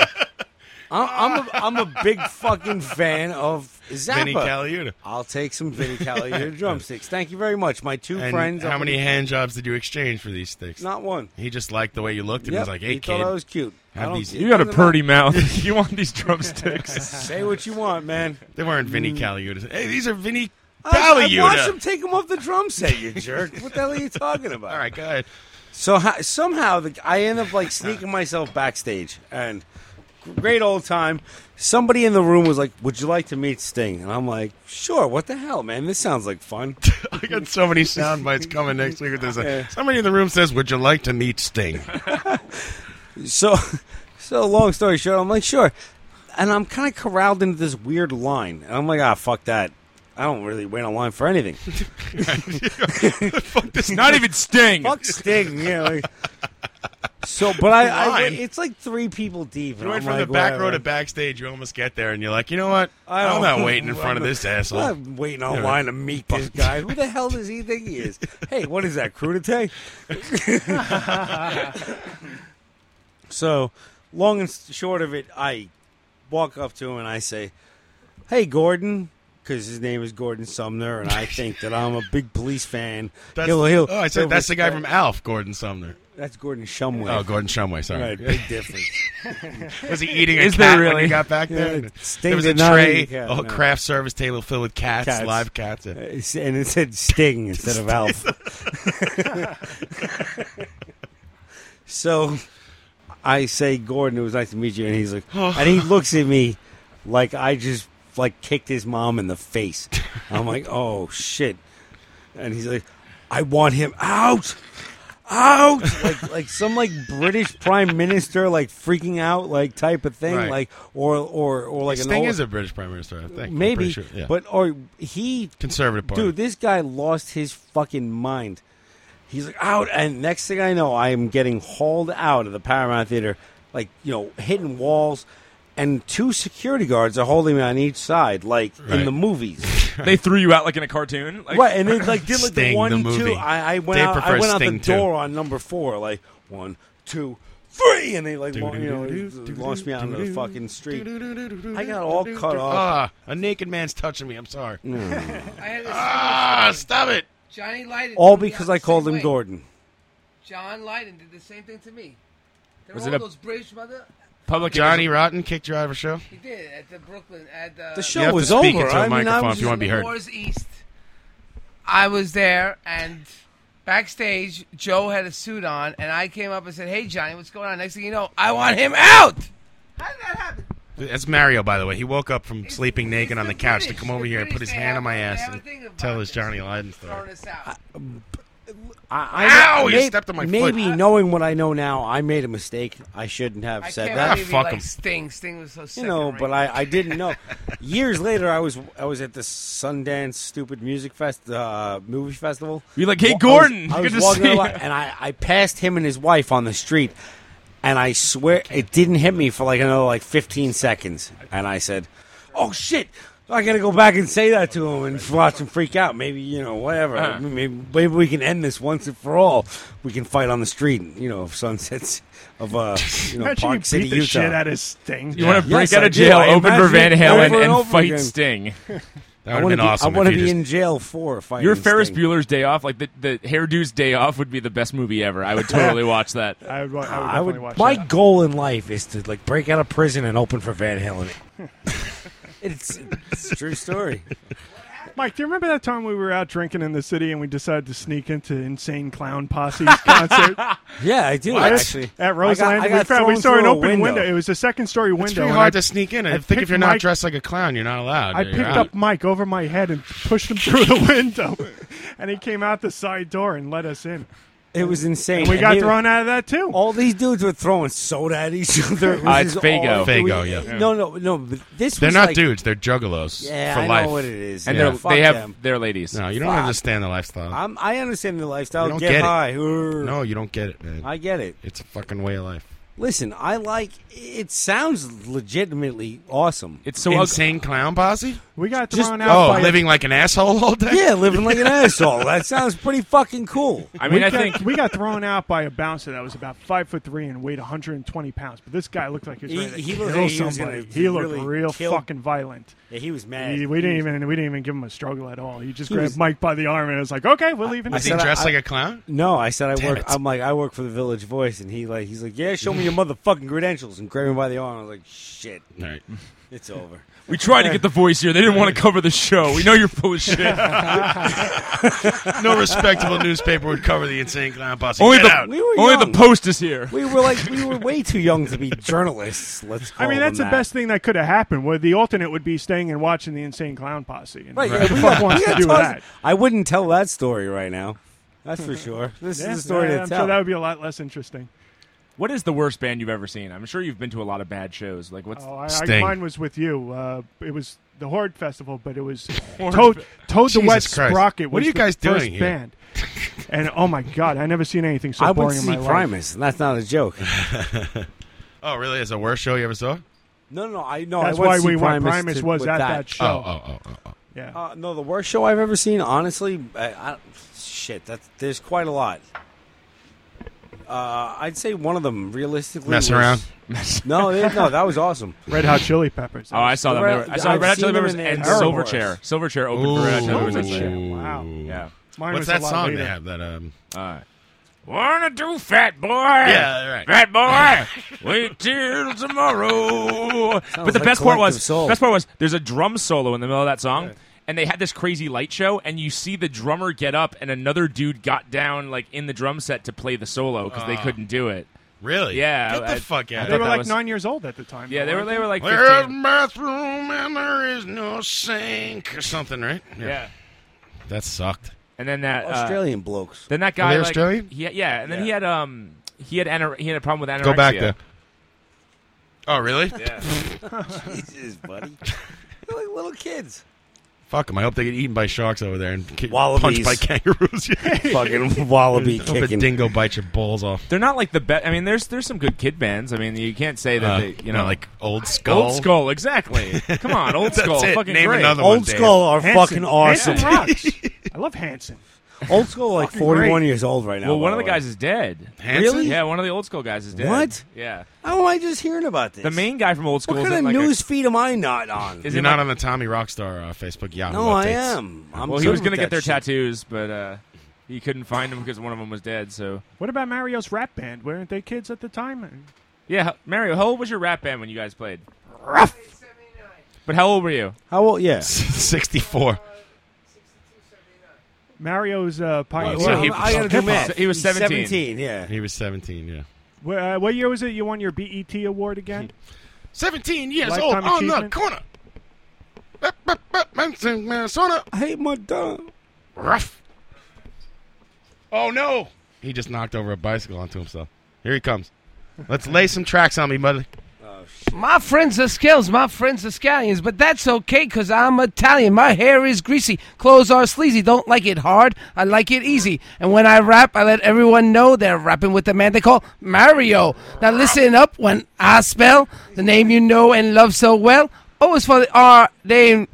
E: I'm, I'm, a, I'm a big fucking fan of Zappa.
B: Vinny Caliuta.
E: I'll take some Vinny Caliuta drumsticks. Thank you very much, my two
B: And
E: friends.
B: how
E: up in-
B: many hand jobs did you exchange for these sticks?
E: Not one.
B: He just liked the way you looked, and
E: Yep,
B: he was like, "Hey,
E: he
B: kid,
E: thought I was cute. I
B: have
E: don't-
B: these-
E: it
D: You got a
E: doesn't matter.
D: pretty mouth. you want these drumsticks?
E: Say what you want, man." Mm.
B: they weren't Vinny Caliuta. Hey, these are Vinny
E: I, I watched
B: Caliuta."
E: him take him off the drum set. You jerk! what the hell are you talking about?
B: All right, go ahead.
E: So ho- somehow the, I end up like sneaking myself backstage, and great old time. Somebody in the room was like, "Would you like to meet Sting?" And I'm like, "Sure." What the hell, man? This sounds like fun.
B: I got so many sound bites coming next week. With this, somebody in the room says, "Would you like to meet Sting?"
E: so, so long story short, I'm like, "Sure," and I'm kind of corralled into this weird line, and I'm like, "Ah, fuck that." I don't really wait online for anything.
B: Fuck this.
D: Not even Sting.
E: Fuck Sting. Yeah. Like, so, but I, I
B: Line.
E: it's like three people deep.
B: You
E: and
B: went
E: I'm
B: from
E: like,
B: the back row
E: whatever.
B: to backstage. You almost get there, and you're like, you know what?
E: I don't-
B: I'm not waiting in front of this asshole.
E: I'm waiting online to meet this guy. Who the hell does he think he is? Hey, what is that, crudité? so, long and s- short of it, I walk up to him and I say, Hey, Gordon. Because his name is Gordon Sumner, and I think that I'm a big police fan.
B: That's,
E: He'll- he'll-
B: oh, I
E: he'll
B: said that's the guy
E: respect-
B: from Alf, Gordon Sumner.
E: That's Gordon Shumway.
B: Oh, Gordon Shumway. Sorry,
E: Right, big difference.
B: was he eating a
D: Is there
B: cat when
D: really?
B: he got back
E: Yeah,
B: there?
E: it
B: there
E: stinks
B: was a
E: to not
B: tray,
E: eat a cat,
B: a whole
E: no.
B: craft service table filled with cats,
E: Cats.
B: live cats.
E: Uh, it's- and it said Sting instead of Alf. so I say, Gordon, it was nice to meet you, and he's like,
B: Oh.
E: and he looks at me like I just like kicked his mom in the face. I'm like, oh shit, and he's like, I want him out. Out like like some like British prime minister like freaking out like type of thing
B: Right.
E: like or or or like an
B: Sting
E: old-
B: is a British prime minister, I think. I'm
E: maybe
B: pretty sure, yeah.
E: but or he
B: conservative party.
E: Dude, this guy lost his fucking mind. He's like out, and next thing I know, I am getting hauled out of the Paramount Theater, like you know, hitting walls, and two security guards are holding me on each side, like in
B: Right.
E: the movies.
I: They threw you out like in a cartoon. Like,
E: right, and they like did like
B: Sting,
E: the one,
B: the
E: two.
B: movie.
E: I, I went
B: Dave
E: out, I
B: prefers
E: went out the
B: Sting, too.
E: door on number four, like one, two, three, and they like
B: Do,
E: la-
B: do,
E: you know
B: do, do, do,
E: launched me out into
B: do,
E: the
B: do,
E: fucking street.
B: I
E: I got all cut off. Mm.
B: Ah, a naked man's touching me. I'm sorry.
A: I had this
B: Ah, stop it.
A: Johnny Lydon.
E: All
A: did the
E: because I
A: same
E: called him
A: way.
E: Gordon.
A: John Lydon did the same thing to me. There
D: Was
A: were
D: it
A: all
D: a-
A: those British mother.
D: Public
B: Johnny Rotten kicked you out of a show.
A: He did at the Brooklyn at the,
E: The
B: You
E: show
B: have
E: was
B: to speak
E: over.
B: into a
E: I mean, I
B: microphone
E: was
B: if you want to be heard.
A: Wars East. I was there and backstage Joe had a suit on and I came up and said, "Hey Johnny, what's going on?" Next thing you know, I want him out. How did that happen?
B: That's Mario, by the way. He woke up from sleeping naked on the
A: the
B: couch to
A: British.
B: come over
A: The
B: here and put
A: British,
B: his
A: they
B: hand
A: have
B: on my
A: a- they
B: ass
A: have a
B: and
A: thing about
B: tell his
A: this.
B: Johnny Lydon
A: Throwing
B: story.
A: us out.
E: I, I
B: Ow, you
E: may-
B: stepped on my foot.
E: maybe knowing what I know now, I made a mistake. I shouldn't have
A: I
E: said
A: can't
E: that.
A: believe he
B: Ah, Fuck
A: liked
B: him.
A: Sting. Sting was so
E: You
A: sick.
E: know, but I, I didn't know. Years later, I was I was at the Sundance Stupid Music Fest uh, movie festival.
I: You're like, hey,
E: Wa- I was-
I: Gordon,
E: I was,
I: good to
E: walking
I: see
E: along,
I: you.
E: and I, I passed him and his wife on the street, and I swear it didn't hit me for like another like 15 seconds, and I said, "Oh shit." I gotta go back and say that to him and watch him freak out. Maybe you know, whatever.
F: Uh-huh.
E: Maybe, maybe we can end this once and for all. We can fight on the street. You know, of sunsets of uh, you
F: Imagine
E: know,
F: you
E: Park
F: beat
E: City,
F: the
E: Utah.
F: shit out of Sting.
I: you want to break
E: Yes,
I: out
E: I
I: of
E: do.
I: jail,
E: I
I: open for
E: imagine
I: Van
E: it
I: Halen,
E: over
I: and,
E: and over
I: fight
E: again.
I: Sting.
B: That
E: I want to
B: would have been
E: be, I
B: awesome.
E: wanna
B: if you
E: be
B: just-
E: in jail for fighting.
D: Your Ferris
E: Sting.
D: Bueller's Day Off, like the, the hairdo's Day Off, would be the best movie ever. I would totally watch that.
F: I would, wa- I would
E: I
F: definitely
E: would.
F: watch
E: my
F: that.
E: goal in life is to like break out of prison and open for Van Halen. it's, it's a true story.
F: Mike, do you remember that time we were out drinking in the city and we decided to sneak into Insane Clown Posse's concert?
E: Yeah, I do actually.
F: At Roseland,
E: I got, I got
F: we, found, we
E: thrown
F: saw an
E: through a
F: open window.
E: window.
F: It was a second story window.
B: It's pretty
F: and
B: hard
F: I,
B: to sneak in.
F: I
B: I think
F: picked
B: if you're not
F: Mike-
B: dressed like a clown, you're not allowed.
F: I
B: You're
F: picked
B: out.
F: up Mike over my head and pushed him through the window, and he came out the side door and let us in.
E: It was insane.
F: And we
E: And
F: got
E: they-
F: thrown out of that too.
E: All these dudes were throwing soda at each other. It was
D: Uh, it's
E: just
D: Faygo.
E: all- it was-
B: Faygo, yeah.
E: No, no, no. But this
B: They're
E: was
B: not
E: like,
B: dudes. They're juggalos
E: Yeah,
B: for
E: I
B: life.
E: know what it is.
D: And
E: yeah,
D: they're,
E: fuck
D: they have
E: them.
D: their ladies.
B: No, you don't
E: Fuck.
B: understand the lifestyle.
E: I'm, I understand the lifestyle.
B: You don't
E: get,
B: get it.
E: high.
B: no, you don't get it, man.
E: I get it.
B: it's a fucking way of life.
E: Listen, I like. It sounds legitimately awesome.
D: It's so ugly.
B: Insane clown posse?
F: we got
E: Just-
F: thrown out.
B: Oh,
F: by
B: living like an asshole all day?
E: Yeah, living like an asshole. That sounds pretty fucking cool.
D: I
F: We
D: mean, I
F: got,
D: think
F: we got thrown out by a bouncer that was about five foot three and weighed 120 pounds. But this guy looked like he was
E: He-
F: ready to
E: he
F: kill
E: looked like he was
F: somebody.
E: gonna
F: he looked
E: really
F: real
E: kill-
F: fucking violent.
E: Yeah, he was mad.
F: He, we didn't even we didn't even give him a struggle at all. He just
E: He
F: grabbed
E: was-
F: Mike by the arm and was like, "Okay, we're leaving."
E: I
B: Is he
E: said I-
B: dressed
E: I-
B: like a clown?
E: No, I said I
B: Damn
E: work.
B: it.
E: I'm like I work for the Village Voice, and he like he's like, yeah, show me your motherfucking credentials, and grabbed me by the arm. I was like, shit,
B: All right.
E: it's over.
I: We tried to get the voice here. They didn't want to cover the show. We know you're full of shit.
B: No respectable newspaper would cover the insane clown posse.
I: Only
B: Get
I: the
B: out.
E: We were
I: only
E: young.
I: the post is here.
E: We were like we were way too young to be journalists. Let's.
F: I
E: Call
F: mean,
E: them
F: that's the
E: that.
F: best thing that could have happened. Where the alternate would be staying and watching the Insane Clown Posse. And
E: Right,
F: who
E: yeah,
F: the
E: we
F: fuck
E: got-
F: wants
E: we
F: to
E: got
F: do
E: tons-
F: that?
E: I wouldn't tell that story right now. That's for sure. This
F: Yeah,
E: is the story
F: yeah,
E: to
F: I'm
E: tell.
F: sure that would be a lot less interesting.
D: What is the worst band you've ever seen? I'm sure you've been to a lot of bad shows. Like, what's
F: Oh, I, I,
B: Sting.
F: mine was with you. Uh, it was the Horde Festival, but it was
I: Horde
F: Toad, Toad the
B: Jesus
F: Wet
B: Christ.
F: Sprocket.
B: What are
F: was
B: you
F: the
B: guys
F: first
B: doing here?
F: Band. and oh my god, I never seen anything so
E: I would
F: boring in
E: see
F: my life.
E: Primus. and That's not a joke.
B: Oh, really? It's the worst show you ever saw?
E: No, no, I know.
F: That's
E: I would
F: why
E: see
F: we went
E: Primus
F: Primus
E: to-
F: was
E: with
F: at
E: that.
F: that,
B: Oh,
F: show.
B: oh, oh, oh, oh.
F: Yeah.
E: Uh, no, the worst show I've ever seen. Honestly, I, I, shit. That's there's quite a lot. Uh, I'd say one of them realistically.
B: Mess
E: was-
B: around.
E: No, they- no, that was awesome.
F: Red Hot Chili Peppers.
D: Oh, I saw them.
E: Red-
D: I saw
E: I've
D: Red Hot
E: seen
D: Chili
E: them
D: Peppers
E: in their
D: and
E: terrible
D: Silverchair.
E: horse.
D: Silverchair opened for Red Hot Chili Peppers. that year.
F: Wow.
D: Yeah.
F: Mine
B: What's
F: was
B: that
F: a lot
B: song
F: later.
B: they have? That um.
D: All right. Wanna do fat boy?
B: Yeah, right.
D: Fat boy, wait till tomorrow.
B: Oh,
D: but the
E: like
D: best part was
E: Collective Soul.
D: best part was there's a drum solo in the middle of that song. And they had this crazy light show, and you see the drummer get up, and another dude got down like in the drum set to play the solo because they couldn't do it.
B: Really?
D: Yeah,
B: Ah. Get the
D: I-
B: fuck
D: I
B: out.
F: They
D: thought
B: of
F: were
D: that
F: like
D: was-
F: nine years old at the time.
D: Yeah, they were they were like
B: There's a
D: 15.
B: bathroom and there is no sink or something, right?
D: Yeah,
B: That sucked.
D: and then that uh,
E: Australian blokes.
D: Then that guy,
B: they
D: like,
B: Australian?
D: he- yeah, and then he had um, he had anor- he had a problem with anorexia.
B: Go back there. Oh, really?
E: Jesus, buddy. They're like little kids.
B: Fuck them. I hope they get eaten by sharks over there and ki-
E: Wallabies.
B: punched by kangaroos. Yeah.
E: Fucking wallaby
B: hope a
E: kicking.
B: dingo bites your balls off.
D: They're not like the best. I mean, there's there's some good kid bands. I mean, you can't say that
B: Uh,
D: they, you know,
B: like old skull.
D: old skull. Exactly. Come on, old
B: That's
D: skull.
B: it.
D: Fucking
B: Name
D: great.
B: another one,
E: Old
B: Dave.
E: Skull are
F: Hanson.
E: fucking awesome.
F: Hanson rocks. I love Hanson.
E: Old Skull like
F: Fucking
E: 41
F: great.
E: years old right now.
D: Well,
E: by
D: one of the
E: way.
D: guys is dead.
B: Hanson?
E: Really?
D: Yeah, one of the old school guys is dead.
E: What?
D: Yeah,
E: How am I just hearing about this?
D: the main guy from old school.
E: What
D: is
E: kind of
D: in, like,
E: news feed am I not on?
D: A, is
B: You're
D: in,
B: not
D: like-
B: on the Tommy Rockstar uh, Facebook Yahoo
E: no, I
B: updates.
E: am. I'm
D: well, he
E: good
D: was gonna
E: with
D: get their
E: that shit.
D: tattoos, but uh, he couldn't find them because one of them was dead. So
F: What about Mario's rap band? Weren't they kids at the time?
D: yeah, how- Mario, how old was your rap band when you guys played? But how old were you?
E: How old? Yeah.
B: 64.
F: Mario's uh, Pirate.
D: so he-
E: I gotta do
D: hip-hop.
E: math.
D: So he was
E: He's
D: 17.
E: 17, yeah.
B: He was 17, yeah.
F: Wh- uh, what year was it you won your BET award again?
B: 17 years
F: Lifetime
B: old on the
F: achievement?
B: corner. Bap, bap, bap, Manson, Minnesota.
E: I hate my dog.
B: Rough. Oh no! He just knocked over a bicycle onto himself. Here he comes. Let's lay some tracks on me, buddy.
A: My friends are scales, my friends are scallions, but that's okay because I'm Italian. My hair is greasy, clothes are sleazy. Don't like it hard, I like it easy. And when I rap, I let everyone know they're rapping with the man they call Mario. Now listen up when I spell the name you know and love so well. O is for the R name.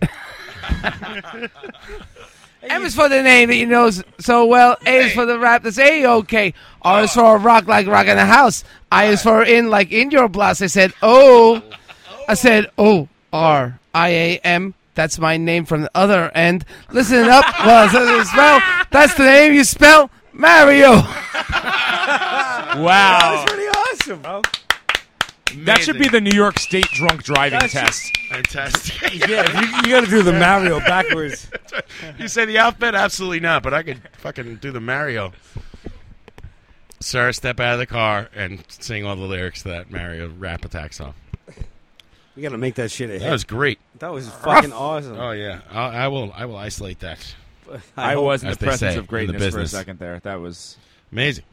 A: M is for the name that you know s- so well. A is for the rap that's a okay. R is for a rock like rock in the house. I is for in like in your blast. I said oh, I said O R I A M. That's my name from the other end. Listen up, well, it says it's spell. That's the name you spell, Mario.
D: Wow.
E: Pretty awesome, bro.
D: That should be the New York State drunk driving test.
B: fantastic.
E: Yeah, you, you got to do the Mario backwards.
B: you say the alphabet? Absolutely not. But I could fucking do the Mario. Sir, step out of the car and sing all the lyrics to that Mario rap attack song.
E: We got to make that shit a hit.
B: That was great.
E: That was fucking awesome.
B: Oh yeah, I'll, I will. I will isolate that.
D: I,
E: hope-
D: was in
B: as
D: the
B: they
D: presence
B: say,
D: of
B: in the
D: greatness for a
B: business.
D: second there. That was
B: Amazing.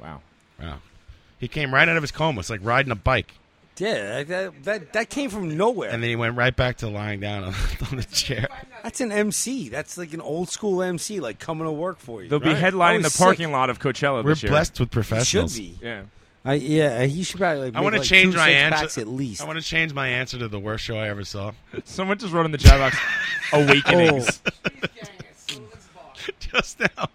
D: wow.
B: Wow. He came right out of his coma. It's like riding a bike,
E: Yeah, that, that, that, that came from nowhere.
B: and then he went right back to lying down on, on the chair.
E: That's an MC. That's like an old school MC, like coming to work for you.
D: They'll be
B: Right.
D: headlining
E: That was
D: the parking
E: sick.
D: lot of Coachella
B: We're
D: this year.
B: blessed with
E: He should
B: professionals.
E: be.
D: Yeah.
E: I, yeah, he should probably like.
B: I want
E: make,
B: to
E: like,
B: change
E: two
B: my
E: six
B: answer.
E: packs at least.
B: I want to change my answer to the worst show I ever saw.
D: Someone just wrote in the chat box Awakenings.
B: Oh. just now,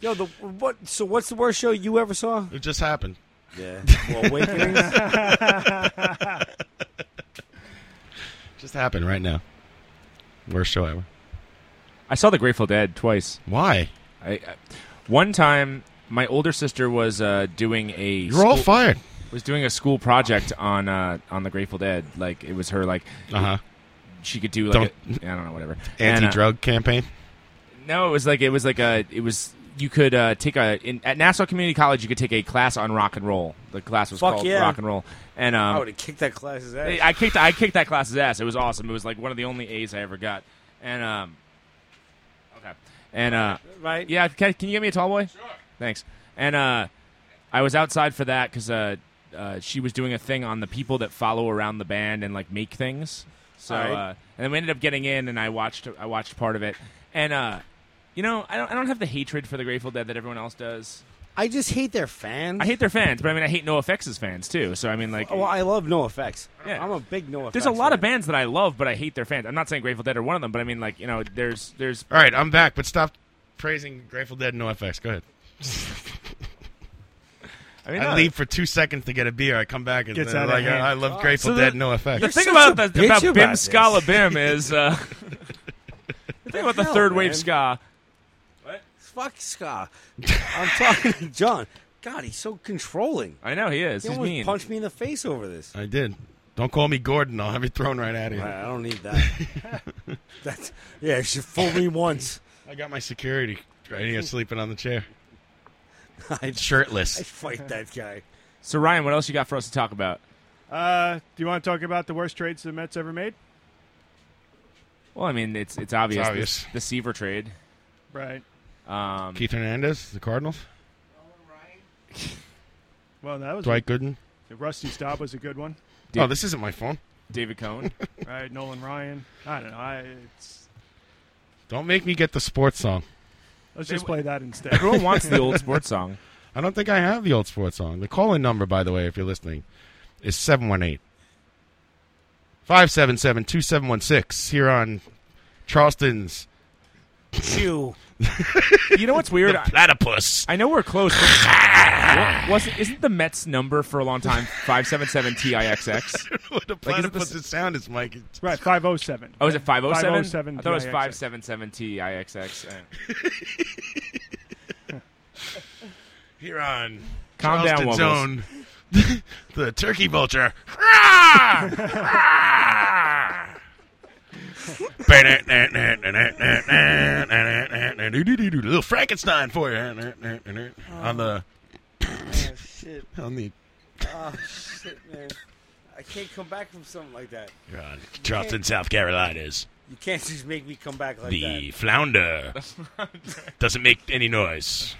E: Yo, the, what? So, what's the worst show you ever saw?
B: it just happened.
E: Yeah, well, Awakenings.
B: Just happened right now. Worst show ever.
D: I saw the Grateful Dead twice.
B: Why?
D: I, I, one time my older sister was uh, doing a
B: You're all
D: school,
B: fired.
D: was doing a school project on uh, on the Grateful Dead. Like it was her like
B: Uh huh.
D: she could do like
B: Don't-
D: I I don't know whatever And, uh,
B: Anti-drug campaign.
D: No, it was like it was like a it was you could uh, take a in, at Nassau Community College you could take a class on rock and roll. The class was
E: Fuck
D: called
E: yeah.
D: rock and roll, and
E: I
D: um,
E: would have kicked that class's ass.
D: I, I kicked I kicked that class's ass. It was awesome. It was like one of the only A's I ever got, and um, okay, and uh,
E: right?
D: yeah, can, can you get me a tall boy? Sure. Thanks. And uh, I was outside for that because uh, uh, she was doing a thing on the people that follow around the band and like make things. So
E: All right.
D: uh, and then we ended up getting in, and I watched I watched part of it, and uh, You know, I don't. I don't have the hatred for the Grateful Dead that everyone else does.
E: I just hate their fans.
D: I hate their fans, but I mean, I hate NoFX's fans too. So I mean, like,
E: Well, I love No Effects.
D: Yeah.
E: I'm a big No Effects.
D: there's a lot of
E: fan.
D: bands that I love, but I hate their fans. I'm not saying Grateful Dead are one of them, but I mean, like, you know, there's there's
B: All right, I'm back, but stop praising Grateful Dead and NoFX. Go ahead.
D: I mean,
B: I
D: no,
B: leave for two seconds to get a beer. I come back and
F: Gets
B: they're
F: out of
B: like,
F: hand.
B: I
E: Oh,
B: love Grateful
D: So the-
B: Dead, and NoFX.
D: The thing
E: such
D: about
E: a
D: the,
E: bitch
D: about
E: about
D: Bim
E: this.
D: Scala Bim is uh, the thing about the
E: hell,
D: third wave
E: man?
D: ska.
E: Fuck Scott. I'm talking to John. God, he's so controlling.
D: I know he is.
E: He
D: He's
E: almost
D: mean.
E: punched me in the face over this.
B: I did. Don't call me Gordon. I'll have you thrown right out of here.
E: I I don't need that. That's yeah. You should fool me once.
B: I got my security right here sleeping on the chair.
E: I'd,
B: Shirtless.
E: I'd fight that guy.
D: So Ryan, what else you got for us to talk about?
F: Uh, do you want to talk about the worst trades the Mets ever made?
D: Well, I mean, it's it's obvious,
B: obvious.
D: The, the Seaver trade.
F: Right.
D: Um,
B: Keith Hernandez, the Cardinals.
F: Well, that was
B: Dwight Gooden.
F: the Rusty Staub was a good one.
B: Oh, this isn't my phone.
D: David Cohn.
F: Right. Nolan Ryan. I don't know. I, it's,
B: Don't make me get the sports song.
F: let's just play that instead.
D: Everyone wants the old sports song.
B: I don't think I have the old sports song. The call in number, by the way, if you're listening, is 718 577 2716 here on Charleston's
E: Chew.
D: You know what's weird? I,
B: Platypus.
D: I know we're close. But was isn't the Mets number for a long time five seven seven T I X X?
B: what
D: Like, is
B: a
D: it
B: platypus
D: the-
B: sound is, Mike.
F: right. Five oh seven.
D: Oh, is it five oh seven?
F: 507
D: I thought it was
F: TIXX.
D: five seven seven T I X X.
B: Here on
D: Calm down,
B: Charleston's
D: Wubbles.
B: own, the turkey vulture. Rah! Rah! Little Frankenstein for you on the
E: Oh shit.
B: on the
E: Oh shit, man. I can't come back from something like that.
B: You're on Charleston, South Carolina's
E: You can't just make me come back like
B: the flounder doesn't make any noise.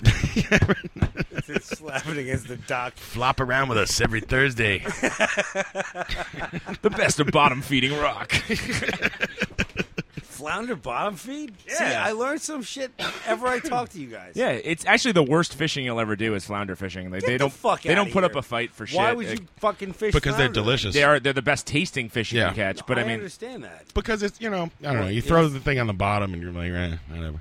E: that. Just slapping against the dock.
B: Flop around with us every Thursday.
D: The best of bottom feeding rock.
E: Flounder bottom feed. Yeah. See, I learned some shit ever I talk to you guys.
D: yeah, it's actually the worst fishing you'll ever do is flounder fishing. Like,
E: Get
D: they
E: the
D: don't
E: fuck
D: they don't
E: outta
D: put
E: here.
D: up a fight for shit.
E: Why would
D: Like,
E: you fucking fish?
B: because they're
E: flounder?
B: delicious.
D: They are they're the best tasting fish you
B: Yeah.
D: can catch. But I mean,
E: understand that.
B: because it's you know I don't know. You throw the thing on the bottom and you're like, eh, whatever.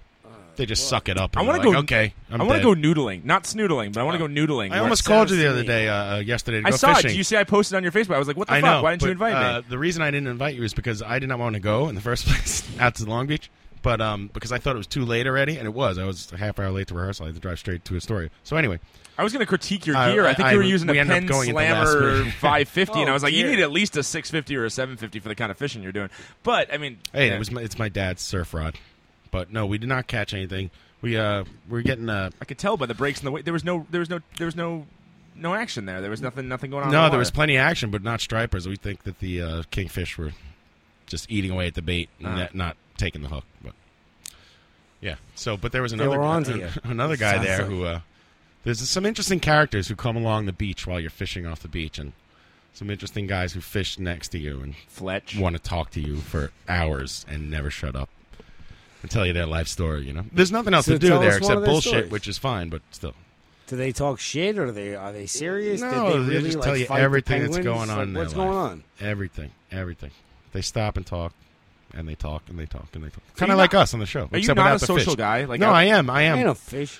B: They just suck it up. and
D: I
B: you're
D: wanna
B: like,
D: go-
B: Okay, I'm
D: I want
B: dead. Uh,
D: to go noodling, not snoodling, but I want to go noodling.
B: I
D: Where-
B: almost called you the other day, uh, uh, yesterday. To
D: I
B: go
D: saw
B: fishing.
D: it. You see, I posted on your Facebook. I was like, "What the
B: I
D: fuck?
B: know.
D: Why didn't you
B: but,
D: invite
B: uh,
D: me?"
B: The reason I didn't invite you is because I did not want to go in the first place out to Long Beach, but um, because I thought it was too late already, and it was. I was a half hour late to rehearsal. I had to drive straight to Astoria. So anyway,
D: I was going to critique your
B: I-
D: gear. I, think
B: I-
D: you were using a
B: we ended up
D: Penn
B: going into last
D: Slammer
B: minute.
D: 550, and I
E: Oh,
D: was like, "You
E: dear.
D: need at least a 650 or a 750 for the kind of fishing you're doing." But I mean,
B: Hey,
D: yeah.
B: it was my, it's my dad's surf rod, but no, we did not catch anything. We uh, we're getting uh,
D: I could tell by the breaks in the way. There was no, there was no, there was no, no action there. There was nothing, nothing going on. in
B: no,
D: the
B: there was
D: water.
B: plenty of action, but not stripers. We think that the uh, kingfish were just eating away at the bait, and
D: Ah.
B: not, not taking the hook. But yeah, so but there was
E: They
B: another
E: were onto you.
B: another guy
E: Sounds
B: there
E: like-
B: who uh, there's some interesting characters who come along the beach while you're fishing off the beach, and some interesting guys who fish next to you and
D: Fletch.
B: want to talk to you for hours and never shut up and tell you their life story. You know, there's nothing else
E: So
B: to do
E: tell us
B: there
E: one
B: except
E: of their
B: bullshit,
E: stories.
B: which is fine, but still.
E: Do they talk shit or are they are they serious?
B: No,
E: Did
B: they
E: they really
B: just
E: like,
B: tell you
E: fight the
B: everything that's
E: penguins?
B: going on
E: Like,
B: in their
E: what's
B: life.
E: going on?
B: Everything, everything. They stop and talk, and they talk and they talk and they talk.
D: So
B: Kind of
D: you're
B: like
D: not-
B: us on the show.
D: Are you
B: except
D: not
B: without
D: a
B: the
D: social
B: fish.
D: guy? Like,
B: no, I am. I
E: I ain't
B: am.
E: a fish.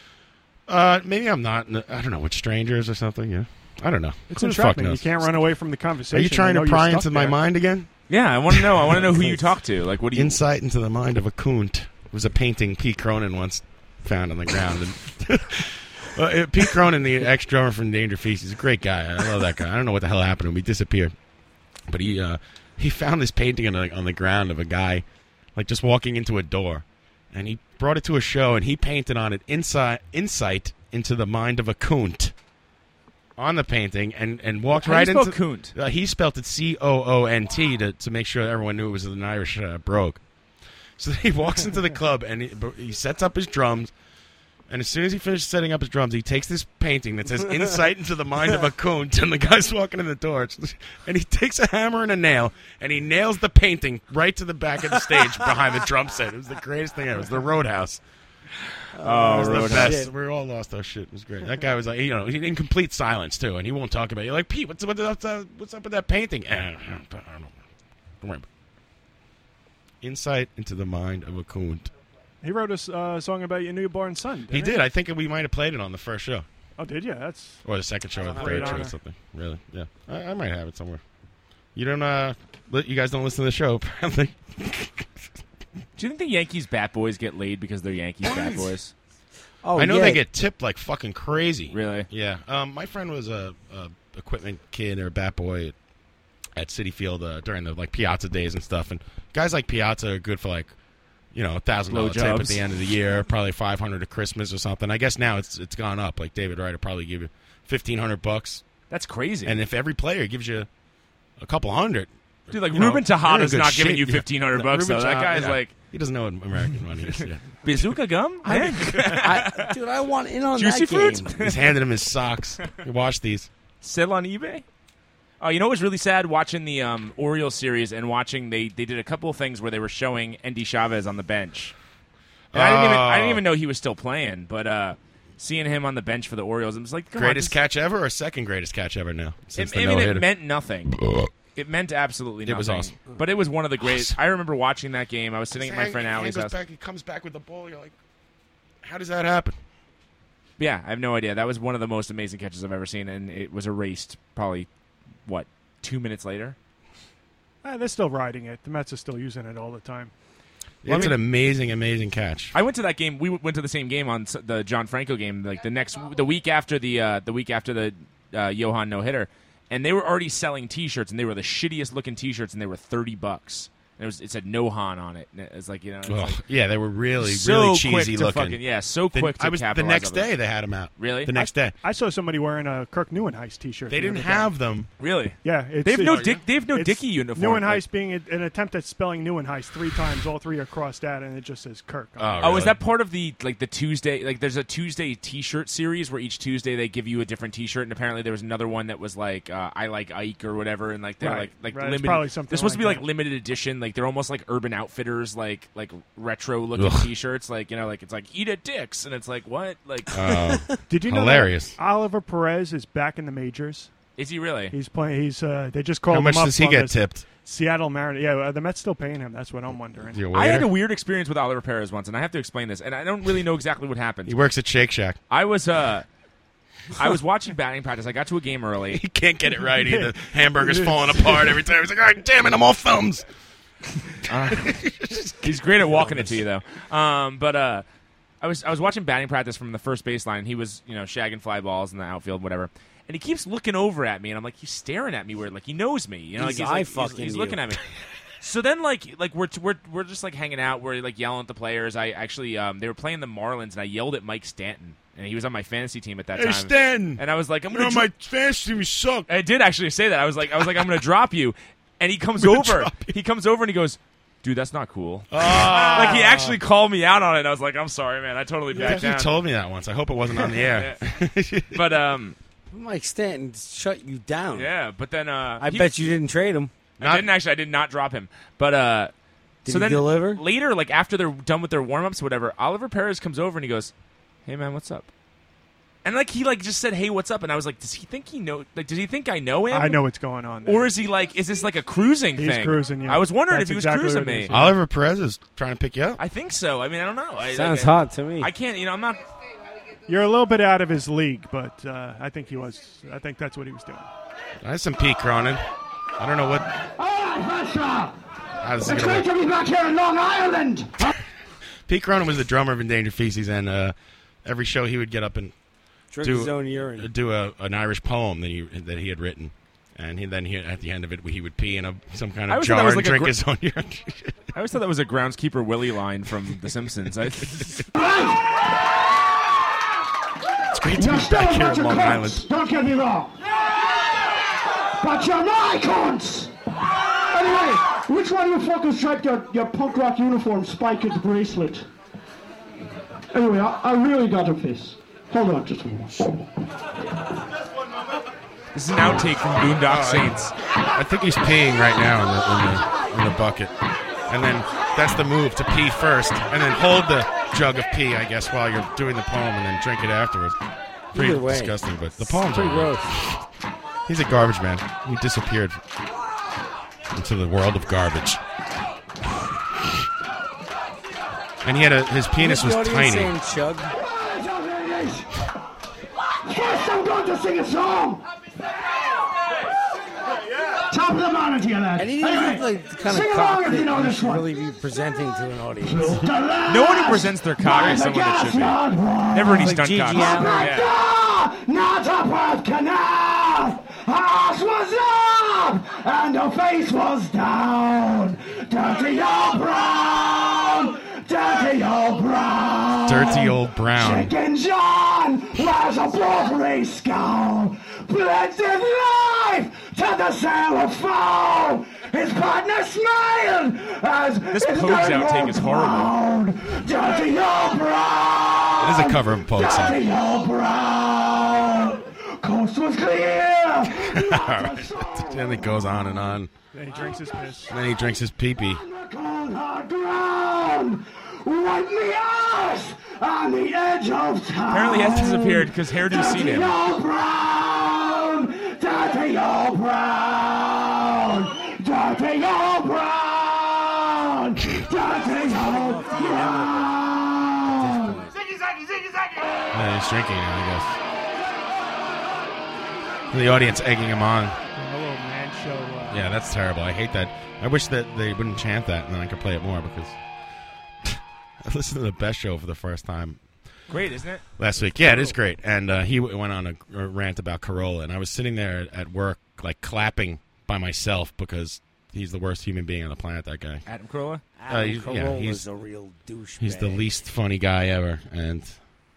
B: Uh, maybe I'm not. n- I don't know with strangers or something. Yeah, I don't know.
F: It's
B: Who the fuck
F: entrapment. You
B: knows?
F: can't run away from the conversation.
B: Are you trying
F: I know
B: to
F: you're
B: pry
F: stuck
B: into my
F: there.
B: mind again?
D: Yeah, I want to know. I want to know who you talk to. Like, what do you?
B: Insight into the mind of a coont was a painting P. Cronin once found on the ground. And well, uh, P. Cronin, the ex drummer from Danger Feast, he's a great guy. I love that guy. I don't know what the hell happened to him. He disappeared, but he uh, he found this painting on the, on the ground of a guy like just walking into a door, and he brought it to a show and he painted on it insight insight into the mind of a coont on the painting and and walked
D: How do you
B: right
D: spell
B: into
D: coont?
B: uh, he spelled it C O O N T to to make sure everyone knew it was an Irish uh, brogue. So he walks into the club and he, he sets up his drums, And as soon as he finishes setting up his drums, he takes this painting that says "Insight into the Mind of a Coont," and the guy's walking in the door, It's- and he takes a hammer and a nail, and he nails the painting right to the back of the stage behind the drum set. It was the greatest thing ever. It was the Roadhouse.
J: Oh,
B: It was the
J: Roadhouse.
B: best.
E: Shit.
B: We all lost our shit. It was great. That guy was like, you know, he's in complete silence too, and he won't talk about it. You're like, Pete, what's what's up, what's up with that painting? "Eh, I don't know. Don't worry about it." Insight into the mind of a coont.
F: He wrote a s- uh, song about your newborn son. Didn't
B: He did. I think we might have played it on the first show.
F: Oh, did you? That's
B: Or the second show, or the
F: have
B: third
F: it
B: show,
F: on
B: or
F: there.
B: something. Really? Yeah. I, I might have it somewhere. You don't. Uh, li- you guys don't listen to the show, apparently.
J: Do you think the Yankees bat boys get laid because they're Yankees bat boys?
E: Oh,
B: I know
E: yeah.
B: they get tipped like fucking crazy.
J: Really?
B: Yeah. Um, my friend was a, a equipment kid or a bat boy at, at City Field uh, during the like Piazza days and stuff. And guys like Piazza are good for like, you know, a thousand dollar tip at
J: Blowjobs.
B: the end of the year, probably five hundred at Christmas or something. I guess now it's it's gone up. Like David Wright will probably give you fifteen hundred bucks,
J: That's crazy.
B: and if every player gives you a couple hundred,
D: Dude, like
B: you know,
D: Ruben
B: you're
D: Tejada's
B: in good
D: not giving
B: shape.
D: you
B: Yeah.
D: fifteen hundred
B: No,
D: bucks
B: Ruben
D: though. That
B: Tejada-
D: guy's
B: yeah.
D: like
B: he doesn't know what American money is. Yeah.
D: bazooka gum.
E: I, dude, I want in on
D: Juicy
E: that game.
D: fruits?
B: He's handing him his socks. He washed these.
D: sell on eBay. Oh, you know what was really sad watching the um, Orioles series and watching they they did a couple of things where they were showing Andy Chavez on the bench. And I didn't even I didn't
B: Oh.
D: even know he was still playing, but uh, seeing him on the bench for the Orioles, I'm just like come on,
B: Greatest
D: this-
B: catch ever or second greatest catch ever now? Since
D: It,
B: the
D: I mean,
B: no-hitter.
D: it meant nothing. It meant absolutely nothing.
B: It was awesome.
D: but it was one of the greatest. I remember watching that game. I was sitting at my
B: Hang-
D: friend
B: hand
D: Allie's
B: goes
D: house.
B: back, he comes back with the ball. You're like, how does that happen?
D: Yeah, I have no idea. That was one of the most amazing catches I've ever seen, and it was erased probably what two minutes later.
F: uh, they're still riding it. The Mets are still using it all the time.
B: That's an amazing, amazing catch.
D: I went to that game. We went to the same game on s- the John Franco game, like the next, the week after the uh, the week after the uh, Johan no hitter, and they were already selling T-shirts, and they were the shittiest looking T-shirts, and they were thirty bucks. And it was it said Nohan on it. And it's like you know, it's like
B: Ugh, yeah, they were really,
D: so
B: really
D: quick
B: cheesy
D: to
B: looking.
D: fucking yeah, so
B: The-
D: quick. To
B: I was the
D: capitalize
B: next
D: on those.
B: day they had them out.
D: Really?
B: The next day
F: I saw somebody wearing a Kirk Neuenheis T-shirt.
B: they
F: the
B: didn't
F: other day.
B: have them.
D: Really?
F: Yeah, it's,
D: They have no
F: it's-
D: dick. They have no
F: it's
D: dicky uniform.
F: Neuenheis
D: Like-
F: being a, an attempt at spelling Neuenheis three times. All three are crossed out, and it just says Kirk. on it.
D: Oh, is that part of the like the Tuesday? Like, there's a Tuesday T-shirt series where each Tuesday they give you a different T-shirt, and apparently there was another one that was like uh, "I like Ike" or whatever, and like they're
F: Right,
D: like like
F: right, it's
D: limited.
F: probably something
D: they're supposed to be
F: like
D: like
F: that.
D: limited edition. Like they're almost like Urban Outfitters, like like retro looking
B: Ugh.
D: T-shirts. Like you know, like it's like "Eat a Dicks," and it's like what? Like
F: Did you know that
B: Hilarious.
F: Oliver Perez is back in the majors.
D: is he really?
F: He's playing. He's uh, they just called
B: how
F: him
B: much
F: up
B: does he
F: on
B: get
F: this
B: tipped?
F: Seattle Mariners. Yeah, are the Mets still paying him. That's what I'm wondering.
B: Is he a
D: I had
B: waiter?
D: a weird experience with Oliver Perez once, and I have to explain this, and I don't really know exactly what happened.
B: He works at Shake Shack.
D: I was uh, I was watching batting practice. I got to a game early.
B: He can't get it right either. Hamburger's falling apart every time. He's like, God damn it, I'm all thumbs.
D: He's great at walking it to you though. Um, but uh, I was I was watching batting practice from the first baseline. He was you know shagging fly balls in the outfield, whatever. And he keeps looking over at me, and I'm like, he's staring at me weird, like he knows me. You know,
E: He's
D: like, he's, like,
E: eye
D: he's- he's,
E: fucking
D: looking
E: you.
D: at me. So then, like, like we're we're we're just like hanging out. We're like yelling at the players. I actually um, they were playing the Marlins, and I yelled at Mike Stanton, and he was on my fantasy team at that
B: Hey,
D: time.
B: Stanton.
D: And I was like, I'm
B: You know,
D: gonna
B: my fantasy team suck.
D: I did actually say that. I was like, I was like, I'm gonna drop you, and he comes
B: gonna
D: over.
B: drop Oh, you.
D: He comes over and he goes, "Dude, that's not cool." like he actually called me out on it. and I was like, "I'm sorry, man. I totally
B: I
D: backed
B: think you
D: down."
B: told me that once. I hope it wasn't on the air.
D: but um,
E: Mike Stanton shut you down.
D: yeah. But then uh,
E: I
D: he-
E: bet you didn't trade him.
D: I didn't actually. I did not drop him. But uh,
E: Did
D: so
E: he
D: then
E: deliver?
D: later, like after they're done with their warm ups, whatever, Oliver Perez comes over and he goes, "Hey, man, what's up?" And like he like just said, "Hey, what's up?" And I was like, "Does he think he know? Like, does he think I know him?"
F: I know what's going on. There.
D: Or is he like? Is this like a cruising
F: He's
D: thing?
F: cruising, yeah.
D: I was wondering
F: That's
D: if he was
F: exactly
D: cruising
F: what it
D: me.
F: is.
B: Oliver Perez is trying to pick you up.
D: I think so. I mean, I don't know. I,
E: Sounds
D: I,
E: hot to me.
D: I can't. You know, I'm not.
F: You're a little bit out of his league, but uh, I think he was. I think that's what he was doing.
B: That's some Pete Cronin. I don't know what. How this is gonna work.
G: to be back here in Long Island.
B: Pete Cronin was the drummer of Endangered Feces, and uh, every show he would get up and
E: Drink
B: do
E: his own urine.
B: do a, an Irish poem that he that he had written, and he, then he, at the end of it he would pee in a, some kind
D: I always
B: of
D: thought that
B: jar
D: was like a
B: and drink
D: gr-
B: his own urine.
D: I always thought that was a groundskeeper Willie line from The Simpsons. I,
B: it's great to be back here in Long Island.
G: Don't get me wrong. But you're my cunts. Anyway, which one of you fuckers striped your, your punk rock uniform spike at the bracelet?
C: Anyway, I, I really got to piss. Hold on just a moment.
D: This is an outtake from Boondock Saints.
B: Oh, I think he's peeing right now in the, in the, in the bucket. And then that's the move to pee first, and then hold the jug of pee, I guess, while you're doing the poem, and then drink it afterwards. Pretty
E: Either way,
B: disgusting, but the
E: it's
B: poem's
E: pretty
B: all right.
E: gross.
B: He's a garbage man. He disappeared into the world of garbage. And he had a his penis was
E: The audience
B: tiny.
E: saying chug.
C: Ladies and ladies, First, I'm going to sing a song. Top of the mountain to you, lad.
E: And he didn't
C: Anyway,
E: look like the kind
C: sing
E: of
C: along
E: cock
C: if you know
E: that you
C: this
E: should
C: one.
E: really be presenting to an audience.
C: No
D: No one who presents their cock is someone that should be. Never any
E: Like
D: stunt
E: Gigi
D: cock.
E: Allen.
D: Yeah.
C: Not a birth canal. Her ass was up and her face was down. Dirty old brown. Dirty old brown.
B: Dirty old brown.
C: Chicken John wears a watery scowl, blends his life to the sailor foul. His partner smiled as
D: This Pogues outtake is horrible.
C: Dirty old brown.
B: It is a cover of a Pogue song.
C: Dirty old brown. Coast was clear.
B: All right. And it goes on and on.
F: And he drinks his piss.
B: And then he drinks his pee pee.
C: Cold hard ground. Wipe me ass on the edge of town.
D: Apparently, he has disappeared because hairdo seen him.
C: Old Brown! Dirty old Brown! Dirty old Brown! Dirty old Brown!
B: And then he's drinking, I guess. And the audience egging him
F: A
B: on.
F: little man show. Uh,
B: Yeah, that's terrible. I hate that. I wish that they wouldn't chant that and then I could play it more because I listened to the best show for the first time
D: Great, isn't it?
B: last week. Yeah, it is great. And uh, he w- went on a, a rant about Corolla, and I was sitting there at work, like clapping by myself because he's the worst human being on the planet. That guy.
D: Adam Carolla.
B: Uh, he's- yeah,
E: Carolla's
B: he's-
E: a real douchebag.
B: He's the least funny guy ever. And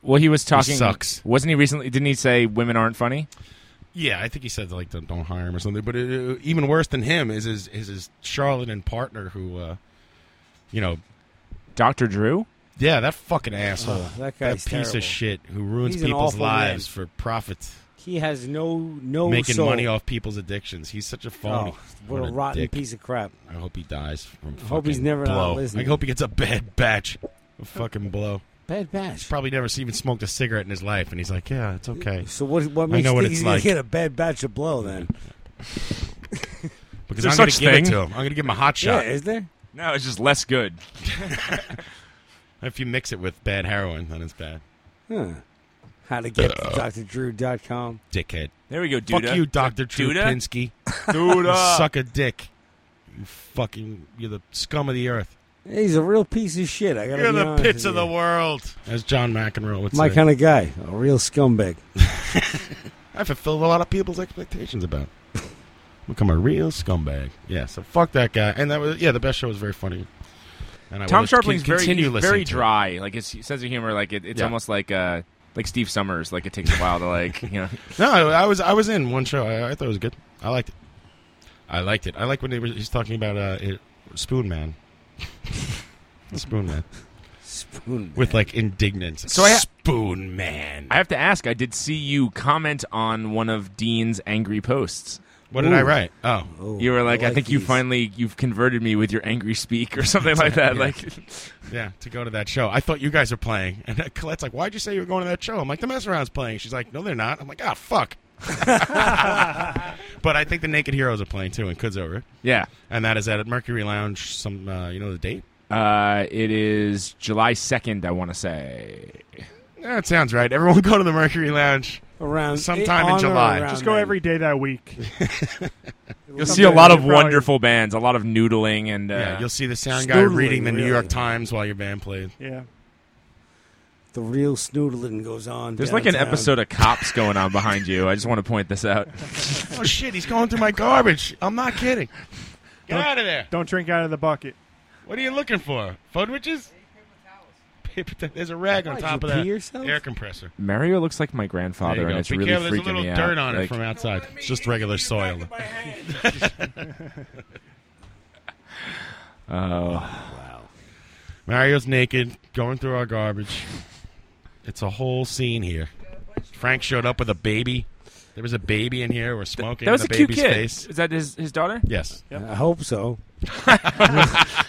D: Well, he was talking.
B: sucks.
D: Wasn't he recently? Didn't he say women aren't funny?
B: yeah, I think he said like don't, don't hire him or something. But it, even worse than him is his is his charlatan partner who, uh, you know,
D: Doctor Drew.
B: yeah, that fucking asshole,
E: Uh, that
B: that
E: guy's
B: piece of
E: terrible.
B: shit who ruins
E: He's an
B: people's
E: awful
B: lives for profit.
E: He has no no
B: making
E: soul.
B: money off people's addictions. He's such a phony.
E: Oh, what a rotten
B: dick.
E: piece of crap.
B: I hope he dies from. I
E: hope he's never not
B: blow. I
E: listening.
B: hope he gets a bad batch of fucking blow.
E: Bad batch.
B: Probably never even smoked a cigarette in his life, and he's like, "Yeah, it's okay."
E: So what? What
B: I
E: makes
B: know
E: you
B: what
E: think
B: it's
E: he's gonna
B: like.
E: get a bad batch of blow then?
B: Because
D: There's
B: I'm going to
D: such
B: give it
D: thing.
B: to him. I'm going to give him a hot
E: Yeah,
B: shot.
E: is there?
D: No, it's just less good.
B: if you mix it with bad heroin, then it's bad.
E: Huh. How to get to drdrew.com.
B: Uh, Dickhead.
D: There we go, Duda.
B: Fuck you, Doctor Drew
D: Duda?
B: Pinsky.
D: Duda.
B: Suck a dick. You fucking. You're the scum of the earth.
E: He's a real piece of shit. I gotta
B: You're
E: be
B: the
E: honest
B: pits
E: with
B: of the
E: you.
B: world. As John McEnroe would
E: My
B: say,
E: kind of guy, a real scumbag.
B: I fulfilled a lot of people's expectations about. Become a real scumbag. Yeah, so fuck that guy. And that was yeah, the best show was very funny. And I
D: Tom
B: will just
D: Sharpling's
B: con-
D: very
B: continue
D: he's
B: listening
D: very
B: to it.
D: dry. Like his sense of humor, like it, it's
B: Yeah.
D: almost like uh, like Steve Summers. Like it takes a while to like you know.
B: No, I I was I was in one show. I, I thought it was good. I liked it. I liked it. I like when they were, he's talking about uh, it, Spoon Man. Spoon Man
E: Spoon.
B: with like indignance.
D: So I ha-
B: Spoon Man.
D: I have to ask. I did see you comment on one of Dean's angry posts.
B: what did I
E: Ooh.
B: write? Oh,
E: Oh,
D: You were like, I, think you
E: these.
D: finally you've converted me with your angry speak or something like that. Like
B: yeah, to go to that show. I thought you guys were playing, and Colette's like, "Why'd you say you were going to that show?" I'm like, "The mess around's playing." She's like, "No, they're not." I'm like, "Ah, fuck." but I think the Naked Heroes are playing too in Kudzover,
D: yeah.
B: and that is at Mercury Lounge. Some, uh, you know, the date.
D: Uh, it is July 2nd, I want to say.
B: Yeah, Eh, it sounds right. Everyone go to the Mercury Lounge.
E: around
B: sometime in
E: on or
B: July.
E: around
F: Just go
E: then.
F: every day that week.
D: You'll see a lot of
F: Probably-
D: wonderful bands, a lot of noodling, and uh,
B: yeah, you'll see the sound guy
E: Snoodling,
B: reading the New York
E: really.
B: Times while your band plays.
F: Yeah.
E: The real snoodling goes on.
D: there's like an
E: downtown.
D: episode of Cops going on behind you. I just want to point this out.
B: Oh shit, he's going through my garbage. I'm not kidding. Get out of there.
F: Don't drink out of the bucket.
B: What are you looking for? Fudwiches? Paper towels. There's a rag on
E: Why,
B: top
E: you
B: of that
E: pee yourself?
B: air compressor.
D: Mario looks like my grandfather,
B: There
D: and
B: you go.
D: it's
B: Be
D: really
B: careful.
D: freaking
B: There's a little
D: me out.
B: dirt on it
D: Like,
B: from outside. It's just regular soil.
D: oh, Oh.
B: Mario's naked, going through our garbage. It's a whole scene here. Frank showed up with a baby. There was a baby in here. We're smoking.
D: That was
B: in
D: a
B: the
D: cute
B: baby's
D: kid.
B: Face.
D: Is that his his daughter?
B: Yes.
E: I hope so.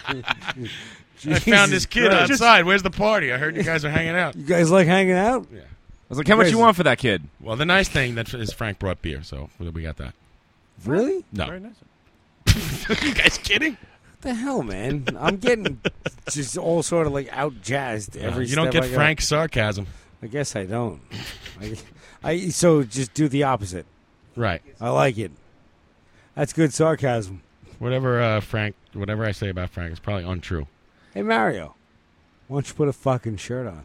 B: I found this kid
E: Christ.
B: outside. Where's the party? I heard you guys are hanging out.
E: You guys like hanging out?
D: I was like, how much
E: Crazy.
D: you want for that kid?
B: Well, the nice thing that is Frank brought beer, so we got that.
E: Really? What
B: No,
F: Very nice.
B: you guys kidding?
E: the hell, man? I'm getting just all sort of like out jazzed every.
B: you don't
E: step
B: get
E: I go.
B: Frank's sarcasm,
E: I guess I don't. I, I so just do the opposite.
B: right?
E: I like it. That's good sarcasm.
B: Whatever uh, Frank, whatever I say about Frank is probably untrue.
E: Hey Mario, why don't you put a fucking shirt on?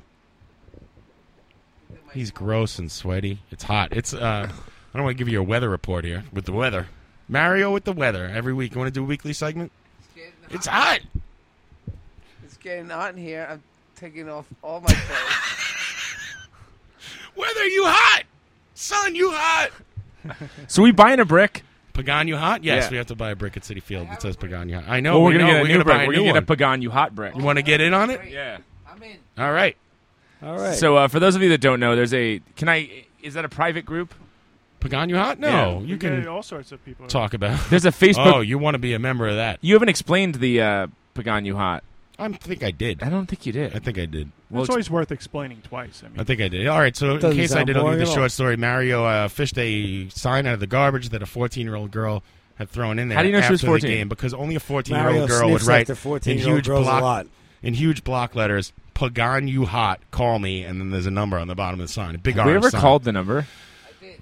B: He's gross and sweaty. It's hot. It's. Uh, I don't want to give you a weather report here with the weather. Mario with the weather every week. You want to do a weekly segment? It's hot.
A: It's getting hot in here. I'm taking off all my clothes.
B: Weather, you hot. Sun, you hot.
D: So we buying a brick?
B: Pagan, you hot? Yes,
D: Yeah.
B: we have to buy a brick at City Field. It says Pagan, you hot. I know.
D: well, we're
B: we
D: gonna
B: know.
D: get a
B: we're
D: new
B: gonna buy
D: brick. We're
B: new
D: gonna get a
B: one.
D: Pagan you hot brick.
B: You want to get in on it?
D: Yeah.
A: I'm in.
B: All right.
E: All right.
D: So uh, for those of you that don't know, there's a can I is that a private group?
B: Pagan, you hot? No,
D: Yeah.
B: you
F: You
B: can
F: get all sorts of people.
B: talk about.
D: There's a Facebook.
B: Oh, you want to be a member of that?
D: You haven't explained the uh, Pagan you hot.
B: I think I did.
D: I don't think you
B: I
D: did.
B: think I did.
D: Well,
F: it's always worth explaining twice. I mean,
B: I think I did. All right. So in
E: Doesn't
B: case I
E: sound
B: did, I'll
E: boring
B: give the
E: at all.
B: short story. Mario uh, fished a sign out of the garbage that a 14-year-old girl had thrown in there.
D: How do you know she
B: after
D: was
B: the
D: 14?
B: game because only a 14-year-old
E: Mario
B: girl would
E: sniffs like
B: write
E: the
B: in
E: 14 year old
B: huge
E: girls
B: block
E: a lot.
B: in huge block letters. Pagan you hot? Call me, and then there's a number on the bottom of the sign. A big
D: we
B: orange
D: ever
B: sign.
D: called the number?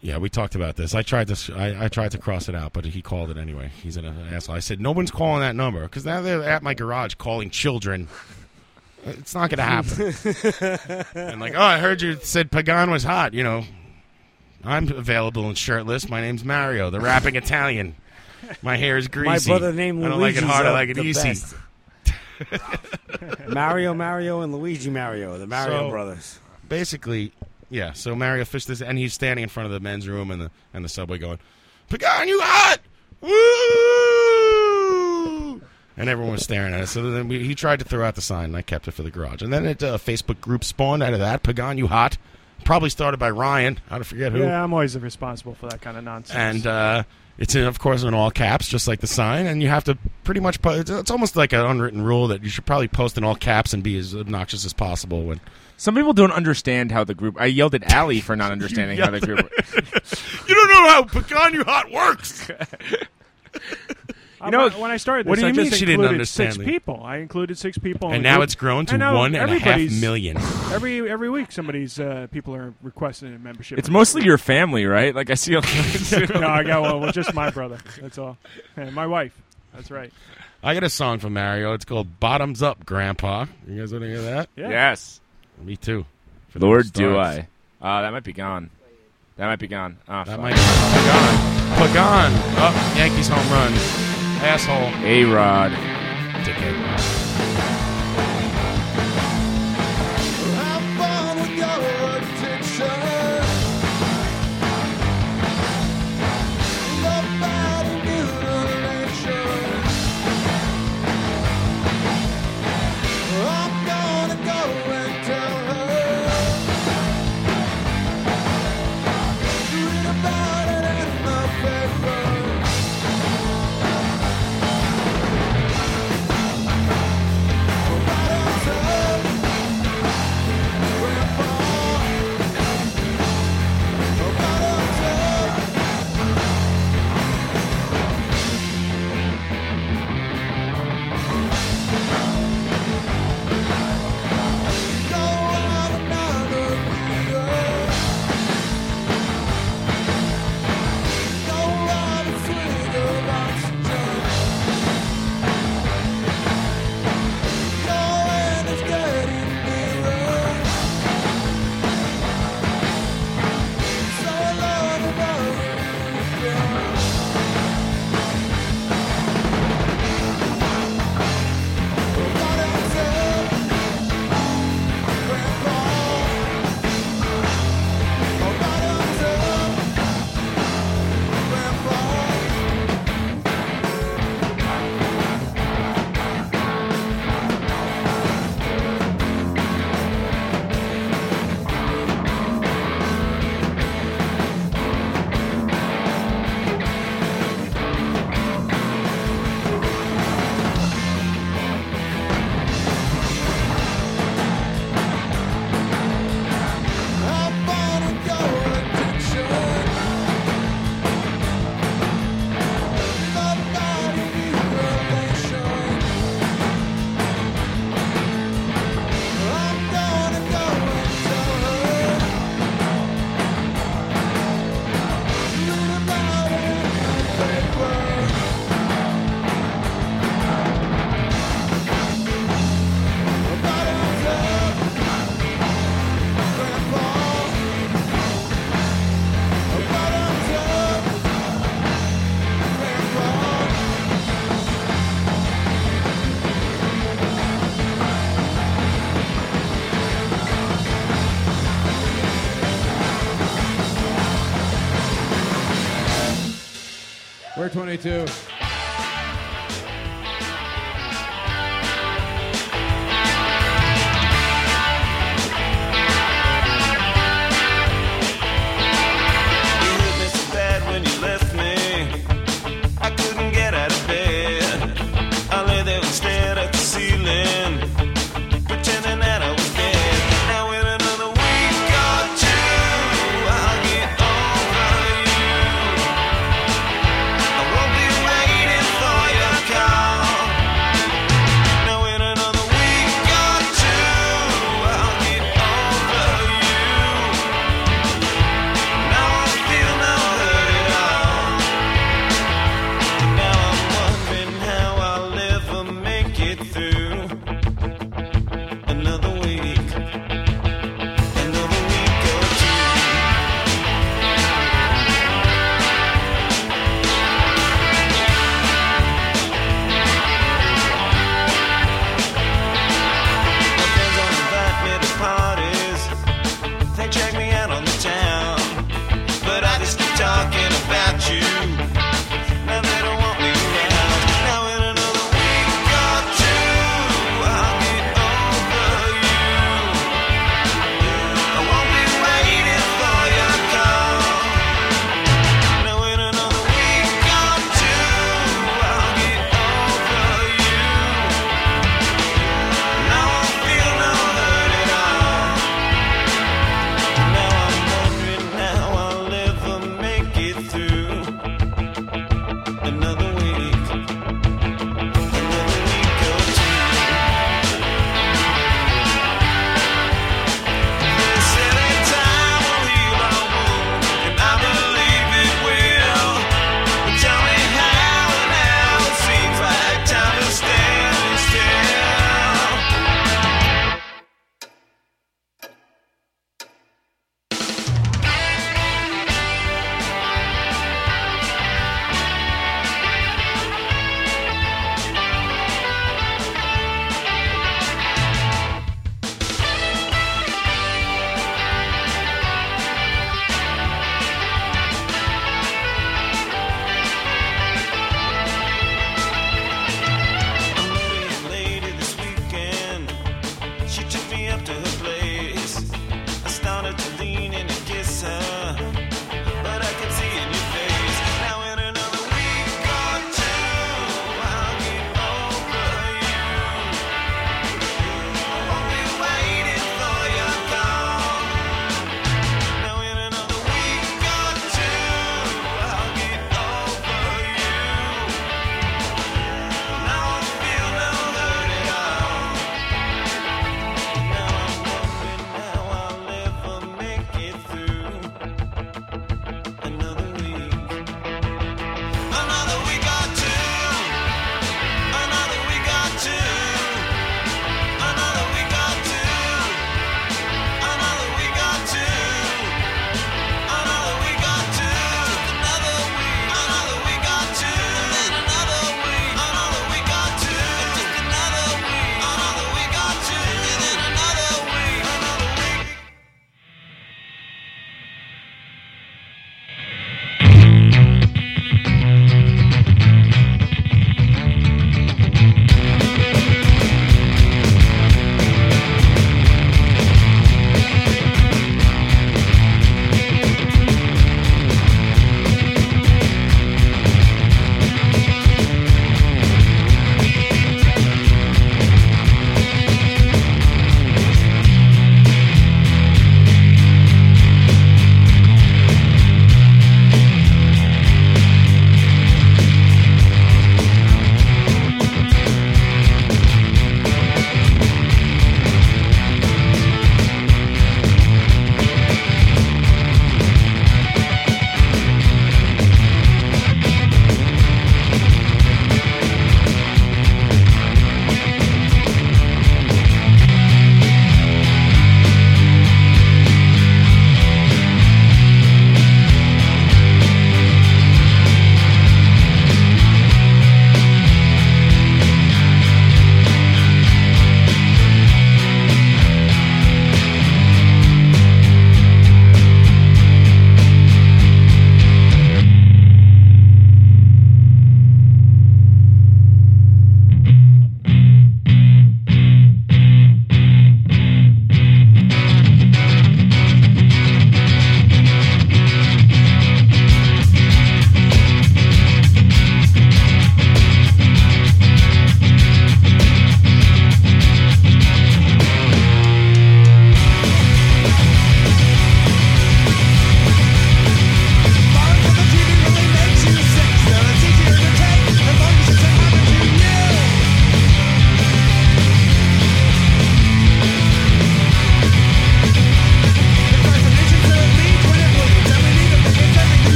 B: Yeah, we talked about this. I tried to I, I tried to cross it out, but he called it anyway. He's an asshole. I said no one's calling that number because now they're at my garage calling children. It's not going to happen. and like, oh, I heard you said Pagan was hot. You know, I'm available and shirtless. My name's Mario, the rapping Italian. My hair is
E: My
B: greasy.
E: brother named
B: I
E: Luigi.
B: don't like it hard. I like it easy.
E: Mario, Mario, and Luigi Mario, the Mario
B: So-
E: brothers.
B: basically, yeah. So Mario fished this, and he's standing in front of the men's room and the and the subway, going, "Pagan, you hot? Woo!" And everyone was staring at us. So then we, he tried to throw out the sign, and I kept it for the garage. And then it, uh, a Facebook group spawned out of that. Pagan, you hot? Probably started by Ryan. I don't forget who.
F: yeah, I'm always responsible for that kind of nonsense.
B: And uh, it's in, of course in all caps, just like the sign. And you have to pretty much. Po- it's, it's almost like an unwritten rule that you should probably post in all caps and be as obnoxious as possible when
D: Some people don't understand how the group. I yelled at Allie for not understanding how the group.
B: you don't know how Pagan, you hot works.
F: you
D: know,
F: when I started this,
B: what do you
F: I just
B: mean she didn't
F: included
B: understand
F: six
B: me?
F: people. I included six people, in
B: and
F: the
B: now
F: group.
B: it's grown to
F: And now
B: one and a half
F: everybody's-
B: million.
F: Every every week, somebody's uh, people are requesting a membership.
D: It's mostly your family, right? Like I see. A,
F: no, I got one. Well, just my brother. That's all. And my wife. That's right.
B: I got a song from Mario. It's called "Bottoms Up, Grandpa." You guys want to hear that?
F: Yeah.
D: yes,
B: Me too. For the
D: Lord, do
B: stars.
D: I? Uh, that might be gone. That might be gone. Ah,
B: That
D: fuck.
B: might Pagan. Pagan. Oh, Yankees home run. Asshole.
D: A Rod.
B: Dickhead.
C: Have fun with your addiction. Love battle mutilation. I'm gonna go and tell her. Read about it in the paper. I'll
K: 22.
C: You hit me so bad when you left me. I couldn't get out of bed. I lay there and stared at the ceiling, pretending that I was dead. Now in another week or two, I'll get over you. I won't be away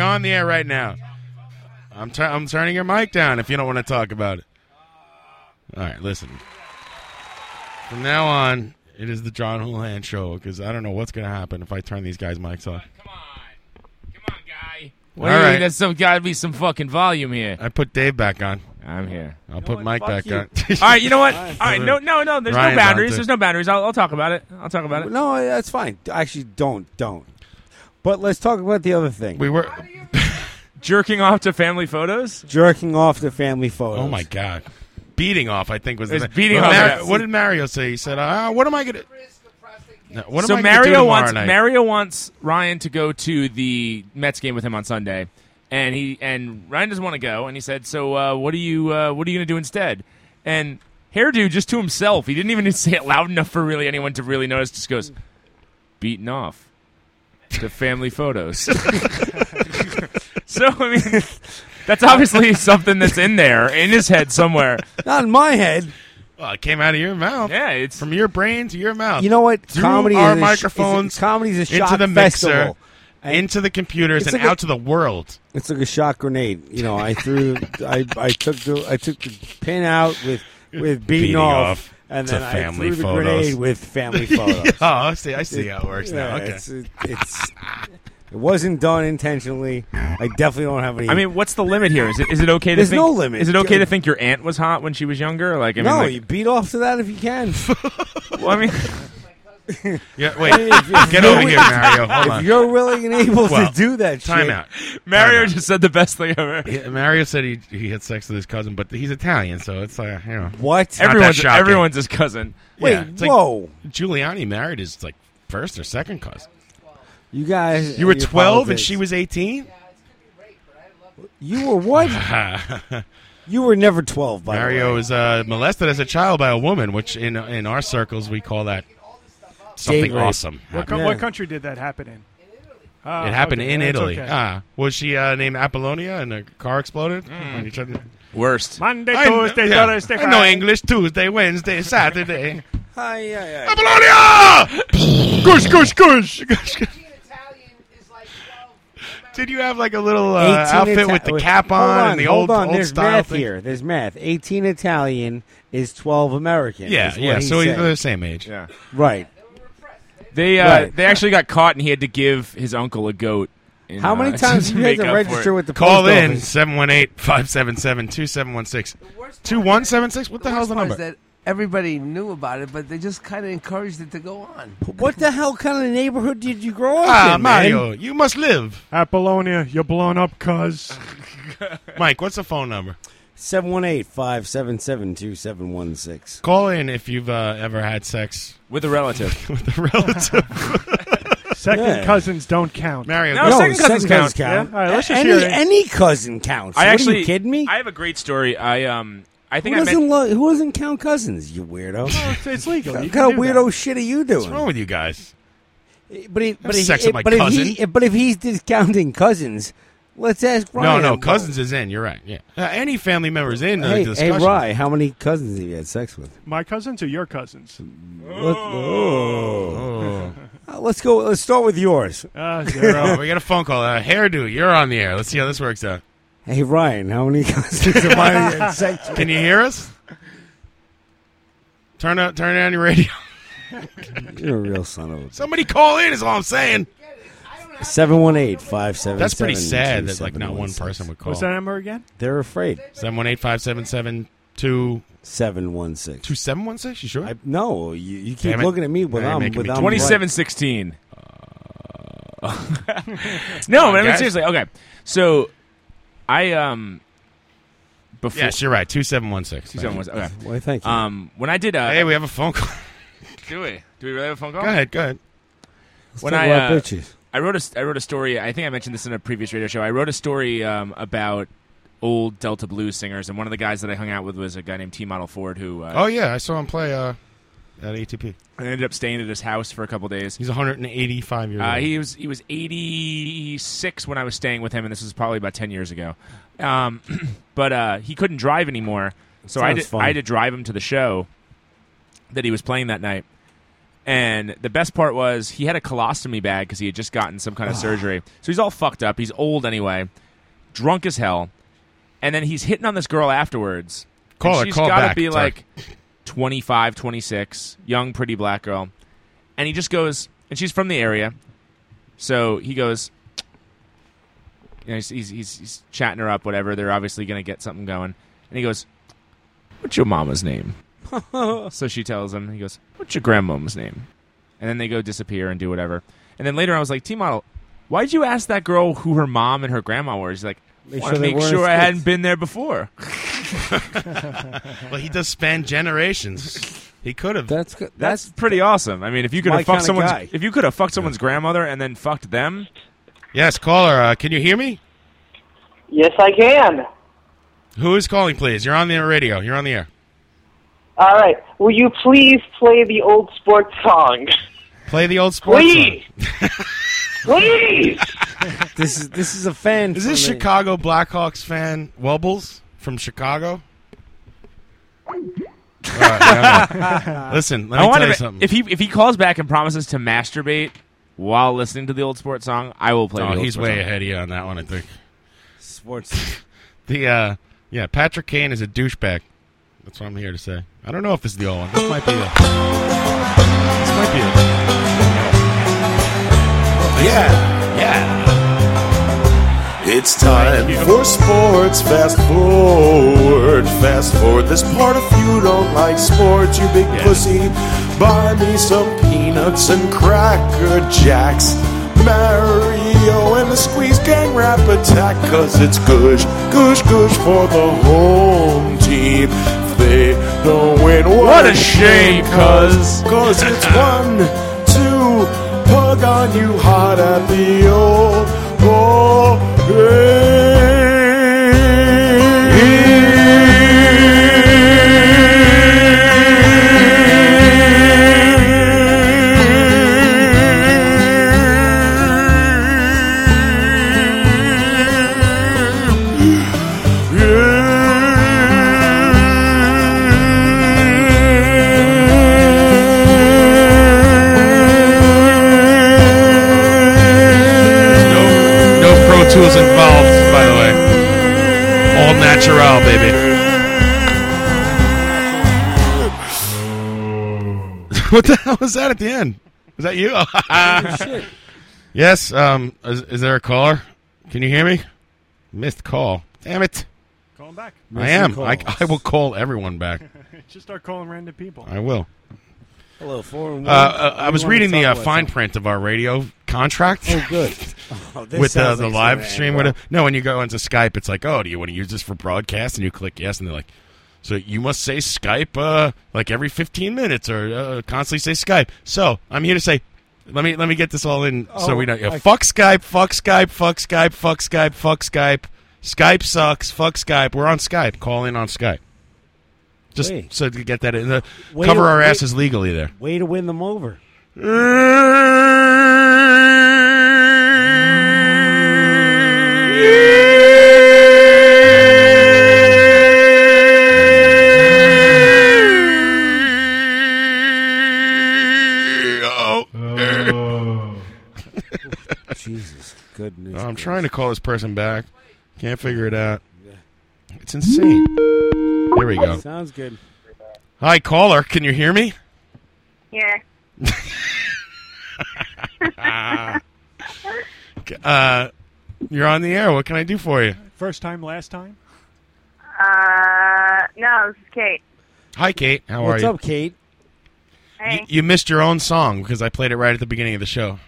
B: on the air right now. I'm tur- I'm turning your mic down if you don't want to talk about it. All right, listen. From now on, it is the John Houlihan show because I don't know what's going to happen if I turn these guys' mics off.
D: Come on, come on, guy.
B: All
D: All
B: right.
D: right, that's some gotta be some fucking volume here.
B: I put Dave back on.
D: I'm here.
B: I'll put Mike
E: fuck
B: back
E: you.
B: on.
D: All right, you know what? All right, no, no, no. There's
B: Ryan's
D: no boundaries.
B: on too.
D: There's no boundaries. I'll, I'll talk about it. I'll talk about it.
E: No, that's fine. Actually, don't don't. But let's talk about the other thing.
B: we were.
D: Jerking off to family photos.
E: Jerking off the family photos.
B: Oh my god, beating off! I think was the
D: It's
B: name.
D: beating
B: But
D: off,
B: Mar-
D: yeah.
B: What did Mario say? He said, "Ah, "What am I gonna? No, What am
D: so
B: I gonna do
D: Mario
B: tomorrow
D: wants
B: night?
D: Mario wants Ryan to go to the Mets game with him on Sunday, and he and Ryan doesn't want to go, and he said, "So uh, what are you uh, what are you going to do instead?" And hairdo just to himself, he didn't even say it loud enough for really anyone to really notice. Just goes beaten off to family photos. so I mean, that's obviously something that's in there in his head somewhere.
E: Not in my head.
B: Well, it came out of your mouth,
D: Yeah, it's
B: from your brain to your mouth.
E: You know what?
B: Through
E: comedy
B: our
E: is a sh-
B: microphones
E: is a, comedy's a
B: into
E: shock
B: the mixer.
E: festival. and-
B: into the computers
E: It's
B: and
E: like a-
B: out to the world.
E: It's like a shot grenade. You know, I threw, I, I took the, I took the pin out with with beating,
B: Beating
E: off,
B: off
E: and
B: to
E: then I
B: family
E: threw the
B: photos.
E: grenade with family photos.
B: Oh, I see. I see how it works now.
E: Yeah,
B: Okay.
E: it's, it, it's it wasn't done intentionally. I definitely don't have any.
D: I mean, what's the limit here? Is it is it okay to
E: There's
D: think,
E: no limit.
D: Is it okay to think your aunt was hot when she was younger? Like I mean,
E: no,
D: like-
E: you beat off to that if you can.
D: well, I mean,
B: Yeah, wait,
E: if, if
B: get
E: you're
B: over
E: wi-
B: here, Mario. Hold
E: If
B: on.
E: you're willing and able
B: Well,
E: to do that,
B: Time
E: shit,
B: out.
D: Mario
B: Time out.
D: just said the best thing ever.
B: Yeah, Mario said he he had sex with his cousin, but he's Italian, so it's like you know.
E: What?
B: that
D: Everyone's
B: shocking.
D: everyone's his cousin.
E: Wait,
B: yeah, it's like-
E: whoa!
B: Giuliani married his like first or second cousin.
E: you guys,
B: You were
E: your
B: twelve and
E: politics.
B: she was eighteen.
E: You were what? you were never twelve, by the
B: Mario
E: way.
B: was uh, molested as a child by a woman, which in in our circles we call that
E: Date
B: something
E: rape.
B: awesome.
F: What, co-
E: Yeah.
F: what country did that happen in? Ah,
B: It happened
F: okay,
B: in
F: that's
B: Italy.
F: okay.
B: Ah, was she uh, named Apollonia and a car exploded? When you tried to-
D: Worst.
F: Mm. Monday,
B: I kn-
F: Tuesday,
B: yeah.
F: Thursday,
B: I know
F: Friday.
B: English. Tuesday, Wednesday, Saturday.
E: Hi,
B: uh,
E: hi, hi.
B: Apollonia! Gush, gush, gush, gush, gush. Did you have like a little uh,
E: 18
B: outfit
E: Ita-
B: with the
E: wait,
B: cap
E: hold
B: on, and the
E: hold
B: old
E: on.
B: old
E: There's
B: style
E: math
B: thing?
E: here. There's math. 18 Italian is 12 American.
B: Yeah,
E: is what
B: yeah.
E: he
B: So
E: said.
B: they're the same age.
D: Yeah.
E: right.
D: They uh,
E: Right.
D: they actually got caught and he had to give his uncle a goat. in,
E: How many
D: uh,
E: times have you had
D: make
E: to
D: up for
E: register
D: it.
E: with the
B: Call
E: post
B: in
E: office?
B: 718-577-2716. 2176? What the, hell's
A: worst
B: the
A: part
B: number?
A: Is that everybody knew about it, but they just kind of encouraged it to go on.
E: What the hell kind of neighborhood did you grow up
B: ah,
E: in, man?
B: Mario, you must live.
F: Apollonia, you're blown up, cuz.
B: Mike, what's the phone number?
E: 718-577-2716.
B: Call in if you've uh, ever had sex
D: with a relative?
B: with a relative.
F: Second
E: Yeah.
F: cousins don't count.
B: Mario,
D: No,
B: go-
D: second cousins count.
F: Yeah, all right, let's just
E: any,
F: hear it.
E: any cousin counts.
D: I
E: what
D: actually
E: are you kidding me?
D: I have a great story. I um I
E: who,
D: think I
E: doesn't
D: meant
E: lo- who doesn't count cousins, you weirdo?
F: Oh, it's, it's legal. You
E: what
F: can
E: kind of
F: do that.
E: weirdo shit are you
B: what's wrong
E: doing?
B: with you guys?
E: But, he, but,
B: sex
E: he,
B: with my
E: but, if
B: cousin.
E: he, but if he's discounting cousins, let's ask
B: No,
E: Ryan.
B: no,
E: about-
B: cousins is in. You're right. Yeah, uh, any family members in the
E: Hey, hey,
B: discussion.
E: Rye, how many cousins have you had sex with?
F: My cousins or your cousins?
E: Let,
B: Oh.
E: us go. Uh, Let's start with yours.
F: Uh, zero.
B: Oh, we got a phone call. Uh, hairdo, you're on the air. Let's see how this works out.
E: Hey, Ryan, how many cousins have I had sex with?
B: Can you hear us? Turn out, turn down your radio.
E: You're a real son of a.
B: Somebody call in. Is all I'm saying.
E: Seven one eight five seven.
B: That's pretty sad that like not one person would call.
F: What's that number again?
E: They're afraid.
B: Seven one eight five seven seven two
E: Seven one six.
B: two seven one six. You sure?
E: I, no, you, you keep
B: Damn it.
E: looking at me with
B: Now you're
E: I'm
B: making
E: with
B: me
E: I'm
B: twenty
D: twenty seven sixteen. No, but I mean
B: guys.
D: seriously. Okay, so I um before
B: yes, you're right. Two seven one six.
D: Two seven one six, okay.
E: right. Well, thank you.
D: Um, when I did uh,
B: Hey, we have a phone call.
D: do we do we really have a phone call?
B: go ahead. Go ahead.
E: Let's
D: when
E: talk
D: I,
E: about
D: uh,
E: bitches.
D: I wrote a I wrote a story. I think I mentioned this in a previous radio show. I wrote a story um, about old Delta blues singers, and one of the guys that I hung out with was a guy named T Model Ford, who uh,
B: Oh yeah, I saw him play uh, at ATP.
D: I ended up staying at his house for a couple days.
B: He's 185 years
D: Uh,
B: old.
D: he was he was 86 when I was staying with him, and this was probably about 10 years ago. Um, but uh, he couldn't drive anymore, so I
E: Sounds
D: did,
E: fun.
D: I had to drive him to the show that he was playing that night. And the best part was he had a colostomy bag because he had just gotten some kind of surgery. So he's all fucked up. He's old anyway, drunk as hell. And then he's hitting on this girl afterwards.
B: Call
D: and
B: her,
D: She's
B: call
D: gotta
B: back,
D: be
B: Turk.
D: like 25, 26, young, pretty black girl. And he just goes, and she's from the area. So he goes, you know, he's, he's, he's, he's chatting her up, whatever. They're obviously going to get something going. And he goes, What's your mama's name? so she tells him, he goes, What's your grandmama's name? And then they go disappear and do whatever. And then later I was like, T model, why'd you ask that girl who her mom and her grandma were? She's like,
E: Make
D: "Wanna
E: sure they
D: make
E: weren't
D: sure I
E: his
D: hadn't
E: kids."
D: been there before.
B: Well, he does span generations. He could have.
E: That's good.
D: That's,
E: That's
D: pretty awesome. I mean, if you could
E: my
D: have fucked
E: kinda
D: someone's
E: guy.
D: if you could have fucked someone's grandmother and then fucked them,
B: Yes, caller. Uh, can you hear me?
L: Yes, I can.
B: Who is calling, please? You're on the radio. You're on the air.
L: All right. Will you please play the old sports song?
B: Play the old sports.
L: Please.
B: song.
L: please.
E: this is this is a fan.
B: Is this
E: from the-
B: Chicago Blackhawks fan Wubbles from Chicago? All right, never mind. Listen, let
D: I
B: me tell
D: want
B: you
D: to.
B: something.
D: If he if he calls back and promises to masturbate while listening to the old sports song, I will play. the
B: oh,
D: old
B: he's
D: sports
B: way
D: song.
B: ahead of you on that one, I think.
E: sports?
B: The uh, yeah, Patrick Kane is a douchebag. That's what I'm here to say. I don't know if this is the old one. This might be the. This might be the.
C: It's time for sports. Fast forward, fast forward. This part if you don't like sports, you big pussy. Buy me some peanuts and cracker jacks. Mario and the Squeeze Gang rap attack, cause it's gush, gush, gush for the home team. If They don't win. What,
D: a shame, cuz.
C: Cause it's one, two, pug on you hot at the old ball
B: No, no Pro Tools involved, by the way. All natural, baby. what the hell was that at the end? Was that you? yes. Um. Is, is there a caller? Can you hear me? Missed call. Damn it.
F: Call him back.
B: I am. I,
E: calls.
B: I will call everyone back.
F: Just start calling random people.
B: I will.
E: Hello, four and
B: Uh,
E: one.
B: uh, I
E: We
B: was
E: wanna
B: reading
E: talk
B: the uh,
E: about
B: fine print of our radio contract
E: something. Oh, good. Oh, this
B: with uh,
E: sounds
B: the
E: like
B: live
E: something
B: stream.
E: I
B: With no, when you go into Skype, it's like, oh, do you want to use this for broadcast? And you click yes, and they're like, so you must say Skype uh, like every 15 minutes or uh, constantly say Skype. So I'm here to say, let me let me get this all in so
E: Oh,
B: we know. Yeah,
E: I-
B: fuck Skype, fuck Skype, fuck Skype, fuck Skype, fuck Skype. Skype sucks. Fuck Skype. We're on Skype. Call in on Skype. Just
E: Wait.
B: so to get that in, the,
E: Wait,
B: cover our
E: wait.
B: asses legally there.
E: Way to win them over. Oh. Jesus, good news.
B: I'm
E: Chris.
B: trying to call this person back. Can't figure it out. It's insane. There we go.
E: Sounds good.
B: Hi, caller. Can you hear me?
L: Yeah.
B: Uh, you're on the air. What can I do for you?
F: First time, last time.
L: Uh, no, this is Kate.
B: Hi, Kate. How
E: What's
B: are you?
E: up, Kate?
L: Hey.
B: You missed your own song because I played it right at the beginning of the show.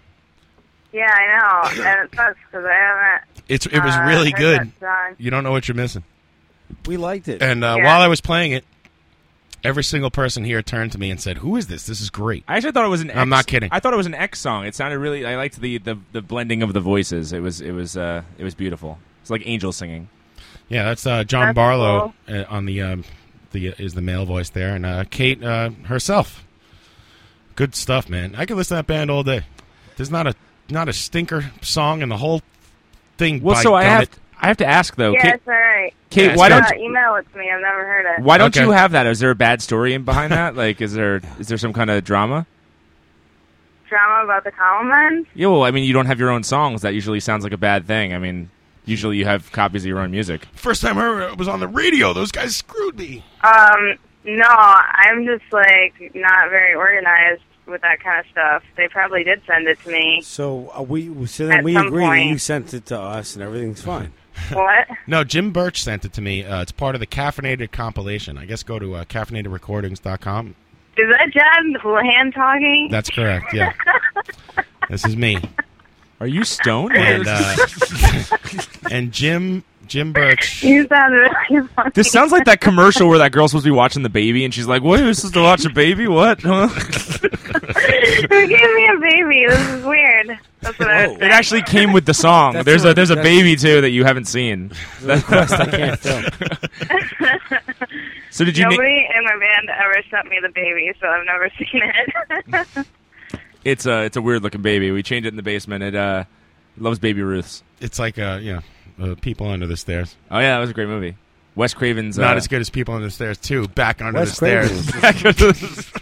L: yeah, I know. And it sucks because I haven't.
B: It's it was
L: uh,
B: really
L: heard
B: good.
L: that song.
B: You don't know what you're missing.
E: We liked it.
B: And uh,
L: Yeah.
B: while I was playing it, every single person here turned to me and said, "Who is this? This is great."
D: I actually thought it was an. X,
B: I'm not kidding.
D: I thought it was an X song. It sounded really. I liked the, the the blending of the voices. It was it was uh it was beautiful. It's like angels singing.
B: Yeah, that's uh, John
L: That's
B: Barlow uh, on the um, the is the male voice there, and uh, Kate uh, herself. Good stuff, man. I could listen to that band all day. There's not a not a stinker song in the whole thing.
D: Well,
B: by
D: so I
B: gummit.
D: have I have to ask though,
L: Yeah,
D: Kate.
L: it's all right.
D: Kate,
B: Yeah, it's
D: why
B: good.
D: don't
L: Uh, email it to me. I've never heard it.
D: why don't
B: Okay.
D: you have that? Is there a bad story in behind that? Like, is there is there some kind of drama?
L: drama about the comments.
D: Yeah, well, I mean, you don't have your own songs. That usually sounds like a bad thing. I mean, usually you have copies of your own music.
B: First time I heard it was on the radio. Those guys screwed me.
L: Um, no, I'm just like not very organized with that kind of stuff. They probably did send it to me.
E: So uh, we so
L: At
E: then we
L: some
E: agree that you
L: point.
E: sent it to us and everything's fine.
L: What?
B: No, Jim Birch sent it to me. Uh, it's part of the Caffeinated compilation. I guess go to uh, caffeinatedrecordings.com.
L: Is that John Hand talking?
B: That's correct. Yeah, this is me.
D: Are you stoned?
B: And, uh, and Jim Jim Birch.
L: You sound really funny.
D: This sounds like that commercial where that girl's supposed to be watching the baby, and she's like, "What? You're supposed to watch a baby? What?" Huh?
L: Who gave me a baby? This is weird. That's what I was
D: It actually came with the song.
L: That's
D: there's
L: a-
D: a there's a
L: that's-
D: baby too that you haven't seen.
E: request I can't fill.
D: so did you? na-
L: Nobody in my band ever sent me the baby, so I've never seen it.
D: It's a it's a weird looking baby. We changed it in the basement. It uh loves baby Ruth's.
B: It's like uh yeah, uh, people under the stairs.
D: Oh yeah, that was a great movie. Wes Craven's uh,
B: Not as good as people under the stairs too. Back under
D: Wes
B: the stairs.
D: Craven. Back under the
B: stairs.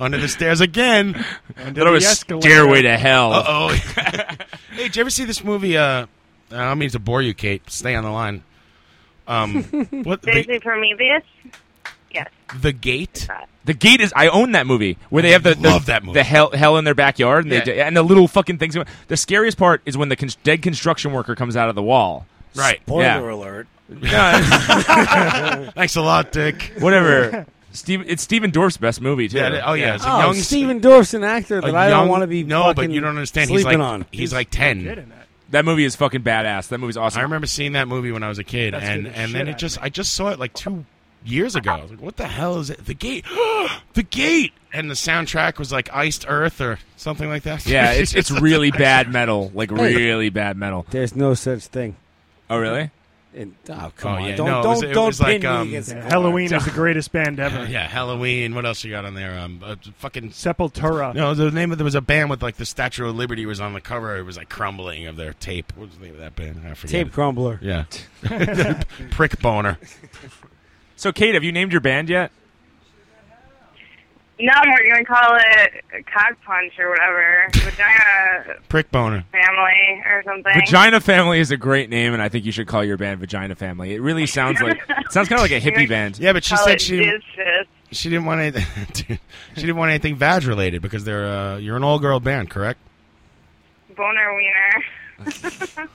B: under the stairs again.
D: Under Thought it the was escalator. Stairway to Hell.
B: Uh oh. hey, did you ever see this movie? Uh, I don't mean to bore you, Kate. Stay on the line. Um, what the,
L: Daisy Prometheus? Yes.
B: the gate?
D: The gate is. I own that movie where they have the the,
B: Love that movie.
D: the hell hell in their backyard and they
B: Yeah.
D: and the little fucking things. The scariest part is when the con- dead construction worker comes out of the wall.
B: Right.
D: Spoiler Yeah.
E: alert.
B: Thanks a lot, Dick.
D: Whatever. Steve, it's Steven Dorff's best movie too.
B: Yeah, it- oh, yeah, it's a
E: Oh, Steven Dorff's an actor that I don't want to be.
B: No, but
E: fucking
B: you don't understand. He's
E: Sleeping
B: like
E: on.
B: he's, like ten.
D: That movie is fucking badass. That movie's awesome.
B: I remember seeing that movie when I was a kid,
D: That's
B: and
D: good as
B: and
D: shit,
B: then
D: I
B: it just I just saw it like two years ago. I was like, what the hell is it? The gate, the gate, and the soundtrack was like Iced Earth or something like that.
D: Yeah, it's it's really bad metal, like really bad metal.
E: There's no such thing.
D: Oh really?
E: And, oh come
B: Oh,
E: on!
B: yeah,
E: Don't
B: no, it
E: don't
B: was- it
E: don't
B: was
E: pin
B: like,
E: me
B: um,
E: against
B: Yeah,
E: the
F: Halloween is
E: wall.
F: the greatest band ever.
B: Yeah, Halloween. What else you got on there? Um, uh, fucking
F: Sepultura.
B: No, the name of there was a band with like the Statue of Liberty was on the cover. It was like crumbling of their tape. What was the name of that band? I forget.
E: Tape Crumbler.
B: Yeah, prick boner.
D: So Kate, have you named your band yet?
L: No, we're going to call it Cock Punch or whatever. Vagina
B: Prick boner.
L: Family or something.
D: Vagina Family is a great name, and I think you should call your band Vagina Family. It really sounds like it sounds kind of like a hippie band.
B: Yeah, but she
L: Call
B: said
L: it
B: she
L: Diz Fist.
B: she didn't want anything. she didn't want anything vag related because they're uh, you're an all girl band, correct?
L: Boner Wiener.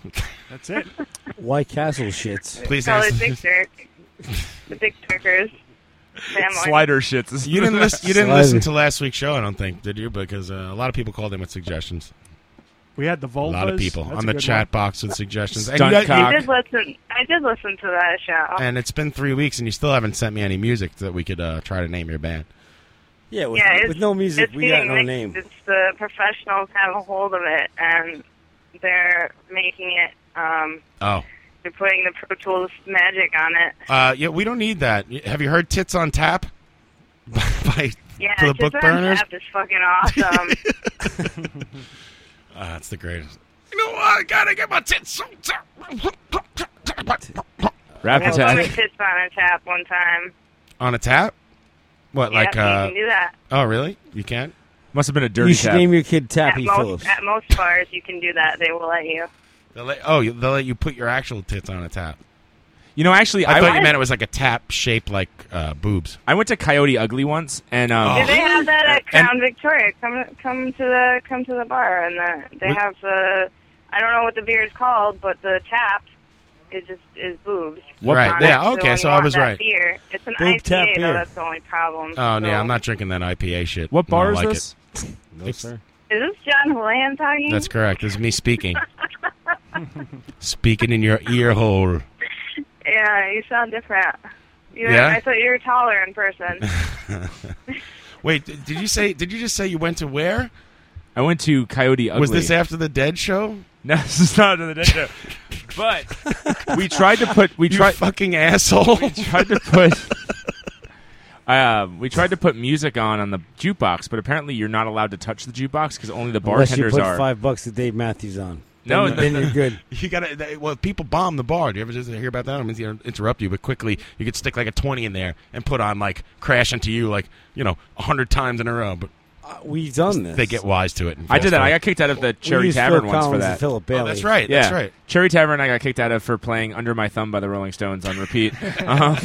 F: That's it.
E: White Castle shits.
B: Please
L: call
B: answer
L: it Dick
B: this.
L: Jerk. The Dick Jerkers. Family.
D: Slider shits.
B: You didn't listen. You didn't
F: Slider.
B: listen to last week's show, I don't think, did you? Because uh, a lot of people called in with suggestions.
F: We had the
B: a
F: Volvas.
B: lot of people
F: That's
B: on
F: a
B: the
F: good
B: chat
F: one.
B: box with suggestions. And,
D: Stunt
B: you-
D: cock.
L: I did listen. I did listen to that show.
B: and it's been three weeks, and you still haven't sent me any music that we could uh, try to name your band.
E: Yeah, with,
L: yeah, it's,
E: with no music,
L: it's
E: we got
L: being
E: no
L: mixed.
E: name.
L: It's the professionals have a hold of it, and they're making it. Um,
B: Oh.
L: they're putting the Pro Tools magic on it.
B: Uh, yeah, we don't need that. Y- Have you heard "Tits on Tap" by
L: Yeah,
B: the
L: Kiss
B: Book
L: on
B: Burners?
L: Tap is fucking awesome.
B: Ah, that's the greatest.
G: You know what? I gotta get my tits so
D: Rap
L: I put my
B: attack
L: tits on a tap one time.
B: on a tap. What
L: Yeah,
B: like?
L: you
B: Uh,
L: can do that.
B: Oh, really? You can't.
D: Must have been a
E: you should name your kid
L: At
E: Tappy Phillips.
L: most, at most bars, you can do that. They will let you.
B: They'll let, oh, you- they'll let you put your actual tits on a tap.
D: You know, actually,
B: I,
D: I
B: thought
D: would-
B: you meant it was like a tap shaped like uh, boobs.
D: I went to Coyote Ugly once, and um,
B: Oh.
L: Do they have that at
D: And-
L: Crown Victoria? Come come to the come to the bar and the, they
D: With-
L: have the I don't know what the beer is called, but the tap is just is boobs.
B: What- Right,
L: on
B: yeah,
L: it.
B: okay,
L: when you
B: so I
L: want
B: was
L: that
B: right.
L: Beer. It's an
E: Boob
L: IPA,
E: tap
L: though.
E: beer.
L: That's the only problem.
B: Oh,
L: so.
B: no, I'm not drinking that IPA shit.
D: What
B: I
D: bar
B: don't
D: is
B: like
D: this?
B: It. It's-
L: Is this John Hulan talking?
B: That's correct. This is me speaking. speaking in your ear hole.
L: yeah, you sound different. You
B: Yeah?
L: I thought you were taller in person.
B: Wait, d- did you say? Did you just say you went to where?
D: I went to Coyote Ugly.
B: Was this after the Dead show?
D: No, this is not the Dead show. But we tried to put we
B: You
D: tried
B: fucking asshole.
D: We tried to put um, we tried to put music on on the jukebox, but apparently you're not allowed to touch the jukebox because only the
E: Unless you
D: bartenders
E: put
D: are.
E: five bucks to Dave Matthews on.
D: No,
E: then, then you're good.
B: You gotta. That, well, people bomb the bar. Do you ever just hear about that? I don't mean to interrupt you, but quickly you could stick like a twenty in there and put on like "Crash Into You" like you know a hundred times in a row. But
D: Uh,
E: We've done this.
B: They get wise to it. and
D: I did
B: fast
D: that. I
B: forward.
D: got kicked out of the
E: We
D: Cherry
E: used
D: Tavern
E: Phil
D: once for
E: Collins and
D: that.
E: Philip
B: Oh, that's Bailey. right,
D: Yeah.
B: that's right.
D: Cherry Tavern. I got kicked out of for playing "Under My Thumb" by the Rolling Stones on repeat, um,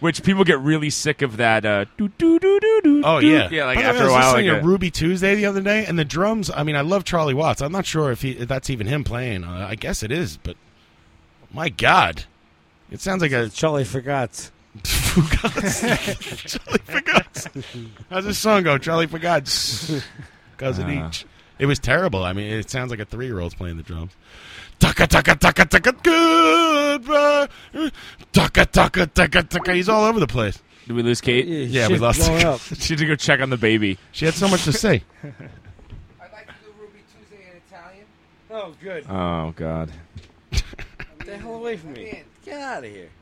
D: which people get really sick of. That uh, doo doo doo doo doo.
B: Oh
D: doo.
B: yeah,
D: yeah. Like
B: By the way,
D: after a
B: I was
D: while, like
B: listening
D: uh,
B: to Ruby Tuesday the other day, and the drums. I mean, I love Charlie Watts. I'm not sure if he if that's even him playing. Uh, I guess it is, but my God, it sounds like a
E: Charlie forgot.
B: forgot. Charlie forgot. How's this song go? Charlie forgot. Cousin
D: Uh.
B: each. It was terrible. I mean, it sounds like a three year old's playing the drums. Tucka tucka tucka tucka goodbye. Tucka tucka tucka tucka. He's all over the place.
D: Did we lose Kate?
B: Yeah, we lost.
D: she had to go check on the baby.
B: She had so much to say.
E: Oh, good.
D: Oh God.
E: Get the hell away from me. Get out of here.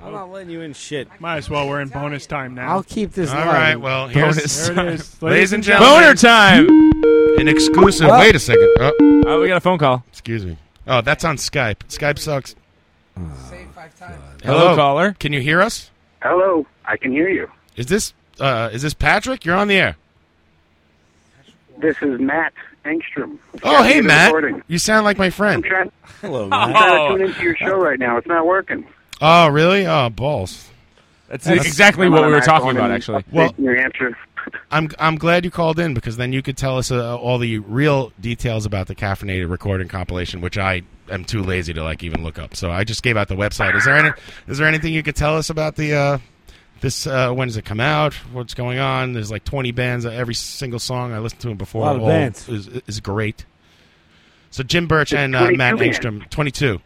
E: I'm not letting you in shit.
F: Might as well. We're in bonus time now.
E: I'll keep this.
B: All
E: live.
B: right, well, here's
D: Bonus
F: There it is.
B: ladies and gentlemen,
D: Boner time.
B: an exclusive.
E: Well-
B: Wait a second. Oh,
D: Oh, we got a phone call.
B: excuse me. Oh, that's on Skype. Skype sucks.
A: Say five times.
D: Hello, caller.
B: Can you hear us?
M: Hello, I can hear you.
B: Is this uh, is this Patrick? You're on the air.
M: This is Matt Engstrom.
B: Oh, hey
M: You're
B: Matt.
M: recording.
B: You sound like my
M: I'm
B: friend.
M: trying,
E: Hello, man.
M: I'm trying to tune into your show right now. It's not working.
B: Oh, really? Oh, balls.
D: That's, exactly
M: I'm
D: what
M: on
D: we
M: an
D: were talking
M: iPhone
D: about,
M: and
D: actually.
M: updating
B: Well-
M: your answer.
B: I'm I'm glad you called in because then you could tell us uh, all the real details about the caffeinated recording compilation, which I am too lazy to like even look up. So I just gave out the website. Is there any is there anything you could tell us about the uh, this? Uh, when does it come out? What's going on? There's like 20 bands. Every single song I listened to them before
E: A lot of
B: all
E: bands.
B: is is great. So Jim Birch
M: It's
B: and uh, Matt
M: 22 bands.
B: Engstrom, 22,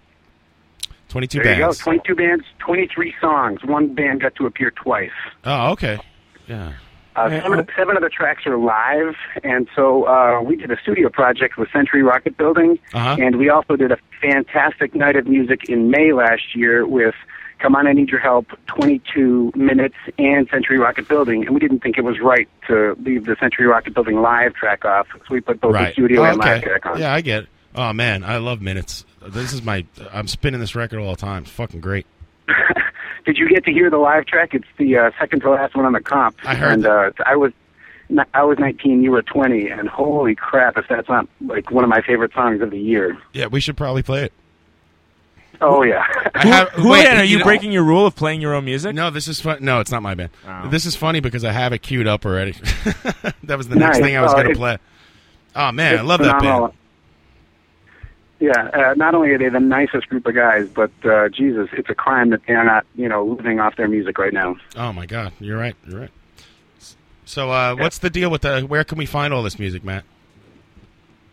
B: 22
M: There you go.
B: bands.
M: 22 bands, 23 songs. One band got to appear twice.
B: Oh, okay. Yeah.
M: Uh,
E: Yeah,
M: seven, seven of the tracks are live, and so uh, we did a studio project with Century Rocket Building,
B: Uh-huh.
M: and we also did a fantastic night of music in May last year with "Come On, I Need Your Help," 22 minutes, and Century Rocket Building, and we didn't think it was right to leave the Century Rocket Building live track off, so we put both the
B: right.
M: studio
B: Oh,
M: and live
B: okay.
M: track on.
B: Yeah, I get. It. Oh man, I love minutes. This is my. I'm spinning this record all the time. It's fucking great.
M: Did you get to hear the live track? It's the uh, second to last one on the comp.
B: I heard
M: And uh, I was, ni- I was 19, you were 20, and holy crap! If that's not like one of my favorite songs of the year.
B: Yeah, we should probably play it.
M: Oh yeah.
B: I have,
D: Who
B: wait,
D: again, are you
B: know-
D: breaking your rule of playing your own music?
B: No, this is fun. No, it's not my band.
D: Oh.
B: This is funny because I have it queued up already. that was the next
M: Nice.
B: thing I was
M: Oh,
B: going to
M: it-
B: play. Oh man, I
M: It's
B: love that
M: phenomenal.
B: band.
M: Yeah, uh, not only are they the nicest group of guys, but uh, Jesus, it's a crime that they're not, you know, living off their music right now.
B: Oh my god, you're right. You're right. So, uh, what's the deal with the? Where can we find all this music, Matt?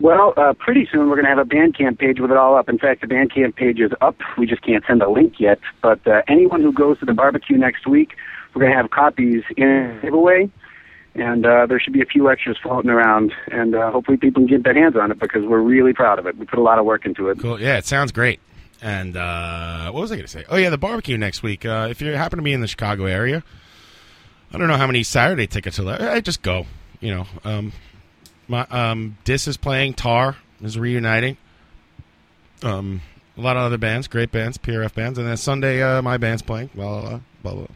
M: Well, uh, pretty soon we're going to have a Bandcamp page with it all up. In fact, the Bandcamp page is up. We just can't send a link yet. But uh, anyone who goes to the barbecue next week, we're going to have copies in giveaway. And uh, there should be a few extras floating around. And uh, hopefully people can get their hands on it because we're really proud of it. We put a lot of work into it.
B: Cool. Yeah, it sounds great. And uh, what was I going to say? Oh yeah, the barbecue next week. Uh, if you happen to be in the Chicago area, I don't know how many Saturday tickets are left. I just go. You know, um, my um, Dis is playing. Tar is reuniting. Um, a lot of other bands, great bands, PRF bands, and then Sunday uh, my band's playing. Blah blah blah. blah, blah.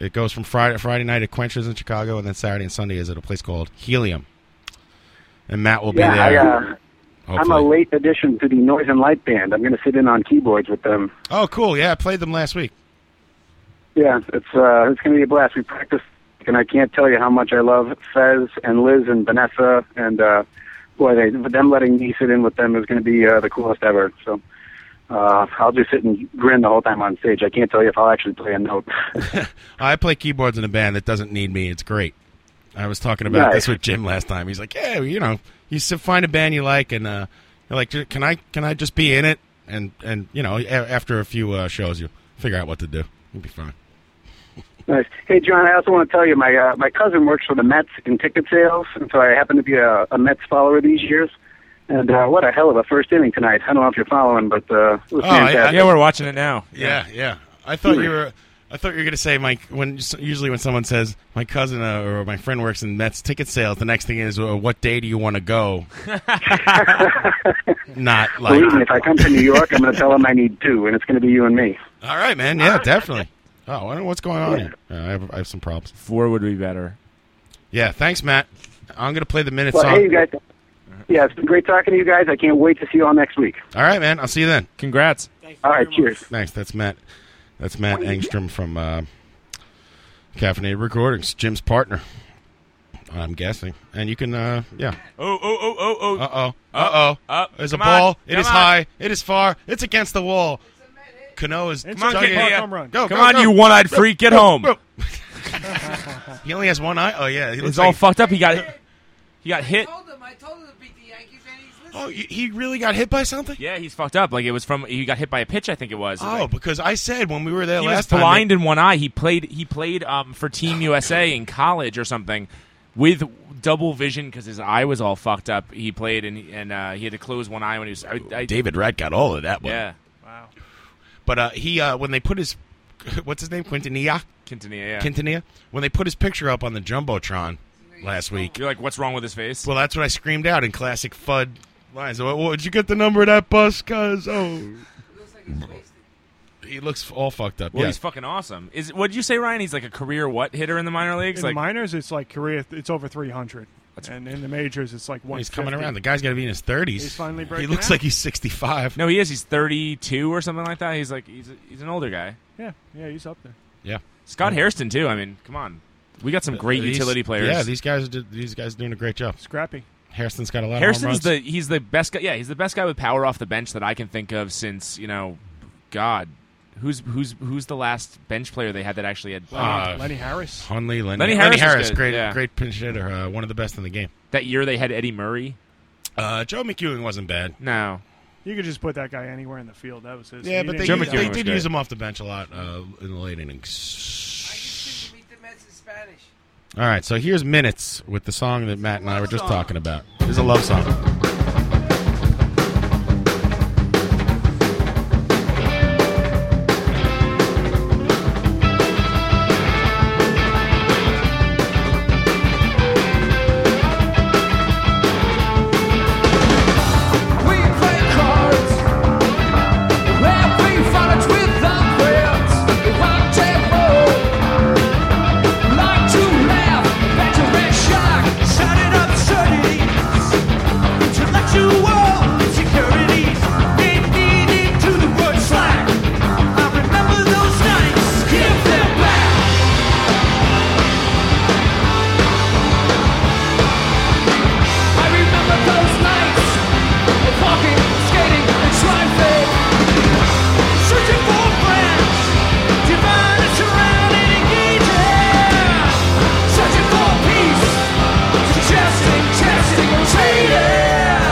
B: It goes from Friday Friday night at Quenchers in Chicago, and then Saturday and Sunday is at a place called Helium. And Matt will be
M: yeah, I,
B: there.
M: uh, I'm a
B: hopefully.
M: late addition to the Noise and Light Band. I'm going to sit in on keyboards with them.
B: Oh, cool. Yeah, I played them last week.
M: Yeah, it's uh, it's going to be a blast. We practiced, and I can't tell you how much I love Fez and Liz and Vanessa. And uh, boy, they, them letting me sit in with them is going to be uh, the coolest ever. So uh, I'll just sit and grin the whole time on stage. I can't tell you if I'll actually play a note.
B: I play keyboards in a band that doesn't need me. It's great. I was talking about
M: Nice.
B: this with Jim last time. He's like, "Yeah, you know, you s- find a band you like, and uh, you're like, can I can I just be in it?" And and you know, a- after a few uh, shows, you figure out what to do. You'll be fine.
M: nice. Hey, John, I also want to tell you my uh, my cousin works for the Mets in ticket sales, and so I happen to be a, a Mets follower these years. And uh, what a hell of a first inning tonight! I don't know if you're following, but uh, it was
B: Oh, I- I-
M: fantastic.
D: Yeah, we're watching it now.
B: Yeah, yeah. I thought you were. I thought you were gonna say my when usually when someone says my cousin uh, or my friend works in Mets ticket sales, the next thing is uh, what day do you want to go? Not like
M: Believe me, if I come to New York, I'm going to tell them I need two, and it's going to be you and me.
B: All right, Oh, man. Yeah, definitely. Oh, I don't know what's going on here. Uh, I, have, I have some problems.
D: Four would be better.
B: Yeah, thanks, Matt. I'm gonna play the minute
M: Well,
B: song.
M: hey, you guys. Yeah, it's been great talking to you guys. I can't wait to see you all next week.
B: All right, man. I'll see you then. Congrats.
M: All right, cheers.
B: Thanks. That's Matt. That's Matt Engstrom from uh, Caffeinated Recordings, Jim's partner. I'm guessing. And you can, uh, yeah.
D: Oh, oh, oh, oh, oh.
B: Uh oh. Uh oh.
D: Up.
B: There's
D: Come
B: a ball.
D: on.
B: It
D: Come
B: is
D: on.
B: high. It is far. It's against the wall. Cano is.
D: Come on,
B: tugging
D: kid.
B: it.
D: Yeah.
B: Go,
D: Come
B: go,
D: on,
B: go.
D: you one-eyed freak. Get
B: Go,
D: home.
B: go. he only has one eye. Oh yeah, he looks
D: It's all
B: like-
D: fucked up. He got he got hit.
B: Oh, y- he really got hit by something?
D: Yeah, he's fucked up. Like it was from he got hit by a pitch. I think it was.
B: Oh, because I said when we were there
D: he was
B: last time.
D: blind in one eye. He played he played um, for Team USA in college or something with double vision because his eye was all fucked up. He played and and uh, he had to close one eye when he was. I, I,
B: David Wright got all of that one.
D: Yeah.
F: Wow.
B: But uh, he uh, when they put his what's his name Quintanilla
D: Quintanilla. Yeah.
B: Quintanilla when they put his picture up on the jumbotron last week.
D: You're like, what's wrong with his face?
B: Well, that's what I screamed out in classic FUD lines. What well, did you get the number of that bus? Cause oh, he looks all fucked up.
D: Well,
B: yeah.
D: he's fucking awesome. Is what did you say, Ryan? He's like a career what hitter in the minor leagues?
F: In
D: like
F: the minors, it's like Korea. It's over 300. and in the majors, it's like one.
B: He's coming around. The guy's got to be in his thirties.
F: He's finally
B: He
F: breaking
B: looks
F: out.
B: like he's sixty-five.
D: no, he is. He's 32 or something like that. He's like he's he's an older guy.
F: Yeah, yeah, he's up there.
B: Yeah.
D: Scott Hairston too. I mean, come on, we got some great
B: These-
D: utility players.
B: Yeah, these guys. Did, these guys doing a great job.
F: Scrappy.
B: Hairston's got a lot. of home
D: Hairston's
B: runs.
D: the he's the best guy. Yeah, he's the best guy with power off the bench that I can think of since you know, God, who's who's who's the last bench player they had that actually had
B: Uh,
D: um,
B: Hunley, Lenny,
D: Lenny Harris,
B: Lenny
D: is
B: Harris
D: good,
B: great,
D: yeah.
B: great pinch hitter, uh, one of the best in the game.
D: That year they had Eddie Murray.
B: Uh, Joe McEwing wasn't bad.
D: No,
F: You could just put that guy anywhere in the field. That was his.
B: yeah,
F: He
B: but they,
F: didn't
B: they,
F: need that.
B: did use him off the bench a lot uh, in the late innings. All right, so here's minutes with the song that Matt and I were just talking about. This is a love song.
C: Walking, skating, and sliding, searching for friends. Divine is around and engaging. Searching for peace. Suggesting, testing, and trading.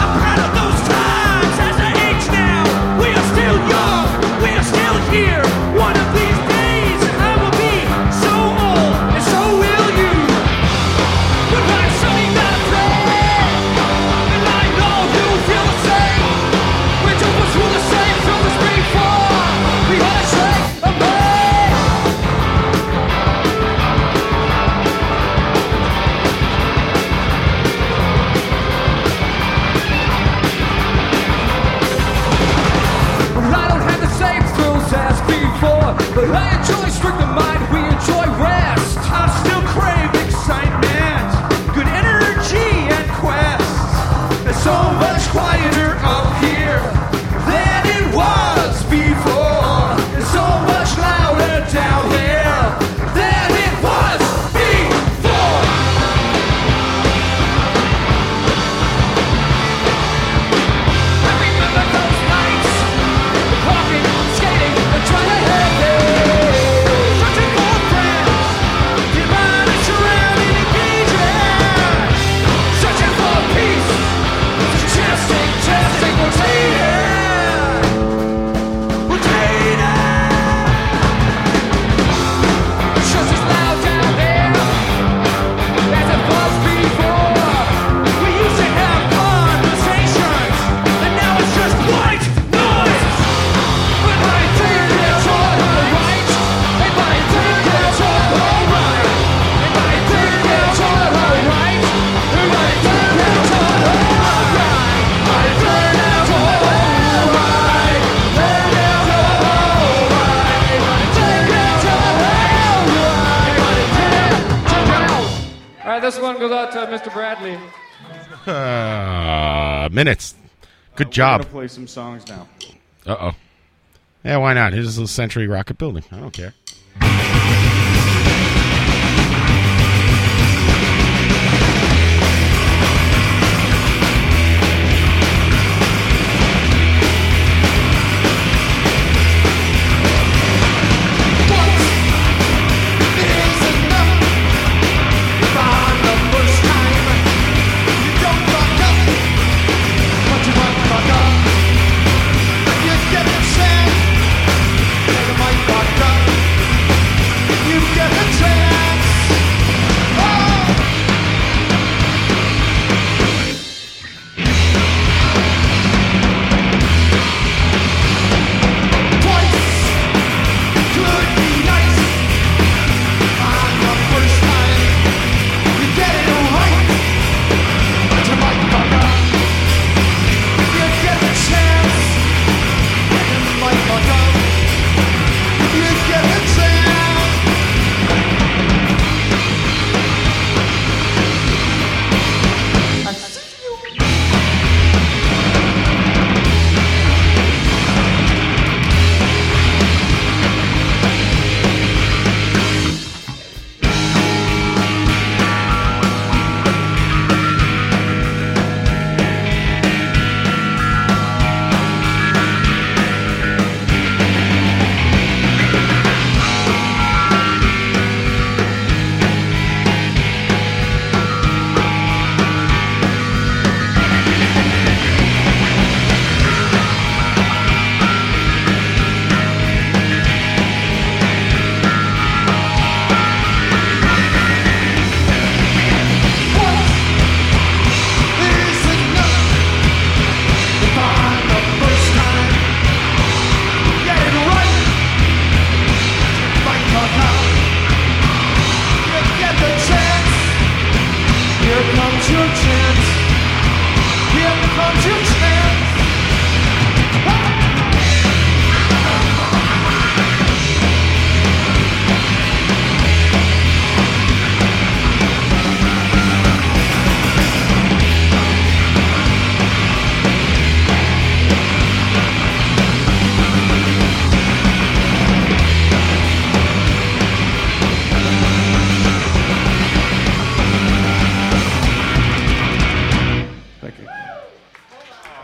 C: I'm proud of those times as I age now. We are still young. We are still here. One of these days I will be so old, and so will you. Goodbye, sunny night, friend. And I know you feel the same. We're doing what's all the same from the street far. We are safe and
G: I don't have the same thrills as before, but I enjoy strength of mind. We enjoy rest. I still crave excitement, good energy, and quest. It's so much quieter up here than it was before. It's so much louder down there than it was before. Walking, skating, and trying to have it. Searching for
N: this one goes out to Mr. Bradley.
B: Uh, minutes. Good
O: I'm
B: job.
O: gonna play some songs now.
B: Uh oh. Yeah, why not? Here's the Century Rocket Building. I don't care.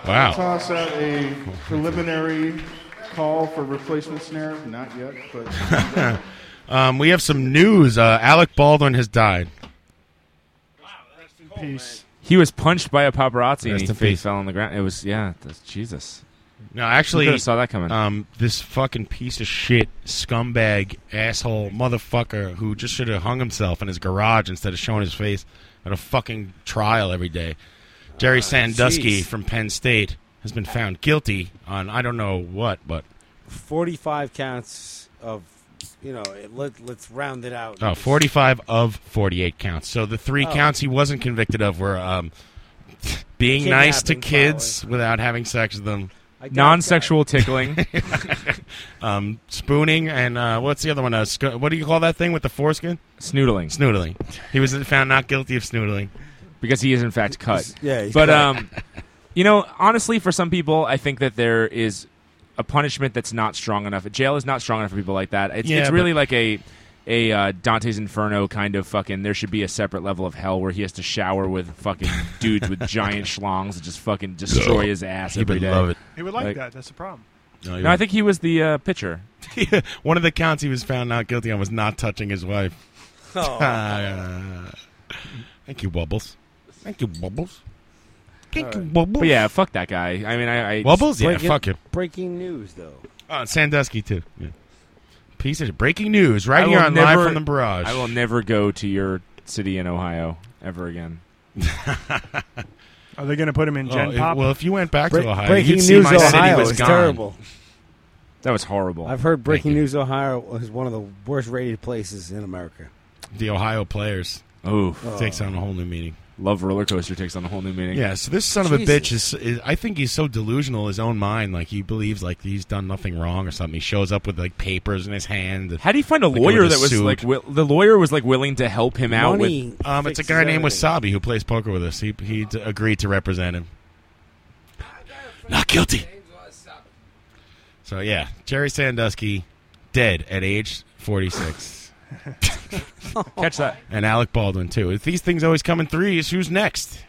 B: Wow.
O: Toss out a preliminary call for replacement snare. Not yet, but
B: um, we have some news. Uh, Alec Baldwin has died.
F: Peace.
D: He was punched by a paparazzi and
B: Rest
D: he
B: in
D: fe-
B: peace.
D: fell on the ground. It was yeah, that's, Jesus.
B: No, actually,
D: Who could've saw that coming.
B: Um, this fucking piece of shit, scumbag, asshole, motherfucker, who just should have hung himself in his garage instead of showing his face at a fucking trial every day. Jerry Sandusky
E: jeez.
B: from Penn State has been found guilty on I don't know what, but
E: 45 counts of, you know, it- let, let's round it out.
B: oh, 45 of 48 counts. So the three
E: Oh.
B: counts he wasn't convicted of were um, being nice to kids without having sex with them.
E: I doubt
D: Non-sexual tickling.
B: um, spooning and uh, what's the other one? Uh, sc- what do you call that thing with the foreskin?
D: Snoodling.
B: Snoodling. He was found not guilty of snoodling
D: because he is in fact cut.
B: Yeah, he's
D: but
B: cut.
D: um, you know, honestly, for some people, I think that there is a punishment that's not strong enough. Jail is not strong enough for people like that. It's,
I: Yeah,
D: it's
I: but-
D: really like a a uh, Dante's Inferno kind of fucking. There should be a separate level of hell where he has to shower with fucking dudes with giant schlongs that just fucking destroy his ass
B: He
D: every
B: would
D: day.
B: love it.
F: He would like, that. That's the problem.
B: No,
D: No, I think he was the uh, pitcher.
B: one of the counts he was found not guilty on was not touching his wife.
E: Oh.
B: Uh, thank you, Wubbles. Thank you, Wubbles. Thank you,
E: All right.
B: Wubbles.
D: But yeah, fuck that guy. I mean, I, I
B: Wubbles? Yeah,
E: Breaking-
B: fuck him.
E: Breaking news, though.
B: Uh, Sandusky too. Yeah. Piece of shit. breaking news right
D: I
B: here
D: will
B: on
D: never-
B: live from the barrage.
D: I will never go to your city in Ohio ever again.
F: Are they going to put him in
B: Oh,
F: Gen
B: if-
F: Pop?
B: well, if you went back to Ohio,
E: breaking
B: you'd
E: news
B: see my city
E: Ohio
B: was
E: is
B: gone.
E: terrible.
D: That was
B: Oh,
D: horrible.
E: I've heard Breaking News Ohio is one of the worst rated places in America.
B: The Ohio players.
D: Oh,
E: Oh.
B: takes on a whole new meaning.
D: Love roller coaster takes on a whole new meaning.
B: Yeah, so this son of a bitch is, is. I think he's so delusional in his own mind. Like he believes like he's done nothing wrong or something. He shows up with like papers in his hand.
D: How do you find a
B: like,
D: lawyer
B: with a
D: that was
B: suit.
D: like wi- the lawyer was like willing to help him out with?
B: um, it's a guy named Wasabi who plays poker with us. He he d- agreed to represent him. Not guilty. So yeah, Jerry Sandusky, dead at age forty six,
D: Catch that.
B: and Alec Baldwin too. If these things always come in threes, who's next?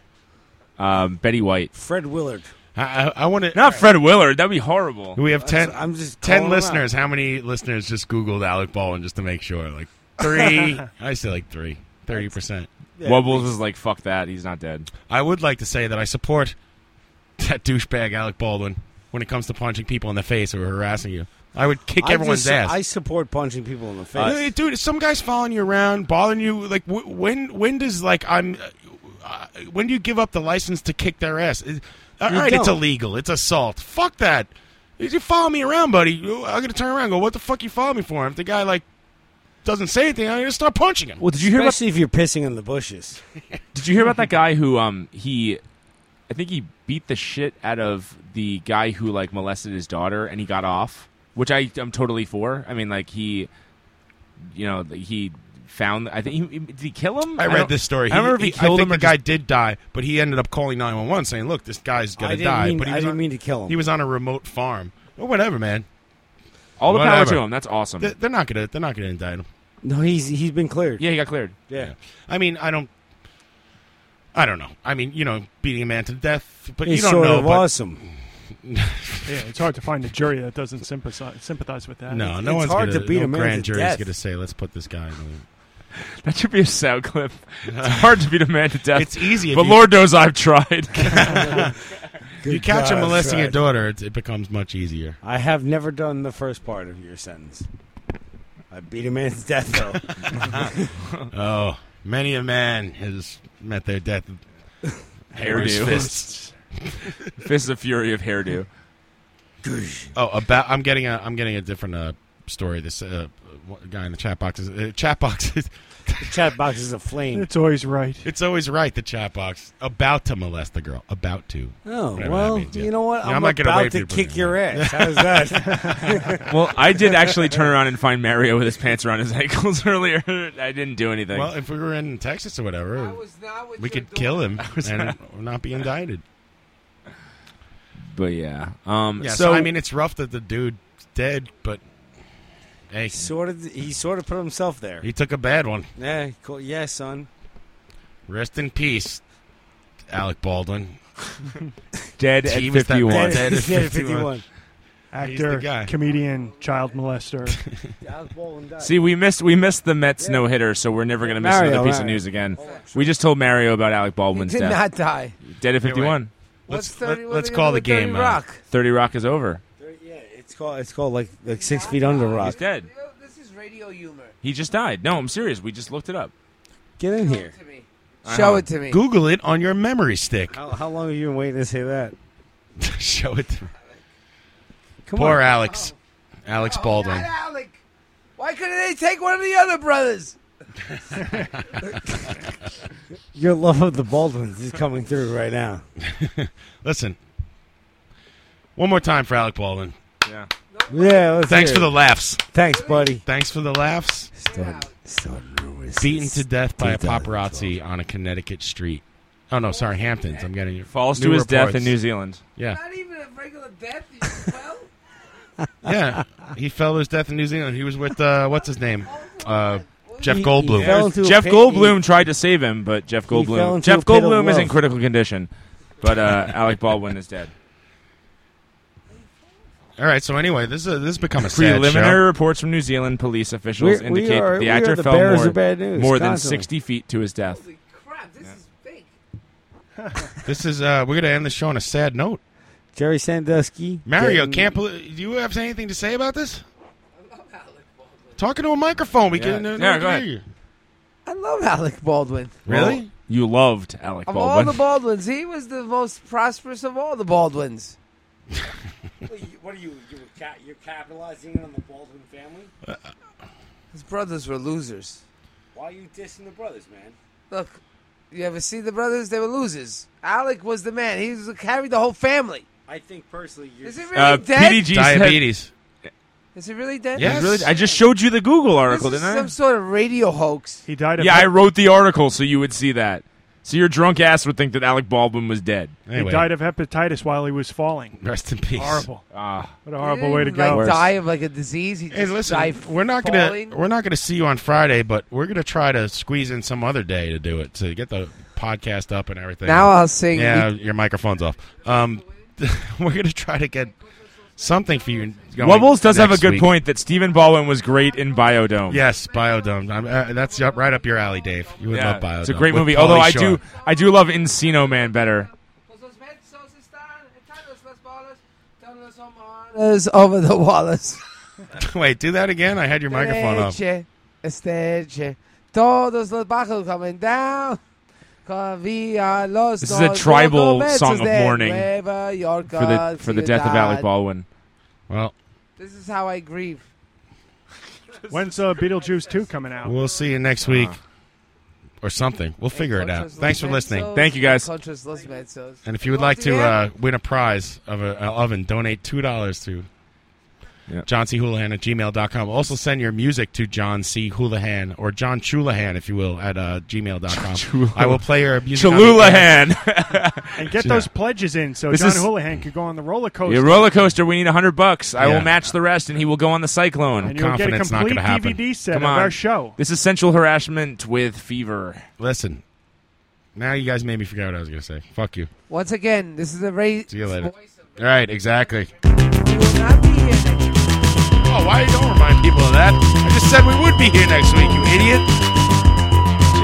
D: Um, Betty White,
E: Fred Willard.
B: I I, I want to
D: not Fred Willard. That'd be horrible.
B: We have ten.
E: I'm just
B: ten
E: calling him
B: listeners. How many listeners just Googled Alec Baldwin just to make sure? Like three. I say like three. Thirty percent.
D: Yeah. Wubbles is like fuck that. He's not dead.
B: I would like to say that I support that douchebag Alec Baldwin when it comes to punching people in the face who are harassing you. I would kick
E: I
B: everyone's
E: just-
B: ass. Uh,
E: I support punching people in the face.
B: Hey, dude, some guy's following you around, bothering you. Like, wh- when when does like I'm? Uh, when do you give up the license to kick their ass? It- all
E: You
B: right, it's
E: don't.
B: illegal. It's assault. Fuck that. If you follow me around, buddy, I'm gonna turn around. and Go, what the fuck you follow me for? If the guy like doesn't say anything, I'm gonna start punching him.
E: Well, did you hear Especially if you're pissing in the bushes.
D: Did you hear about that guy who um he I think he beat the shit out of the guy who like molested his daughter and he got off, which I am totally for. I mean like he you know, he found I think he, did he kill him?
B: I read
D: don't-
B: this story.
D: I don't remember if he killed
B: I think
D: him
B: the
D: or
B: guy
D: just-
B: did die, but he ended up calling 911 saying, "Look, this guy's gonna
E: I didn't
B: die."
E: mean-
B: but he
E: I
B: was
E: didn't
B: on,
E: mean to kill him.
B: He was on a remote farm or whatever, man.
D: all the power
B: Whatever.
D: to him. That's awesome.
B: They- They're not gonna. They're not gonna indict him.
E: No, he's he's been cleared.
D: yeah, he got cleared.
E: Yeah.
B: I mean, I don't. I don't know. I mean, you know, beating a man to death, but
E: He's
B: you don't
E: sort
B: know.
E: of
B: but-
E: awesome.
F: Yeah, it's hard to find a jury that doesn't sympathize, sympathize with that.
B: No, no one's gonna, no grand jury's gonna say, "Let's put this guy." in the
D: That should be a sound clip. It's hard to beat a man to death.
B: It's easy if
D: But
B: you-
D: Lord knows I've tried.
B: You
E: Good
B: catch him
E: God,
B: molesting
E: right.
B: a daughter, it, it becomes much easier.
E: I have never done the first part of your sentence. I beat a man to death, though.
B: Oh, many a man has met their death. with hammer's
D: Hairdo.
B: fists.
D: Fists of Fury of hairdo.
B: Oh, about I'm getting a I'm getting a different uh, story. This uh, one guy in the chat box is uh, chat box is
E: the chat box is aflame.
F: It's always right.
B: It's always right. The chat box about to molest the girl. About to.
E: Oh,
B: Whatever that
E: well,
B: means, yeah.
E: you know what?
B: Yeah,
E: I'm,
B: not gonna
E: about
B: wait for
E: to
B: you to put
E: kick
B: it
E: your ass. How's that?
D: Well, I did actually turn around and find Mario with his pants around his ankles earlier. I didn't do anything.
B: Well, if we were in Texas or whatever, we could kill him
D: was
B: and
D: not-
B: not be indicted.
D: but yeah. Um,
B: Yeah, so,
D: so
B: I mean, it's rough that the dude's dead, but hey,
E: sort of. He sort of put himself there.
B: he took a bad one.
E: Yeah, cool. Yeah, son.
B: Rest in peace, Alec Baldwin.
D: Dead
B: He
D: at
B: was that
D: 51.
B: bad
E: Dead
B: at
E: at
B: 51.
E: 51.
F: Actor,
B: guy.
F: comedian, child molester.
D: See, we missed we missed the Mets no hitter, so we're never gonna miss
F: Mario,
D: another piece of
F: Mario.
D: news again. We just told Mario about Alec Baldwin's
A: He did
D: death.
A: not die.
D: Dead at
B: Wait, wait.
D: 51.
A: What's
B: Let's-
A: 30,
B: let-
A: what are
B: let's
A: they
B: call
A: gonna
B: the
A: do with
B: game,
A: 30
B: uh,
A: Rock.
D: Thirty Rock is over.
E: It's called. It's called like like six feet under rock.
D: He's dead.
A: This is radio humor.
D: He just died. No, I'm serious. We just looked it up.
E: Get in here.
A: Show it to me.
B: Google it on your memory stick.
E: How, how long have you been waiting to say that?
B: Show it to me.
E: Come
B: Poor
E: on.
B: Alex. Alex Baldwin.
A: Not Alec. Oh, Why couldn't they take one of the other brothers?
E: Your love of the Baldwins is coming through right now.
B: Listen, one more time for Alec Baldwin.
D: Yeah.
E: Yeah. Let's
B: Thanks
E: hear
B: for
E: it.
B: the laughs.
E: Thanks, buddy.
B: Thanks for the laughs. Beaten to death by a paparazzi on a Connecticut street. Oh no, sorry, Hamptons. I'm getting
D: Falls to
B: new
D: his death
B: reports.
D: in New Zealand.
B: Yeah,
A: Not even a regular death. You fell.
B: yeah. He fell to his death in New Zealand. He was with uh, what's his name, uh, Jeff
E: He- he
B: Goldblum.
E: fell into a
D: Jeff
E: pit-
D: Goldblum tried to save him, but Jeff
E: fell
D: Goldblum
E: into
D: Jeff
E: a pit of
D: Goldblum is in
E: love.
D: critical condition, but uh, Alec Baldwin is dead.
B: All right. So anyway, this is a, this has become a sad
D: Preliminary
B: show.
D: reports from New Zealand police officials
E: We're- we
D: indicate
E: are-
D: that the
E: we
D: actor
E: are the
D: fell
E: bearers
D: more,
E: of bad news
D: more than
E: constantly.
D: 60 feet to his death.
A: Crap, this is fake.
B: This is uh, we're gonna end the show on a sad note.
E: Jerry Sandusky.
B: Mario,
E: getting-
B: can't believe, do you have anything to say about this? Talking to a microphone, we
D: Yeah.
B: can. Uh, no
D: Yeah,
B: one
D: go
B: can
D: ahead.
B: hear you.
A: I love Alec Baldwin.
B: Really?
D: Well, you loved Alec
A: Of all
D: Baldwin.
A: the Baldwins, he was the most prosperous of all the Baldwins.
E: What are you? you were ca- you're capitalizing on the Baldwin family.
A: His brothers were losers.
E: Why are you dissing the brothers, man?
A: Look, You ever see the brothers? They were losers. Alec was the man. He was, carried the whole family.
E: I think personally, you're
A: is it
E: just-
D: Uh,
A: really dead? Is it really dead?
D: Yes. Really, I just showed you the Google article,
A: This is
D: didn't I?
A: some sort of radio hoax.
F: He died.
D: Yeah, I wrote the article so you would see that. So your drunk ass would think that Alec Baldwin was dead.
F: He died of hepatitis while he was falling.
D: Rest in peace.
F: Horrible.
D: Ah.
F: What a horrible way to go.
A: Like die of like a disease. He
B: Hey,
A: just
B: listen,
A: died
B: we're not
A: falling.
B: gonna we're not gonna see you on Friday, but we're gonna try to squeeze in some other day to do it to get the podcast up and everything.
A: Now I'll sing-
B: Yeah, your microphone's off. Um, we're gonna try to get something for you. Going
D: Wubbles does have a
B: next
D: good
B: week.
D: point that Stephen Baldwin was great in Biodome.
B: Yes, Biodome. I'm, uh, that's up, right up your alley, Dave. You would love Biodome.
D: It's a great
B: With
D: movie.
B: Pauly
D: Although I
B: Shore.
D: do, I do love Encino Man better.
A: Is over the Wallace.
B: Wait, do that again. I had your microphone off.
A: Leche, Esteche, todos los bajos coming down. Cavia los
D: This is a
A: dos
D: tribal
A: documentos
D: song of
A: de
D: mourning
A: Nueva York
D: for the for the death of Alec
A: ciudad.
D: Baldwin.
B: Well,
A: This is how I grieve.
F: When's uh, Beetlejuice 2 coming out?
B: We'll see you next week
D: Uh-huh.
B: or something. We'll figure it out. Thanks for listening.
A: Contras los mezos.
B: And if you would like to
A: Yeah.
B: uh, win a prize of an oven, donate $2 to John C. Houlihan at gmail.com. Also send your music to John C. Houlihan or John Chulahan, if you will, at uh, gmail.com. I will play your music. on the air.
F: and get
B: Yeah.
F: those pledges in so
D: This
F: John
D: is-
F: Houlihan could go on the roller coaster.
D: Your roller coaster. We need hundred bucks. I
B: Yeah.
D: will match the rest, and he will go on the cyclone.
F: And you'll get a Confident's not complete gonna happen. DVD set
D: Come
F: of
D: on.
F: our show.
D: This is sensual harassment with fever.
B: Listen, now you guys made me forget what I was going to say. Fuck you.
A: Once again, this is a race.
B: See you later. All right, exactly.
C: Oh,
B: why you don't remind people of that? I just said we would be here next week, you idiot.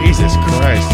B: Jesus Christ.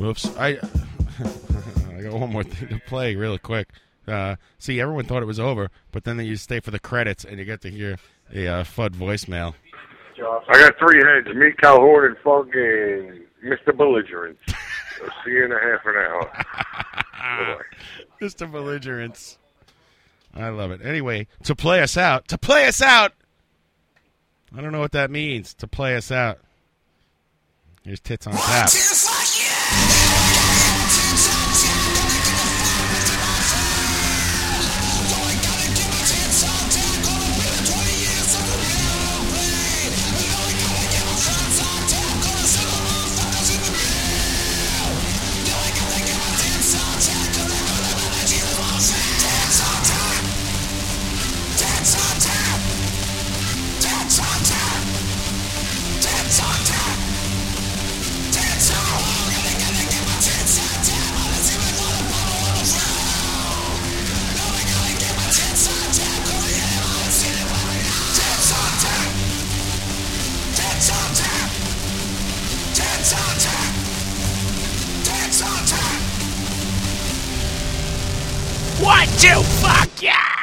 B: Oops. I I got one more thing to play real quick. Uh, see, everyone thought it was over, but then you stay for the credits and you get to hear a uh, FUD voicemail.
P: I got three heads: me, Calhoun, and Funk, and Mr. Belligerent. I'll see you in a half an hour.
B: Mr. Belligerence. I love it. Anyway, to play us out, to play us out. I don't know what that means. To play us out. Here's tits on tap.
C: One, two, fuck yeah!